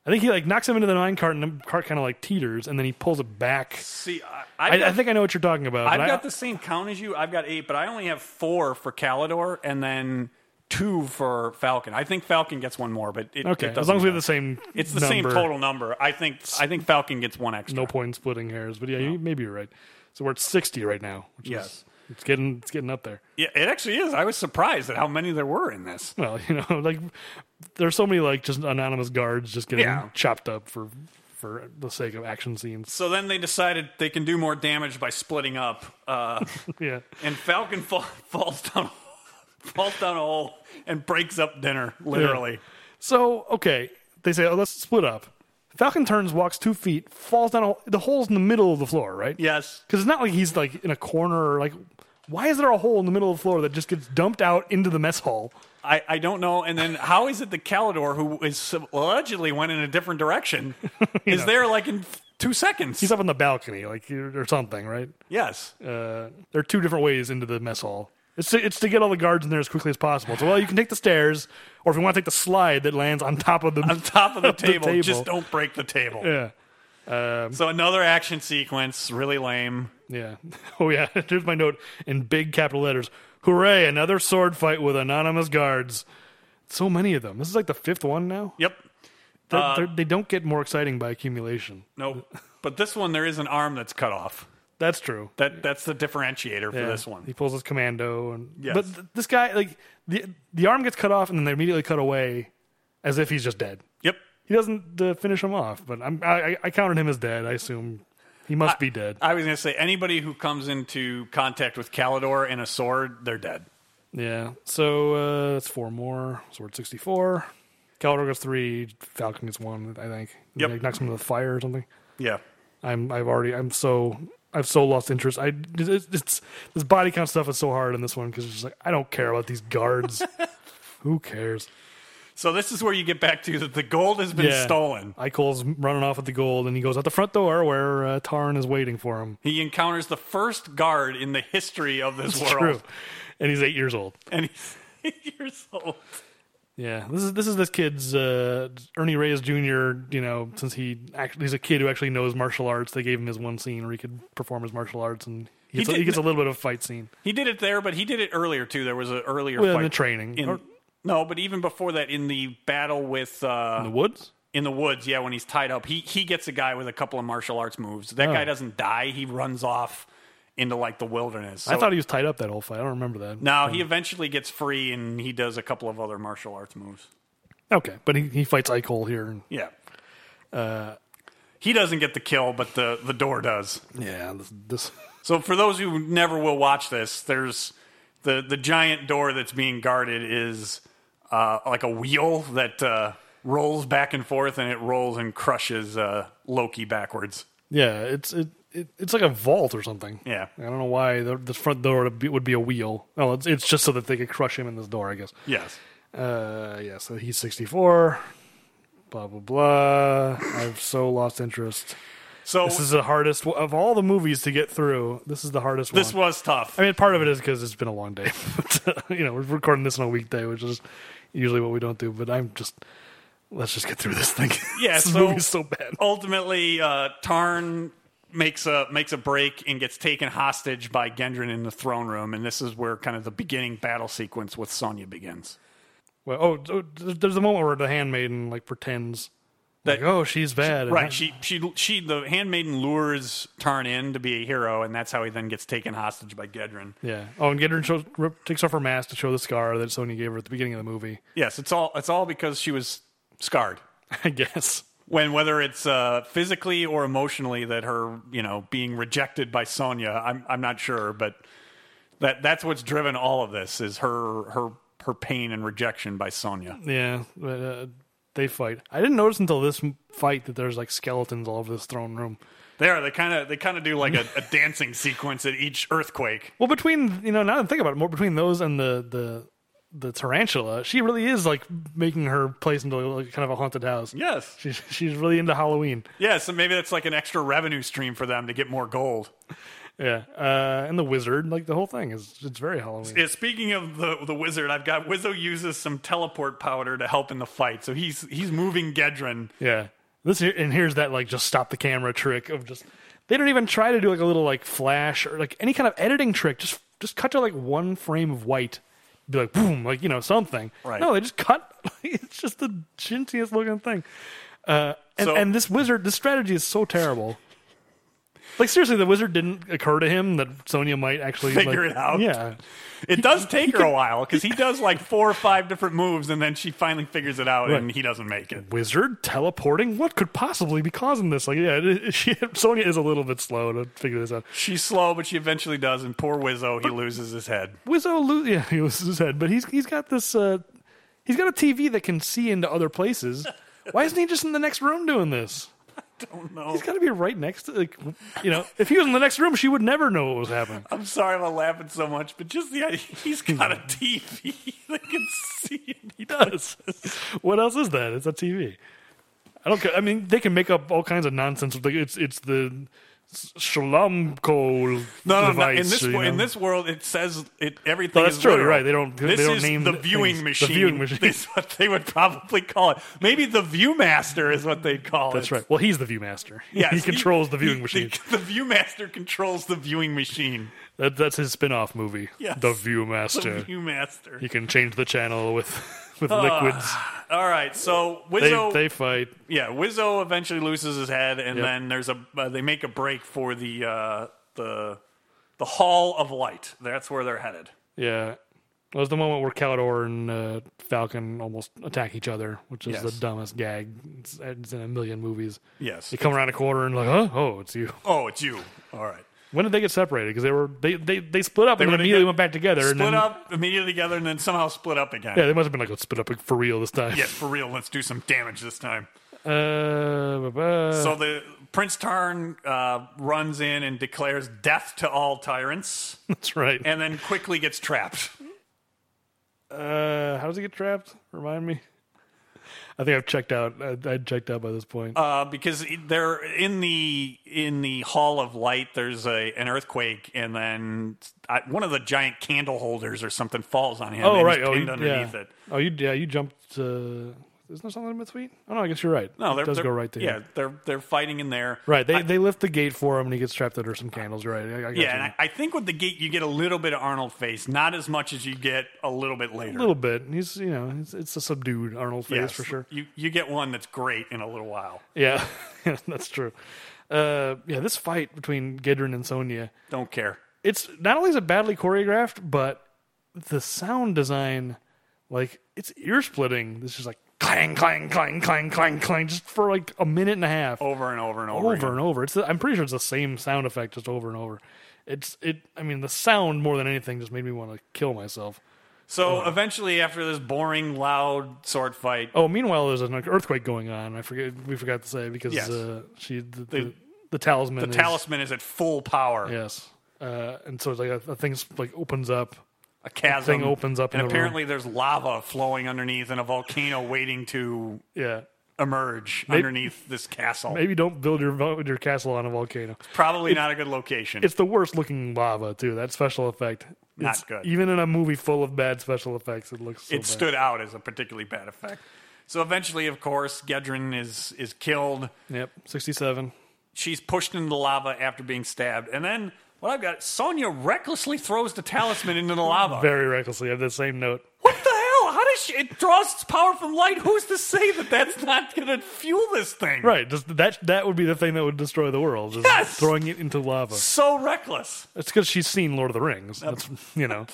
Speaker 2: I think he like knocks him into the mine cart and the cart kind of like teeters and then he pulls it back.
Speaker 1: See, I,
Speaker 2: I,
Speaker 1: I've
Speaker 2: I
Speaker 1: got-
Speaker 2: think I know what you're talking about.
Speaker 1: I've
Speaker 2: but I-
Speaker 1: got the same count as you. I've got eight, but I only have four for Calidor, and then two for Falcon. I think Falcon gets one more, but it,
Speaker 2: Okay,
Speaker 1: it
Speaker 2: as long as we
Speaker 1: doesn't
Speaker 2: have the
Speaker 1: matter.
Speaker 2: same.
Speaker 1: It's the same
Speaker 2: number.
Speaker 1: total number. I think I think Falcon gets one extra.
Speaker 2: no point in splitting hairs, but yeah, you, maybe you're right. So we're at 60 right now. Which
Speaker 1: Yes.
Speaker 2: is, it's getting it's getting up there.
Speaker 1: Yeah, it actually is. I was surprised at how many there were in this.
Speaker 2: Well, you know, like there's so many like just anonymous guards just getting
Speaker 1: Yeah.
Speaker 2: chopped up for for the sake of action scenes.
Speaker 1: So then they decided they can do more damage by splitting up. Uh,
Speaker 2: Yeah,
Speaker 1: and Falcon fall, falls down falls down a hole and breaks up dinner literally.
Speaker 2: So okay, they say, oh, let's split up. Falcon turns, walks two feet, falls down. A, hole- the hole's in the middle of the floor, right?
Speaker 1: Yes.
Speaker 2: because it's not like he's like in a corner or like. Why is there a hole in the middle of the floor that just gets dumped out into the mess hall?
Speaker 1: I, I don't know. And then how is it that Calidor, who is allegedly went in a different direction, is there like in two seconds?
Speaker 2: He's up on the balcony, like or something, right?
Speaker 1: yes.
Speaker 2: uh, there are two different ways into the mess hall. It's to, it's to get all the guards in there as quickly as possible. So, well, you can take the stairs, or if you want to take the slide that lands on top of the
Speaker 1: On top of the table. Just don't break the table.
Speaker 2: yeah,
Speaker 1: So another action sequence, really lame.
Speaker 2: yeah. Oh yeah, here's my note in big capital letters. Hooray! Another sword fight with anonymous guards. So many of them. This is like the fifth one now.
Speaker 1: Yep.
Speaker 2: They're,
Speaker 1: Uh,
Speaker 2: they're, they don't get more exciting by accumulation.
Speaker 1: Nope. But this one there is an arm that's cut off.
Speaker 2: That's true.
Speaker 1: That that's the differentiator for
Speaker 2: Yeah.
Speaker 1: this one.
Speaker 2: He pulls his commando, and
Speaker 1: Yes.
Speaker 2: but th- this guy, like the the arm gets cut off, and then they immediately cut away, as if he's just dead.
Speaker 1: Yep.
Speaker 2: He doesn't uh, finish him off, but I'm, I, I- I counted him as dead. I assume he must be dead.
Speaker 1: I was going to say anybody who comes into contact with Calidor and a sword, they're dead.
Speaker 2: yeah. So uh, that's four more. So we're at 64. Calidor gets three. Falcon gets one, I think.
Speaker 1: Yep.
Speaker 2: Like, knocks him to the fire or something.
Speaker 1: Yeah.
Speaker 2: I'm I've already I'm so I've so lost interest. I it's, it's this body count stuff is so hard in this one because it's just like I don't care about these guards. Who cares?
Speaker 1: So this is where you get back to that the gold has been stolen.
Speaker 2: Eichel's running off with the gold, and he goes out the front door where uh, Tarn is waiting for him.
Speaker 1: He encounters the first guard in the history of this
Speaker 2: It's
Speaker 1: world,
Speaker 2: true, and he's eight years old.
Speaker 1: and he's eight years old.
Speaker 2: Yeah, this is this is this kid's uh, Ernie Reyes Jr. You know, since he actually he's a kid who actually knows martial arts. They gave him his one scene where he could perform his martial arts, and he gets, a, he
Speaker 1: didn't-
Speaker 2: gets a little bit of a fight scene.
Speaker 1: He did it there, but he did it earlier too. There was an earlier
Speaker 2: Well, in
Speaker 1: fight
Speaker 2: the training.
Speaker 1: in-
Speaker 2: Or-
Speaker 1: no, but even before that, in the battle with uh,
Speaker 2: In the woods,
Speaker 1: in the woods, yeah, when he's tied up, he he gets a guy with a couple of martial arts moves. That
Speaker 2: Oh.
Speaker 1: guy doesn't die; he runs off into like the wilderness.
Speaker 2: I thought he was tied up that whole fight. I don't remember that.
Speaker 1: now he eventually gets free, and he does a couple of other martial arts moves.
Speaker 2: Okay, but he, he fights Eichel here. And,
Speaker 1: Yeah,
Speaker 2: Uh,
Speaker 1: he doesn't get the kill, but the the door does.
Speaker 2: yeah, this, this
Speaker 1: So for those who never will watch this, there's the the giant door that's being guarded is uh, like a wheel that uh, rolls back and forth, and it rolls and crushes uh, Loki backwards.
Speaker 2: yeah, it's it, it it's like a vault or something.
Speaker 1: Yeah.
Speaker 2: I don't know why the, the front door would be, would be a wheel. Oh, it's it's just so that they could crush him in this door, I guess.
Speaker 1: Yes.
Speaker 2: Uh, yeah, so he's 64. Blah blah blah. I've so lost interest.
Speaker 1: So
Speaker 2: This is the hardest of all the movies to get through. This is the hardest
Speaker 1: this
Speaker 2: one.
Speaker 1: was tough.
Speaker 2: I mean, part of it is because it's been a long day. But, uh, you know, we're recording this on a weekday, which is usually what we don't do. But I'm just let's just get through this thing.
Speaker 1: Yeah,
Speaker 2: this
Speaker 1: so-
Speaker 2: movie's so bad.
Speaker 1: ultimately uh, Tarn makes a makes a break and gets taken hostage by Gendron in the throne room, and this is where kind of the beginning battle sequence with Sonya begins.
Speaker 2: Well, oh, oh, there's a moment where the handmaiden like pretends
Speaker 1: That-
Speaker 2: like, oh, she's bad. and I-
Speaker 1: Right, she she she the handmaiden lures Tarn in to be a hero, and that's how he then gets taken hostage by Gendron.
Speaker 2: yeah. Oh, and Gendron shows, rip, takes off her mask to show the scar that Sonya gave her at the beginning of the movie.
Speaker 1: Yes, it's all it's all because she was scarred.
Speaker 2: I guess.
Speaker 1: When whether it's uh, physically or emotionally that her you know being rejected by Sonya, I'm I'm not sure, but that that's what's driven all of this is her her her pain and rejection by Sonya.
Speaker 2: Yeah, but, uh, they fight. I didn't notice until this m- fight that there's like skeletons all over this throne room.
Speaker 1: There, they kind of they kind of do like a, a dancing sequence at each earthquake.
Speaker 2: Well, between you know, now that I think about it, more between those and the the the tarantula, she really is like making her place into like, kind of a haunted house.
Speaker 1: Yes,
Speaker 2: She's she's really into Halloween.
Speaker 1: yeah. So maybe that's like an extra revenue stream for them to get more gold.
Speaker 2: Yeah, uh, and the wizard, like the whole thing is it's very Halloween.
Speaker 1: Yeah, speaking of the the wizard, I've got Wizzo uses some teleport powder to help in the fight, so he's he's moving Gedron.
Speaker 2: yeah, this here, and here's that like just stop the camera trick of just they don't even try to do like a little like flash or like any kind of editing trick. Just just cut to like one frame of white, be like boom, like you know something.
Speaker 1: Right.
Speaker 2: No, they just cut. it's just the chintziest looking thing. Uh, and,
Speaker 1: So-
Speaker 2: and this wizard, this strategy is so terrible. Like seriously, the wizard didn't occur to him that Sonya might actually like-
Speaker 1: Figure it out.
Speaker 2: Yeah,
Speaker 1: It does take her a while because he does like four or five different moves, and then she finally figures it out, and
Speaker 2: Right.
Speaker 1: he doesn't make it.
Speaker 2: wizard teleporting. What could possibly be causing this? Like, yeah, it, it- she, Sonya is a little bit slow to figure this out.
Speaker 1: She's slow, but she eventually does, and poor Wizzo, he loses his head.
Speaker 2: Wizzo, lo- yeah, he loses his head, but he's he's got this. Uh, he's got a TV that can see into other places. Why isn't he just in the next room doing this?
Speaker 1: Don't know.
Speaker 2: He's got to be right next to, like, you know, if he was in the next room, she would never know what was happening.
Speaker 1: I'm sorry I'm laughing so much, but just the idea he's got a TV that can see. And he does.
Speaker 2: What else is that? It's a TV. I don't care. I mean, they can make up all kinds of nonsense. Like it's it's the Shalomko
Speaker 1: No, no, no.
Speaker 2: device,
Speaker 1: In this,
Speaker 2: you
Speaker 1: wo- in
Speaker 2: know.
Speaker 1: this world, it says it everything.
Speaker 2: Well, that's
Speaker 1: is
Speaker 2: true.
Speaker 1: literal.
Speaker 2: You're right. They don't- they
Speaker 1: This
Speaker 2: don't
Speaker 1: is
Speaker 2: name
Speaker 1: the
Speaker 2: things.
Speaker 1: viewing
Speaker 2: The
Speaker 1: machine.
Speaker 2: viewing machine.
Speaker 1: That's what they would probably call it. Maybe the ViewMaster is what they'd call
Speaker 2: That's
Speaker 1: it.
Speaker 2: right. Well, he's the viewmaster.
Speaker 1: Yes,
Speaker 2: he controls the viewing
Speaker 1: he-
Speaker 2: machine.
Speaker 1: The, the ViewMaster controls the viewing machine.
Speaker 2: that, that's his spin-off movie.
Speaker 1: Yes.
Speaker 2: The
Speaker 1: The
Speaker 2: viewmaster.
Speaker 1: ViewMaster.
Speaker 2: he can change the channel with with liquids.
Speaker 1: All right. Ah, So
Speaker 2: They,
Speaker 1: Wizzo,
Speaker 2: they fight.
Speaker 1: yeah, Wizzo eventually loses his head, and
Speaker 2: Yep.
Speaker 1: then there's a uh, they make a break for the uh, the the Hall of Light. That's where they're headed.
Speaker 2: Yeah. That was the moment where Calidor and uh, Falcon almost attack each other, which is
Speaker 1: Yes.
Speaker 2: the dumbest gag. It's, it's in a million movies.
Speaker 1: Yes.
Speaker 2: They come around a corner and like, huh? Oh, it's you.
Speaker 1: Oh, it's you. All right.
Speaker 2: When did they get separated? Because they were they, they, they split up and
Speaker 1: were
Speaker 2: then immediately
Speaker 1: together-
Speaker 2: went back together.
Speaker 1: Split
Speaker 2: and then,
Speaker 1: up immediately together, and then somehow split up again.
Speaker 2: Yeah, they must have been like, let's split up for real this time.
Speaker 1: Yes, for real. Let's do some damage this time.
Speaker 2: Uh, blah, blah.
Speaker 1: so the Prince Tarn uh, runs in and declares death to all tyrants,
Speaker 2: That's right.
Speaker 1: and then quickly gets trapped.
Speaker 2: Uh, how does he get trapped? Remind me. I think I've checked out. I, I checked out by this point.
Speaker 1: Uh, because they're in the in the Hall of Light. There's a an earthquake, and then I, one of the giant candle holders or something falls on him. and
Speaker 2: oh
Speaker 1: he's
Speaker 2: right. Oh,
Speaker 1: pinned
Speaker 2: you,
Speaker 1: underneath
Speaker 2: yeah.
Speaker 1: it.
Speaker 2: Oh, you yeah. You jumped. Uh, isn't there something in between? Oh no, I guess you're right.
Speaker 1: No,
Speaker 2: it
Speaker 1: they're,
Speaker 2: does
Speaker 1: they're-
Speaker 2: go right there.
Speaker 1: Yeah, they're they're fighting in there.
Speaker 2: Right. They they lift the gate for him and he gets trapped under some candles. Right. I, I got you.
Speaker 1: Yeah, and I, I think with the gate you get a little bit of Arnold face, not as much as you get a little bit later.
Speaker 2: a little bit. He's you know it's, it's a subdued Arnold phase
Speaker 1: Yes.
Speaker 2: for sure.
Speaker 1: You you get one that's great in a little while.
Speaker 2: Yeah, that's true. Uh, yeah, this fight between Gedrin and Sonya,
Speaker 1: Don't care.
Speaker 2: it's not only is it badly choreographed, but the sound design, like it's ear splitting. This is like clang, clang, clang, clang, clang, clang, just for like a minute and a half,
Speaker 1: Over and over and over.
Speaker 2: over
Speaker 1: again.
Speaker 2: and over. It's the, I'm pretty sure it's the same sound effect, just over and over. It's it. I mean, the sound more than anything just made me want to kill myself.
Speaker 1: So eventually, after this boring, loud sword fight,
Speaker 2: Oh, meanwhile, there's an earthquake going on. I forget. We forgot to say because
Speaker 1: Yes.
Speaker 2: uh, she the, the, the talisman.
Speaker 1: the
Speaker 2: is-
Speaker 1: talisman is at full power.
Speaker 2: Yes. Uh, and so it's like a, a thing like opens up.
Speaker 1: A chasm
Speaker 2: thing opens up in
Speaker 1: and
Speaker 2: the room.
Speaker 1: apparently there's lava flowing underneath and a volcano waiting to
Speaker 2: Yeah.
Speaker 1: emerge underneath this castle.
Speaker 2: Maybe don't build your vo- your castle on a volcano.
Speaker 1: Probably not a good location.
Speaker 2: It's the worst looking lava too. That special effect.
Speaker 1: Not
Speaker 2: It's-
Speaker 1: good.
Speaker 2: Even in a movie full of bad special effects, it looks. So
Speaker 1: it
Speaker 2: bad.
Speaker 1: stood out as a particularly bad effect. So eventually, of course, Gedrin is is killed.
Speaker 2: Yep. Sixty-seven.
Speaker 1: She's pushed into the lava after being stabbed, and then what I've got, Sonya recklessly throws the talisman into the lava.
Speaker 2: Very recklessly. I have the same note.
Speaker 1: what the hell? How does she? It draws its power from light. Who's to say that that's not going to fuel this thing?
Speaker 2: Right. Just that that would be the thing that would destroy the world. Is
Speaker 1: Yes!
Speaker 2: Throwing it into lava.
Speaker 1: So reckless.
Speaker 2: It's because she's seen Lord of the Rings. That's you know.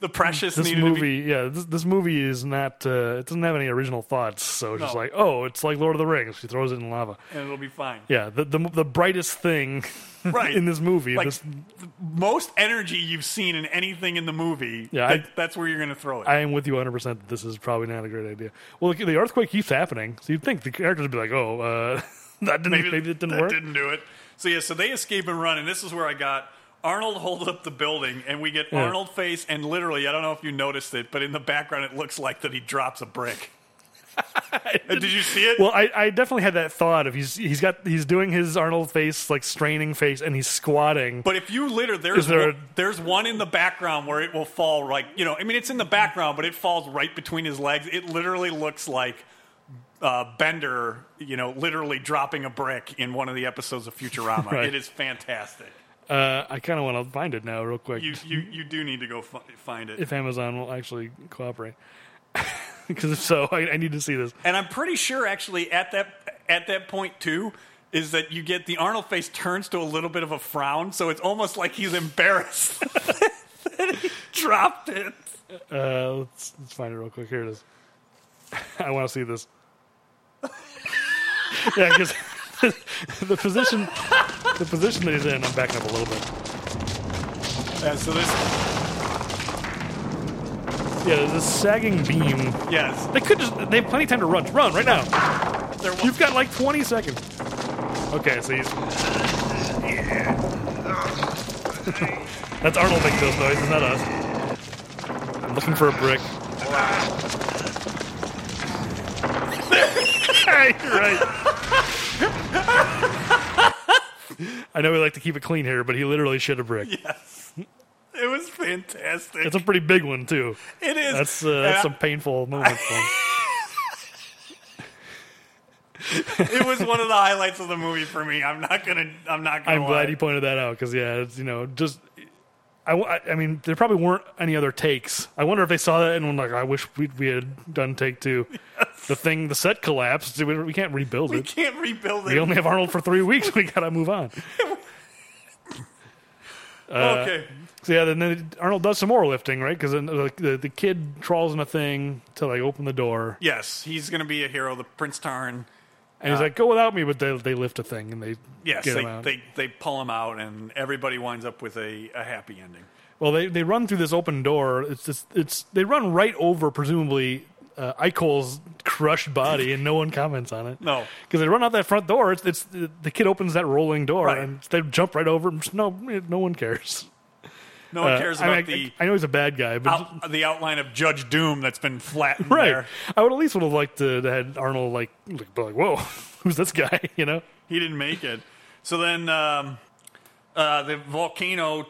Speaker 1: The precious
Speaker 2: this
Speaker 1: needed to be
Speaker 2: movie, yeah, this, this movie is not. Uh, it doesn't have any original thoughts. So it's just
Speaker 1: No.
Speaker 2: like, oh, it's like Lord of the Rings. She throws it in lava.
Speaker 1: and it'll be fine.
Speaker 2: Yeah, the the, the brightest thing
Speaker 1: Right.
Speaker 2: in this movie.
Speaker 1: Like
Speaker 2: this,
Speaker 1: the most energy you've seen in anything in the movie.
Speaker 2: Yeah,
Speaker 1: that-
Speaker 2: I-
Speaker 1: that's where you're going to throw it.
Speaker 2: I am with you 100. percent that This is probably not a great idea. Well, the, the earthquake keeps happening, so you'd think the characters would be like, oh, uh, that didn't maybe, it didn't
Speaker 1: that
Speaker 2: work.
Speaker 1: Didn't do it. So yeah, so they escape and run, and this is where I got Arnold hold up the building, and we get
Speaker 2: Yeah.
Speaker 1: Arnold face, and literally, I don't know if you noticed it, but in the background, it looks like that he drops a brick. Did you see it?
Speaker 2: Well, I, I definitely had that thought of he's he's got he's doing his Arnold face like straining face and he's squatting.
Speaker 1: but if you litter, there's
Speaker 2: Is there a-
Speaker 1: one, there's one in the background where it will fall like you know. I mean, it's in the background, but it falls right between his legs. It literally looks like uh, Bender, you know, literally dropping a brick in one of the episodes of Futurama.
Speaker 2: Right.
Speaker 1: It is fantastic.
Speaker 2: uh, I kind of want to find it now real quick.
Speaker 1: You you you do need to go fi- find it.
Speaker 2: if Amazon will actually cooperate. Because if so, I, I need to see this.
Speaker 1: And I'm pretty sure actually at that at that point too is that you get the Arnold face turns to a little bit of a frown, so it's almost like he's embarrassed that he dropped it.
Speaker 2: Uh, let's, let's find it real quick. Here it is. I want to see this. yeah, because the position, the position that he's in. I'm backing up a little bit.
Speaker 1: Yeah, so this
Speaker 2: Yeah, there's this sagging beam.
Speaker 1: yes,
Speaker 2: They could just. They have plenty of time to run. Run right now.
Speaker 1: there was,
Speaker 2: You've got like 20 seconds. Okay, so he's. That's Arnold making those noises, not us. I'm looking for a brick. Hey, you're right. I know we like to keep it clean here, but he literally shit a brick.
Speaker 1: it was fantastic.
Speaker 2: It's a pretty big one too.
Speaker 1: it is.
Speaker 2: That's uh,
Speaker 1: And I-
Speaker 2: that's some painful moment for him.
Speaker 1: it was one of the highlights of the movie for me. I'm not gonna. I'm not gonna.
Speaker 2: I'm
Speaker 1: lie.
Speaker 2: glad you pointed that out because yeah, it's, you know, just I, w- I- I mean, there probably weren't any other takes. I wonder if they saw that and were like, I wish we we had done take two. The thing, the set collapsed. We, we can't rebuild
Speaker 1: We
Speaker 2: it.
Speaker 1: can't rebuild it.
Speaker 2: We only have Arnold for three weeks. We gotta move on. uh,
Speaker 1: okay.
Speaker 2: So yeah, then- then Arnold does some more lifting, right? Because the, the the kid crawls in a thing to like open the door,
Speaker 1: Yes, he's gonna be a hero. The Prince Tarn.
Speaker 2: and he's like, "Go without me," but they they lift a thing and they
Speaker 1: Yes,
Speaker 2: get him
Speaker 1: they,
Speaker 2: out.
Speaker 1: they they pull him out, and everybody winds up with a, a happy ending.
Speaker 2: Well, they, they run through this open door. It's just, it's they run right over presumably uh, Eichel's crushed body, and no one comments on it.
Speaker 1: No.
Speaker 2: because they run out that front door. It's, it's the kid opens that rolling door,
Speaker 1: Right.
Speaker 2: and they jump right over. him. Just, No, no one cares.
Speaker 1: No one
Speaker 2: Uh,
Speaker 1: cares
Speaker 2: I mean,
Speaker 1: about
Speaker 2: I,
Speaker 1: the
Speaker 2: I know he's a bad guy, but
Speaker 1: out, the outline of Judge Doom that's been flattened
Speaker 2: right.
Speaker 1: there.
Speaker 2: I would at least would have liked to to had Arnold like like, be like, whoa, who's this guy? You know.
Speaker 1: He didn't make it. So then um, uh, the volcano,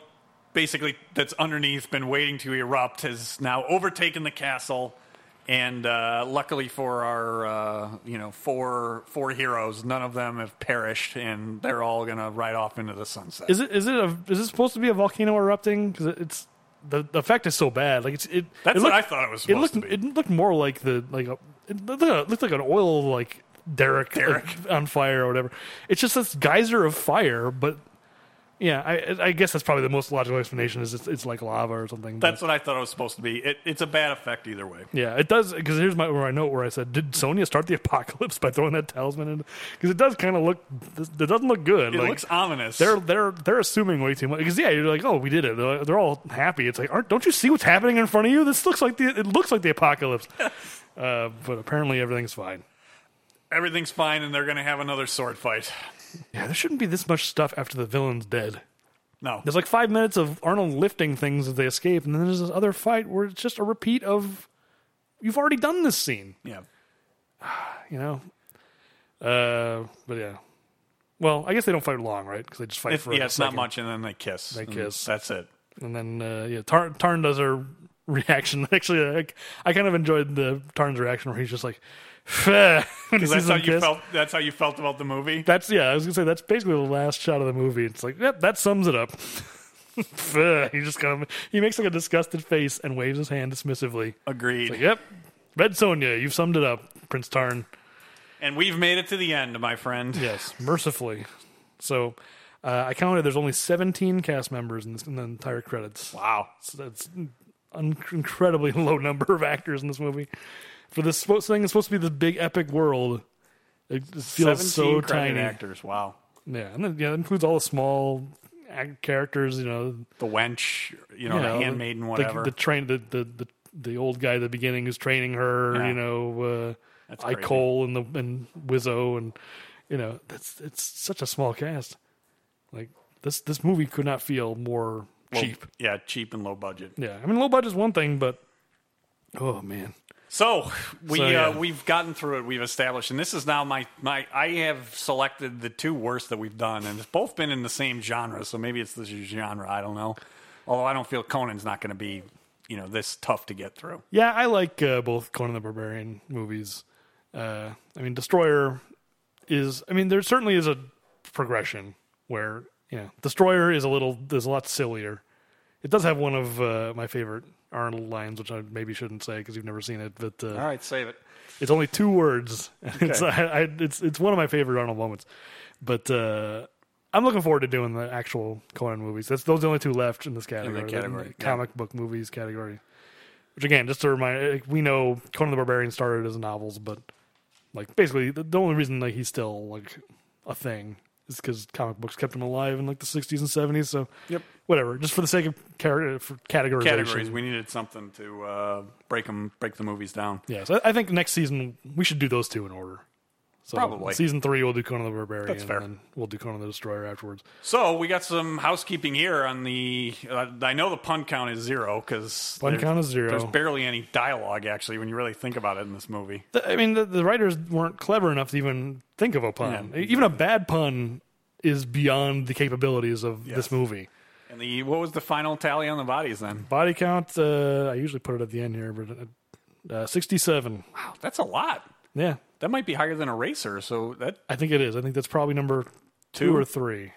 Speaker 1: basically, that's underneath, been waiting to erupt, has now overtaken the castle. And uh, luckily for our, uh, you know, four four heroes, none of them have perished, and they're all gonna ride off into the sunset.
Speaker 2: Is it is it a is it supposed to be a volcano erupting? Because it, it's the, the effect is so bad. Like it's it.
Speaker 1: That's
Speaker 2: it
Speaker 1: what I thought it was
Speaker 2: It
Speaker 1: supposed
Speaker 2: looked
Speaker 1: to be.
Speaker 2: it looked more like the like a, it looked like, a- looked like an oil like derrick, like,
Speaker 1: Derrick.
Speaker 2: on fire or whatever. It's just this geyser of fire, but. Yeah, I, I guess that's probably the most logical explanation is it's, it's like lava or something. but-
Speaker 1: that's what I thought it was supposed to be. It, it's a bad effect either way.
Speaker 2: Yeah, it does. Because here's my where I note where I said, "Did Sonya start the apocalypse by throwing that talisman in?" Because it does kind of look. It doesn't look good.
Speaker 1: It
Speaker 2: like,
Speaker 1: looks ominous.
Speaker 2: They're they're they're assuming way too much. Because yeah, you're like, oh, we did it. They're, like- they're all happy. It's like, aren't don't you see what's happening in front of you? This looks like the it looks like the apocalypse. uh, but apparently everything's fine.
Speaker 1: Everything's fine, and they're gonna have another sword fight.
Speaker 2: Yeah, there shouldn't be this much stuff after the villain's dead.
Speaker 1: No,
Speaker 2: There's like five minutes of Arnold lifting things as they escape, and then there's this other fight where it's just a repeat of you've already done this scene.
Speaker 1: yeah.
Speaker 2: you know. Uh, but yeah. Well, I guess they don't fight long, right? Because they just fight
Speaker 1: If,
Speaker 2: for
Speaker 1: yeah,
Speaker 2: a
Speaker 1: it's
Speaker 2: second.
Speaker 1: not much, and then they kiss. They
Speaker 2: kiss.
Speaker 1: That's it.
Speaker 2: And then uh, yeah, Tarn, Tarn does her reaction. Actually, I, I kind of enjoyed the Tarn's reaction where he's just like, "Feh," when he
Speaker 1: That's
Speaker 2: sees
Speaker 1: how
Speaker 2: them
Speaker 1: you
Speaker 2: kiss.
Speaker 1: felt. That's how you felt about the movie.
Speaker 2: That's yeah. I was gonna say that's basically the last shot of the movie. It's like yep, that sums it up. Feh. he just kind of he makes like a disgusted face and waves his hand dismissively.
Speaker 1: Agreed.
Speaker 2: Like, yep, Red Sonia, you've summed it up, Prince Tarn.
Speaker 1: And we've made it to the end, my friend.
Speaker 2: Yes, mercifully. So uh, I counted. There's only 17 cast members in, this, in the entire credits.
Speaker 1: Wow.
Speaker 2: So that's an incredibly low number of actors in this movie. For this spo- thing, that's supposed to be this big epic world. It just feels so
Speaker 1: credit
Speaker 2: tiny.
Speaker 1: actors. Wow.
Speaker 2: Yeah, and then, yeah, that includes all the small ac- characters. You know,
Speaker 1: The wench, you know,
Speaker 2: you know,
Speaker 1: the handmaiden,
Speaker 2: the-
Speaker 1: whatever.
Speaker 2: The, train, the, the the the old guy at the beginning who's training her.
Speaker 1: Yeah.
Speaker 2: You know, uh,
Speaker 1: That's
Speaker 2: I
Speaker 1: crazy.
Speaker 2: Cole and the and Wizzo and you know that's it's such a small cast. Like this this movie could not feel more
Speaker 1: Low-
Speaker 2: cheap.
Speaker 1: Yeah, cheap and low budget.
Speaker 2: Yeah, I mean low budget is one thing, but oh man,
Speaker 1: So we
Speaker 2: So, yeah.
Speaker 1: uh, we've gotten through it. We've established, and this is now my my. I have selected the two worst that we've done, and it's both been in the same genre. So maybe it's this genre. I don't know. Although I don't feel Conan's not going to be, you know, this tough to get through.
Speaker 2: yeah, I like uh, both Conan the Barbarian movies. Uh, I mean, Destroyer is. I mean, there certainly is a progression where you know Destroyer is a little is a lot sillier. It does have one of uh, my favorite Arnold lines, which I maybe shouldn't say because you've never seen it. But uh,
Speaker 1: All right, save it.
Speaker 2: it's only two words. it's, I, I, it's it's one of my favorite Arnold moments. But uh, I'm looking forward to doing the actual Conan movies. That's those are the only two left in this category, the
Speaker 1: category, yeah.
Speaker 2: comic book movies category. Which again, just to remind, like, we know Conan the Barbarian started as novels, but like basically the, the only reason like he's still like a thing is because comic books kept him alive in like the 60s and 70s. So
Speaker 1: Yep.
Speaker 2: whatever. Just for the sake of char- for categorization,
Speaker 1: Categories. We needed something to uh, break them, break the movies down.
Speaker 2: Yeah, so I I think next season we should do those two in order. So
Speaker 1: Probably.
Speaker 2: season three we'll do Conan the Barbarian.
Speaker 1: That's fair.
Speaker 2: And then we'll do Conan the Destroyer afterwards.
Speaker 1: So we got some housekeeping here on the. Uh, I know the pun count is zero because
Speaker 2: Pun count is zero.
Speaker 1: There's barely any dialogue actually when you really think about it in this movie.
Speaker 2: The- I mean, the, the writers weren't clever enough to even think of a pun. E,
Speaker 1: Yeah.
Speaker 2: Even a bad pun is beyond the capabilities of this movie.
Speaker 1: And the what was the final tally on the bodies then?
Speaker 2: Body count. Uh, I usually put it at the end here, but uh, sixty-seven.
Speaker 1: Wow, that's a lot.
Speaker 2: Yeah,
Speaker 1: That might be higher than Eraser. So that
Speaker 2: I think it is. I think that's probably number two,
Speaker 1: Two?
Speaker 2: or three.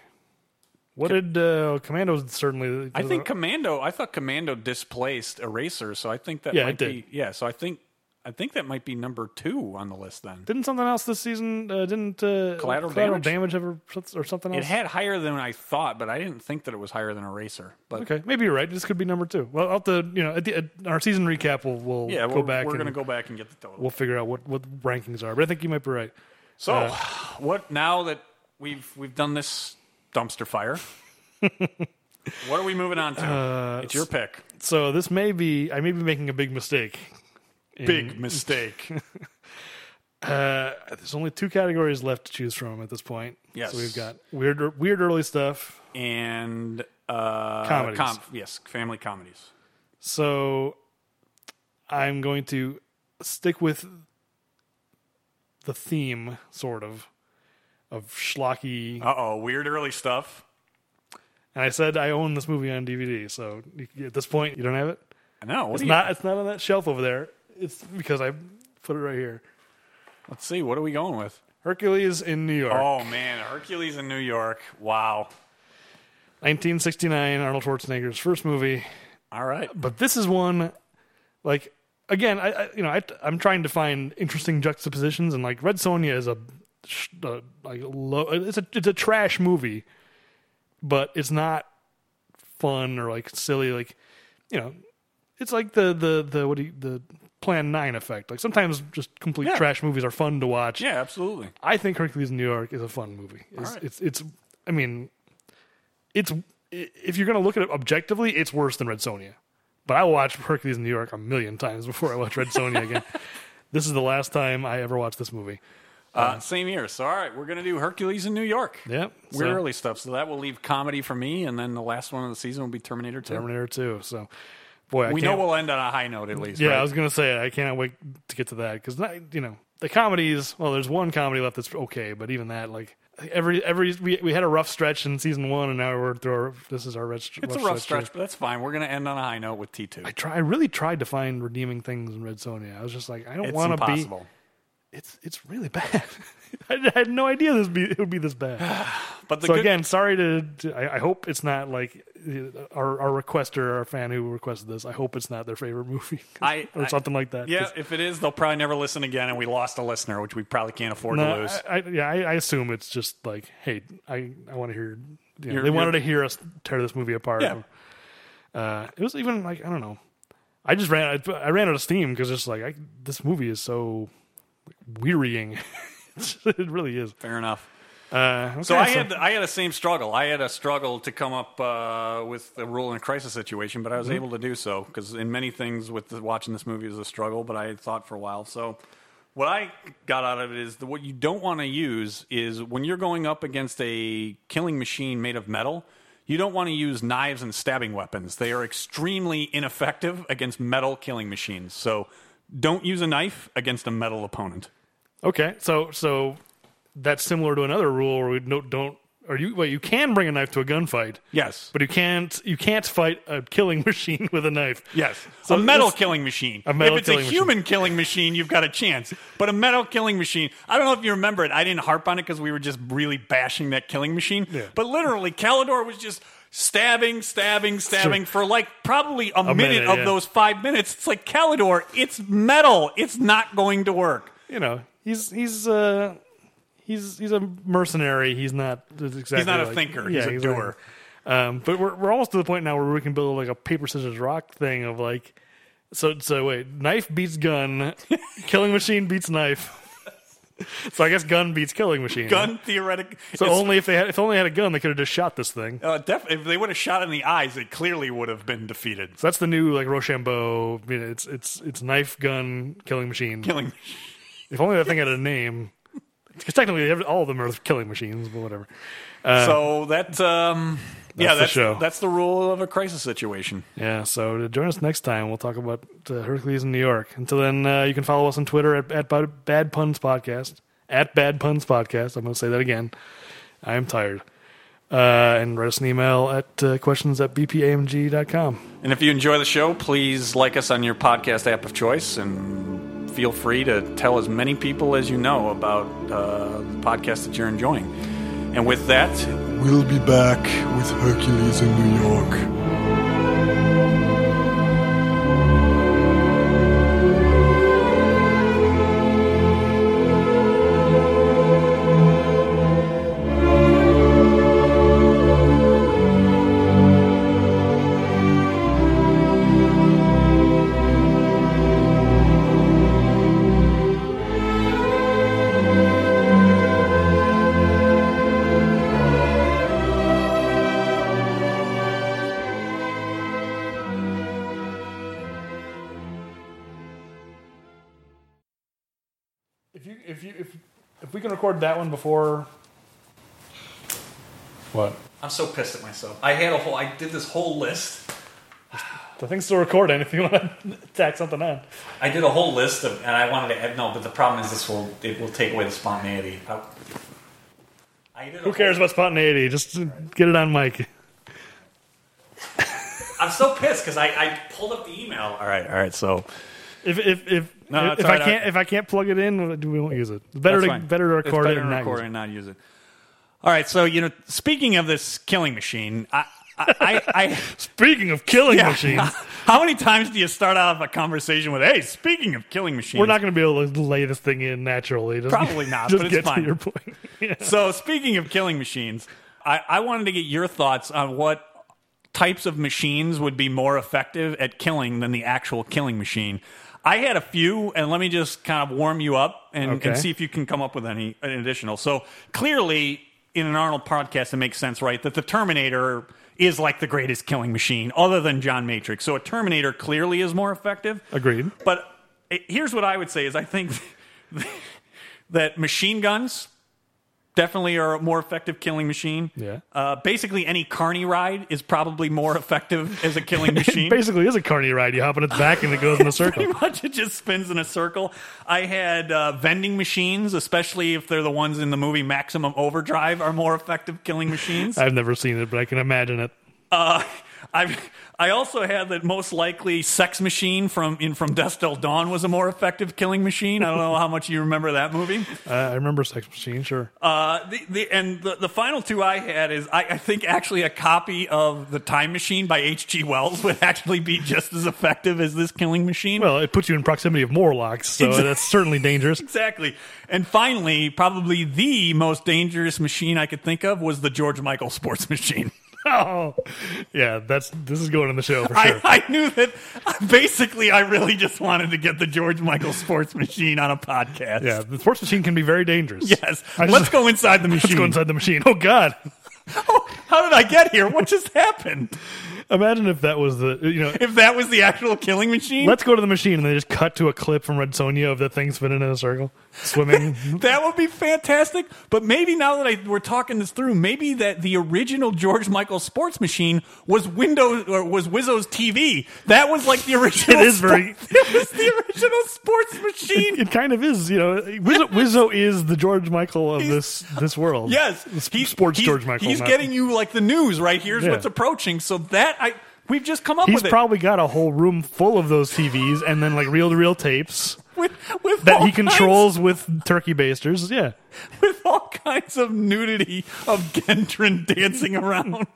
Speaker 2: What did uh, Commandos certainly?
Speaker 1: I think Commando. I thought Commando displaced Eraser. So I think that
Speaker 2: Yeah, it
Speaker 1: might be
Speaker 2: did.
Speaker 1: yeah. So I think I think that might be number two on the list then.
Speaker 2: Didn't something else this season? Uh, didn't uh,
Speaker 1: Collateral
Speaker 2: damage, ever or something else?
Speaker 1: It had higher than I thought, but I didn't think that it was higher than Eraser. But
Speaker 2: okay, maybe you're right. This could be number two. Well, I'll have to you know at, the, at our season recap, we'll, we'll
Speaker 1: yeah,
Speaker 2: go
Speaker 1: we're,
Speaker 2: back.
Speaker 1: we're
Speaker 2: and
Speaker 1: gonna go back and get the total.
Speaker 2: We'll figure out what what the rankings are. But I think you might be right.
Speaker 1: So,
Speaker 2: uh,
Speaker 1: what now that we've we've done this dumpster fire? what are
Speaker 2: Uh,
Speaker 1: we moving on to? it's your pick.
Speaker 2: So this may be I may be making a big mistake
Speaker 1: Big mistake.
Speaker 2: Uh, There's only two categories left to choose from at this point.
Speaker 1: Yes.
Speaker 2: So we've got weird, weird early stuff.
Speaker 1: and uh,
Speaker 2: Comedies.
Speaker 1: yes, family comedies.
Speaker 2: So I'm going to stick with the theme, sort of, of schlocky.
Speaker 1: Uh oh, weird early stuff.
Speaker 2: And I said I own this movie on DVD, so you- at this point you don't have it.
Speaker 1: No, what
Speaker 2: It's
Speaker 1: do you-
Speaker 2: not. It's not on that shelf over there. It's because I put it right here.
Speaker 1: Let's see. What are we going with?
Speaker 2: Hercules in New York,
Speaker 1: Oh man, Hercules in New York. Wow.
Speaker 2: 1969, Arnold Schwarzenegger's first movie.
Speaker 1: All right.
Speaker 2: But this is one, like again, I, I you know I, I'm trying to find interesting juxtapositions, and like Red Sonja is a, sh- uh like low. It's a it's a trash movie, but it's not fun or like silly. Like you know, it's like the the the what do you, the Plan Nine effect. Like sometimes just complete
Speaker 1: Yeah.
Speaker 2: trash movies are fun to watch.
Speaker 1: Yeah, absolutely.
Speaker 2: I think Hercules in New York is a fun movie. It's
Speaker 1: right.
Speaker 2: it's, it's I mean, it's i- if you're going to look at it objectively, it's worse than Red Sonja. But I watched Hercules in New York a million times before I watched Red Sonja again. This is the last time I ever watched this movie.
Speaker 1: Uh, same here. So all right, we're gonna do Hercules in New York.
Speaker 2: Yep.
Speaker 1: Weird
Speaker 2: so-
Speaker 1: early stuff. So that will leave comedy for me, and then the last one of the season will be Terminator Two.
Speaker 2: Terminator 2. So, boy, I
Speaker 1: we know
Speaker 2: can't,
Speaker 1: we'll end on a high note at least.
Speaker 2: Yeah,
Speaker 1: right?
Speaker 2: I was going to say I cannot wait to get to that because you know the comedies. Well, there's one comedy left that's okay, but even that, like every every we, we had a rough stretch in season one, and now we're through. Our, this is our rich,
Speaker 1: it's a rough stretch, but that's fine. We're gonna end on a high note with T two.
Speaker 2: I try. I really tried to find redeeming things in Red Sonja. I was just like, I don't
Speaker 1: It's
Speaker 2: want to be.
Speaker 1: impossible.
Speaker 2: It's it's really bad. I had no idea this be, it would be this bad.
Speaker 1: But the
Speaker 2: So
Speaker 1: good,
Speaker 2: again, sorry to. to- I, I hope it's not like uh, our our requester, our fan who requested this. I hope it's not their favorite movie
Speaker 1: I-
Speaker 2: or
Speaker 1: I-
Speaker 2: something like that. 'cause-
Speaker 1: yeah, if it is, they'll probably never listen again, and we lost a listener, which we probably can't afford to
Speaker 2: No,
Speaker 1: lose.
Speaker 2: I, I, yeah, I, I assume it's just like, hey, I, I want to hear. You know,
Speaker 1: You're-
Speaker 2: they wanted to hear us tear this movie apart.
Speaker 1: Yeah.
Speaker 2: Uh, it was even like I don't know. I just ran. I, I ran out of steam because it's like I, this movie is so wearying. it really is.
Speaker 1: Fair enough.
Speaker 2: Uh, okay,
Speaker 1: So I had I had the same struggle. I had a struggle to come up uh, with a rule in a crisis situation, but I was able to do so because in many things with the, watching this movie was a struggle. But I had thought for a while. So what I got out of it is that what you don't want to use is when you're going up against a killing machine made of metal. You don't want to use knives and stabbing weapons. They are extremely ineffective against metal killing machines. So don't use a knife against a metal opponent.
Speaker 2: okay. So so that's similar to another rule where we don't don't. Or you well, you can bring a knife to a gunfight.
Speaker 1: Yes.
Speaker 2: But you can't you can't fight a killing machine with a knife.
Speaker 1: Yes.
Speaker 2: So
Speaker 1: a metal
Speaker 2: this-
Speaker 1: killing machine.
Speaker 2: A metal
Speaker 1: if it's
Speaker 2: killing
Speaker 1: a
Speaker 2: machine.
Speaker 1: human killing machine, you've got a chance. But a metal killing machine, I don't know if you remember it. I didn't harp on it because we were just really bashing that killing machine.
Speaker 2: Yeah.
Speaker 1: But literally, Calidor was just stabbing, stabbing, stabbing for like probably a, minute,
Speaker 2: minute,
Speaker 1: of
Speaker 2: yeah.
Speaker 1: those five minutes. It's like, Calidor, it's metal. It's not going to work.
Speaker 2: you know, he's he's uh he's he's a mercenary. He's not exactly.
Speaker 1: He's not a
Speaker 2: like-
Speaker 1: thinker. He's a doer.
Speaker 2: um, but we're we're almost to the point now where we can build like a paper scissors rock thing of like, so so wait, knife beats gun, killing machine beats knife. So I guess gun beats killing machine.
Speaker 1: Gun theoretic.
Speaker 2: So
Speaker 1: it's-
Speaker 2: only if they had if only had a gun, they could have just shot this thing.
Speaker 1: uh, def- if they would have shot in the eyes, it clearly would have been defeated.
Speaker 2: So that's the new like Rochambeau. I mean, it's it's it's knife gun killing machine.
Speaker 1: Killing machine.
Speaker 2: If only that thing had a name. Because technically, every- all of them are killing machines, but whatever.
Speaker 1: so that, um, yeah,
Speaker 2: Uh, the
Speaker 1: that's,
Speaker 2: show.
Speaker 1: that's the rule of a crisis situation.
Speaker 2: Yeah, so to join us next time. We'll talk about uh, Hercules in New York. Until then, uh, you can follow us on Twitter at, at Bad, Bad Puns Podcast. At Bad Puns Podcast. I'm going to say that again. I am tired. Uh, and write us an email at uh, questions at bpamg.com.
Speaker 1: And if you enjoy the show, please like us on your podcast app of choice and feel free to tell as many people as you know about uh, the podcast that you're enjoying. And with that,
Speaker 6: We'll be back with Hercules in New York.
Speaker 2: we can record that one before. What?
Speaker 1: I'm so pissed at myself. I had a whole. I did this whole list.
Speaker 2: The thing's still recording. If you want to tack something on,
Speaker 1: I did a whole list of, and I wanted to add. No, but the problem is this will it will take away the spontaneity. I, I did a
Speaker 2: who cares
Speaker 1: whole-
Speaker 2: about spontaneity? Just uh, get it on mic.
Speaker 1: I'm so pissed because I, I pulled up the email. All right, all right. So
Speaker 2: If if if
Speaker 1: No,
Speaker 2: if,
Speaker 1: that's all
Speaker 2: I
Speaker 1: right.
Speaker 2: can't if I can't plug it in, we won't use it. It's better
Speaker 1: That's
Speaker 2: to
Speaker 1: fine.
Speaker 2: better to
Speaker 1: It's
Speaker 2: record
Speaker 1: better
Speaker 2: it
Speaker 1: to
Speaker 2: and not
Speaker 1: record
Speaker 2: use it.
Speaker 1: and not use it. All right, so you know, speaking of this killing machine, I, I, I, I
Speaker 2: Speaking of killing
Speaker 1: yeah.
Speaker 2: machines,
Speaker 1: How many times do you start out of a conversation with, "Hey, speaking of killing machines"?
Speaker 2: we're not going to be able to lay this thing in naturally. Just-
Speaker 1: Probably not,
Speaker 2: Just
Speaker 1: but it's
Speaker 2: get to
Speaker 1: fine.
Speaker 2: your point. Yeah.
Speaker 1: so speaking of killing machines, I, I wanted to get your thoughts on what types of machines would be more effective at killing than the actual killing machine. I had a few, and let me just kind of warm you up and,
Speaker 2: Okay.
Speaker 1: and see if you can come up with any an additional. So clearly, in an Arnold podcast, it makes sense, right? That the Terminator is like the greatest killing machine, other than John Matrix. So a Terminator clearly is more effective.
Speaker 2: Agreed.
Speaker 1: But eh, here's what I would say: is I think that machine guns definitely are a more effective killing machine.
Speaker 2: Yeah.
Speaker 1: Uh, basically, any carny ride is probably more effective as a killing machine.
Speaker 2: Basically, is a carny ride. You hop on its back and it goes in a circle.
Speaker 1: Pretty much, it just spins in a circle. I had uh, vending machines, especially if they're the ones in the movie Maximum Overdrive, are more effective killing machines.
Speaker 2: I've never seen it, but I can imagine it.
Speaker 1: Uh, I I also had that most likely sex machine from in From Dust Till Dawn was a more effective killing machine. I don't know how much you remember that movie.
Speaker 2: Uh, I remember Sex Machine, sure.
Speaker 1: Uh, the, the, and the, the final two I had is I, I think actually a copy of The Time Machine by H.G. Wells would actually be just as effective as this killing machine.
Speaker 2: well, it puts you in proximity of Morlocks, so
Speaker 1: Exactly.
Speaker 2: that's certainly dangerous.
Speaker 1: exactly. And finally, probably the most dangerous machine I could think of was the George Michael sports machine.
Speaker 2: Oh, yeah, that's this is going on the show for sure.
Speaker 1: I, I knew that basically I really just wanted to get the George Michael sports machine on a podcast.
Speaker 2: yeah, the sports machine can be very dangerous.
Speaker 1: Yes.
Speaker 2: I just-
Speaker 1: Let's go inside the
Speaker 2: Let's
Speaker 1: machine.
Speaker 2: go inside the machine. Oh God!
Speaker 1: Oh, how did I get here? What just happened?
Speaker 2: Imagine if that was the you know.
Speaker 1: If that was the actual killing machine,
Speaker 2: Let's go to the machine, and they just cut to a clip from Red Sonja of that thing spinning in a circle, swimming.
Speaker 1: That would be fantastic. But maybe now that I, we're talking this through, maybe that the original George Michael sports machine was Windows or was Wizzo's TV. That was like the original.
Speaker 2: It is very-
Speaker 1: It was the original sports machine.
Speaker 2: it kind of is, you know. Wizzo, Wizzo is the George Michael of this this world.
Speaker 1: yes,
Speaker 2: Sp-
Speaker 1: He-
Speaker 2: sports
Speaker 1: he's-
Speaker 2: George Michael.
Speaker 1: He's
Speaker 2: not-
Speaker 1: getting you like the news right. Here's
Speaker 2: Yeah.
Speaker 1: what's approaching. So that I we've just come up
Speaker 2: He's
Speaker 1: with it
Speaker 2: probably got a whole room full of those TVs, and then like reel to reel tapes
Speaker 1: with, with
Speaker 2: that
Speaker 1: all
Speaker 2: he
Speaker 1: kinds-
Speaker 2: controls with turkey basters. Yeah.
Speaker 1: with all kinds of nudity of Gendron dancing around.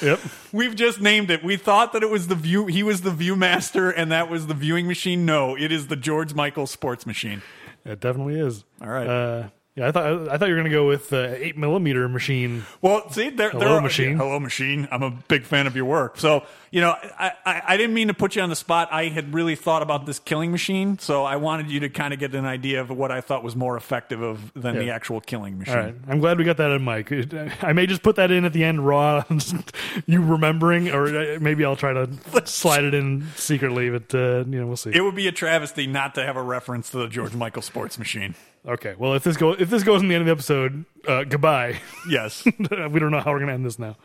Speaker 2: Yep.
Speaker 1: We've just named it. We thought that it was the view. He was the ViewMaster, and that was the viewing machine. No, it is the George Michael sports machine.
Speaker 2: It definitely is.
Speaker 1: All right.
Speaker 2: Uh, yeah, I thought I thought you were gonna go with uh, eight millimeter machine.
Speaker 1: Well, see, there, there
Speaker 2: Hello,
Speaker 1: are-
Speaker 2: machine.
Speaker 1: hello, machine. I'm a big fan of your work. So, you know, I, I, I didn't mean to put you on the spot. I had really thought about this killing machine, so I wanted you to kind of get an idea of what I thought was more effective of than the
Speaker 2: Yeah.
Speaker 1: actual killing machine.
Speaker 2: All right, I'm glad we got that in, Mike. It- I may just put that in at the end, raw. you remembering, or uh, maybe I'll try to slide it in secretly. But uh, you know, we'll see.
Speaker 1: It would be a travesty not to have a reference to the George Michael sports machine.
Speaker 2: Okay. Well, if this go if this goes in the end of the episode, uh, goodbye.
Speaker 1: Yes.
Speaker 2: we don't know how we're gonna end this now.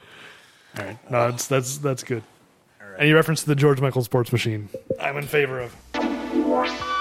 Speaker 2: All right. No, that's that's that's good. Any reference to the George Michael sports machine? I'm in favor of.
Speaker 3: Why?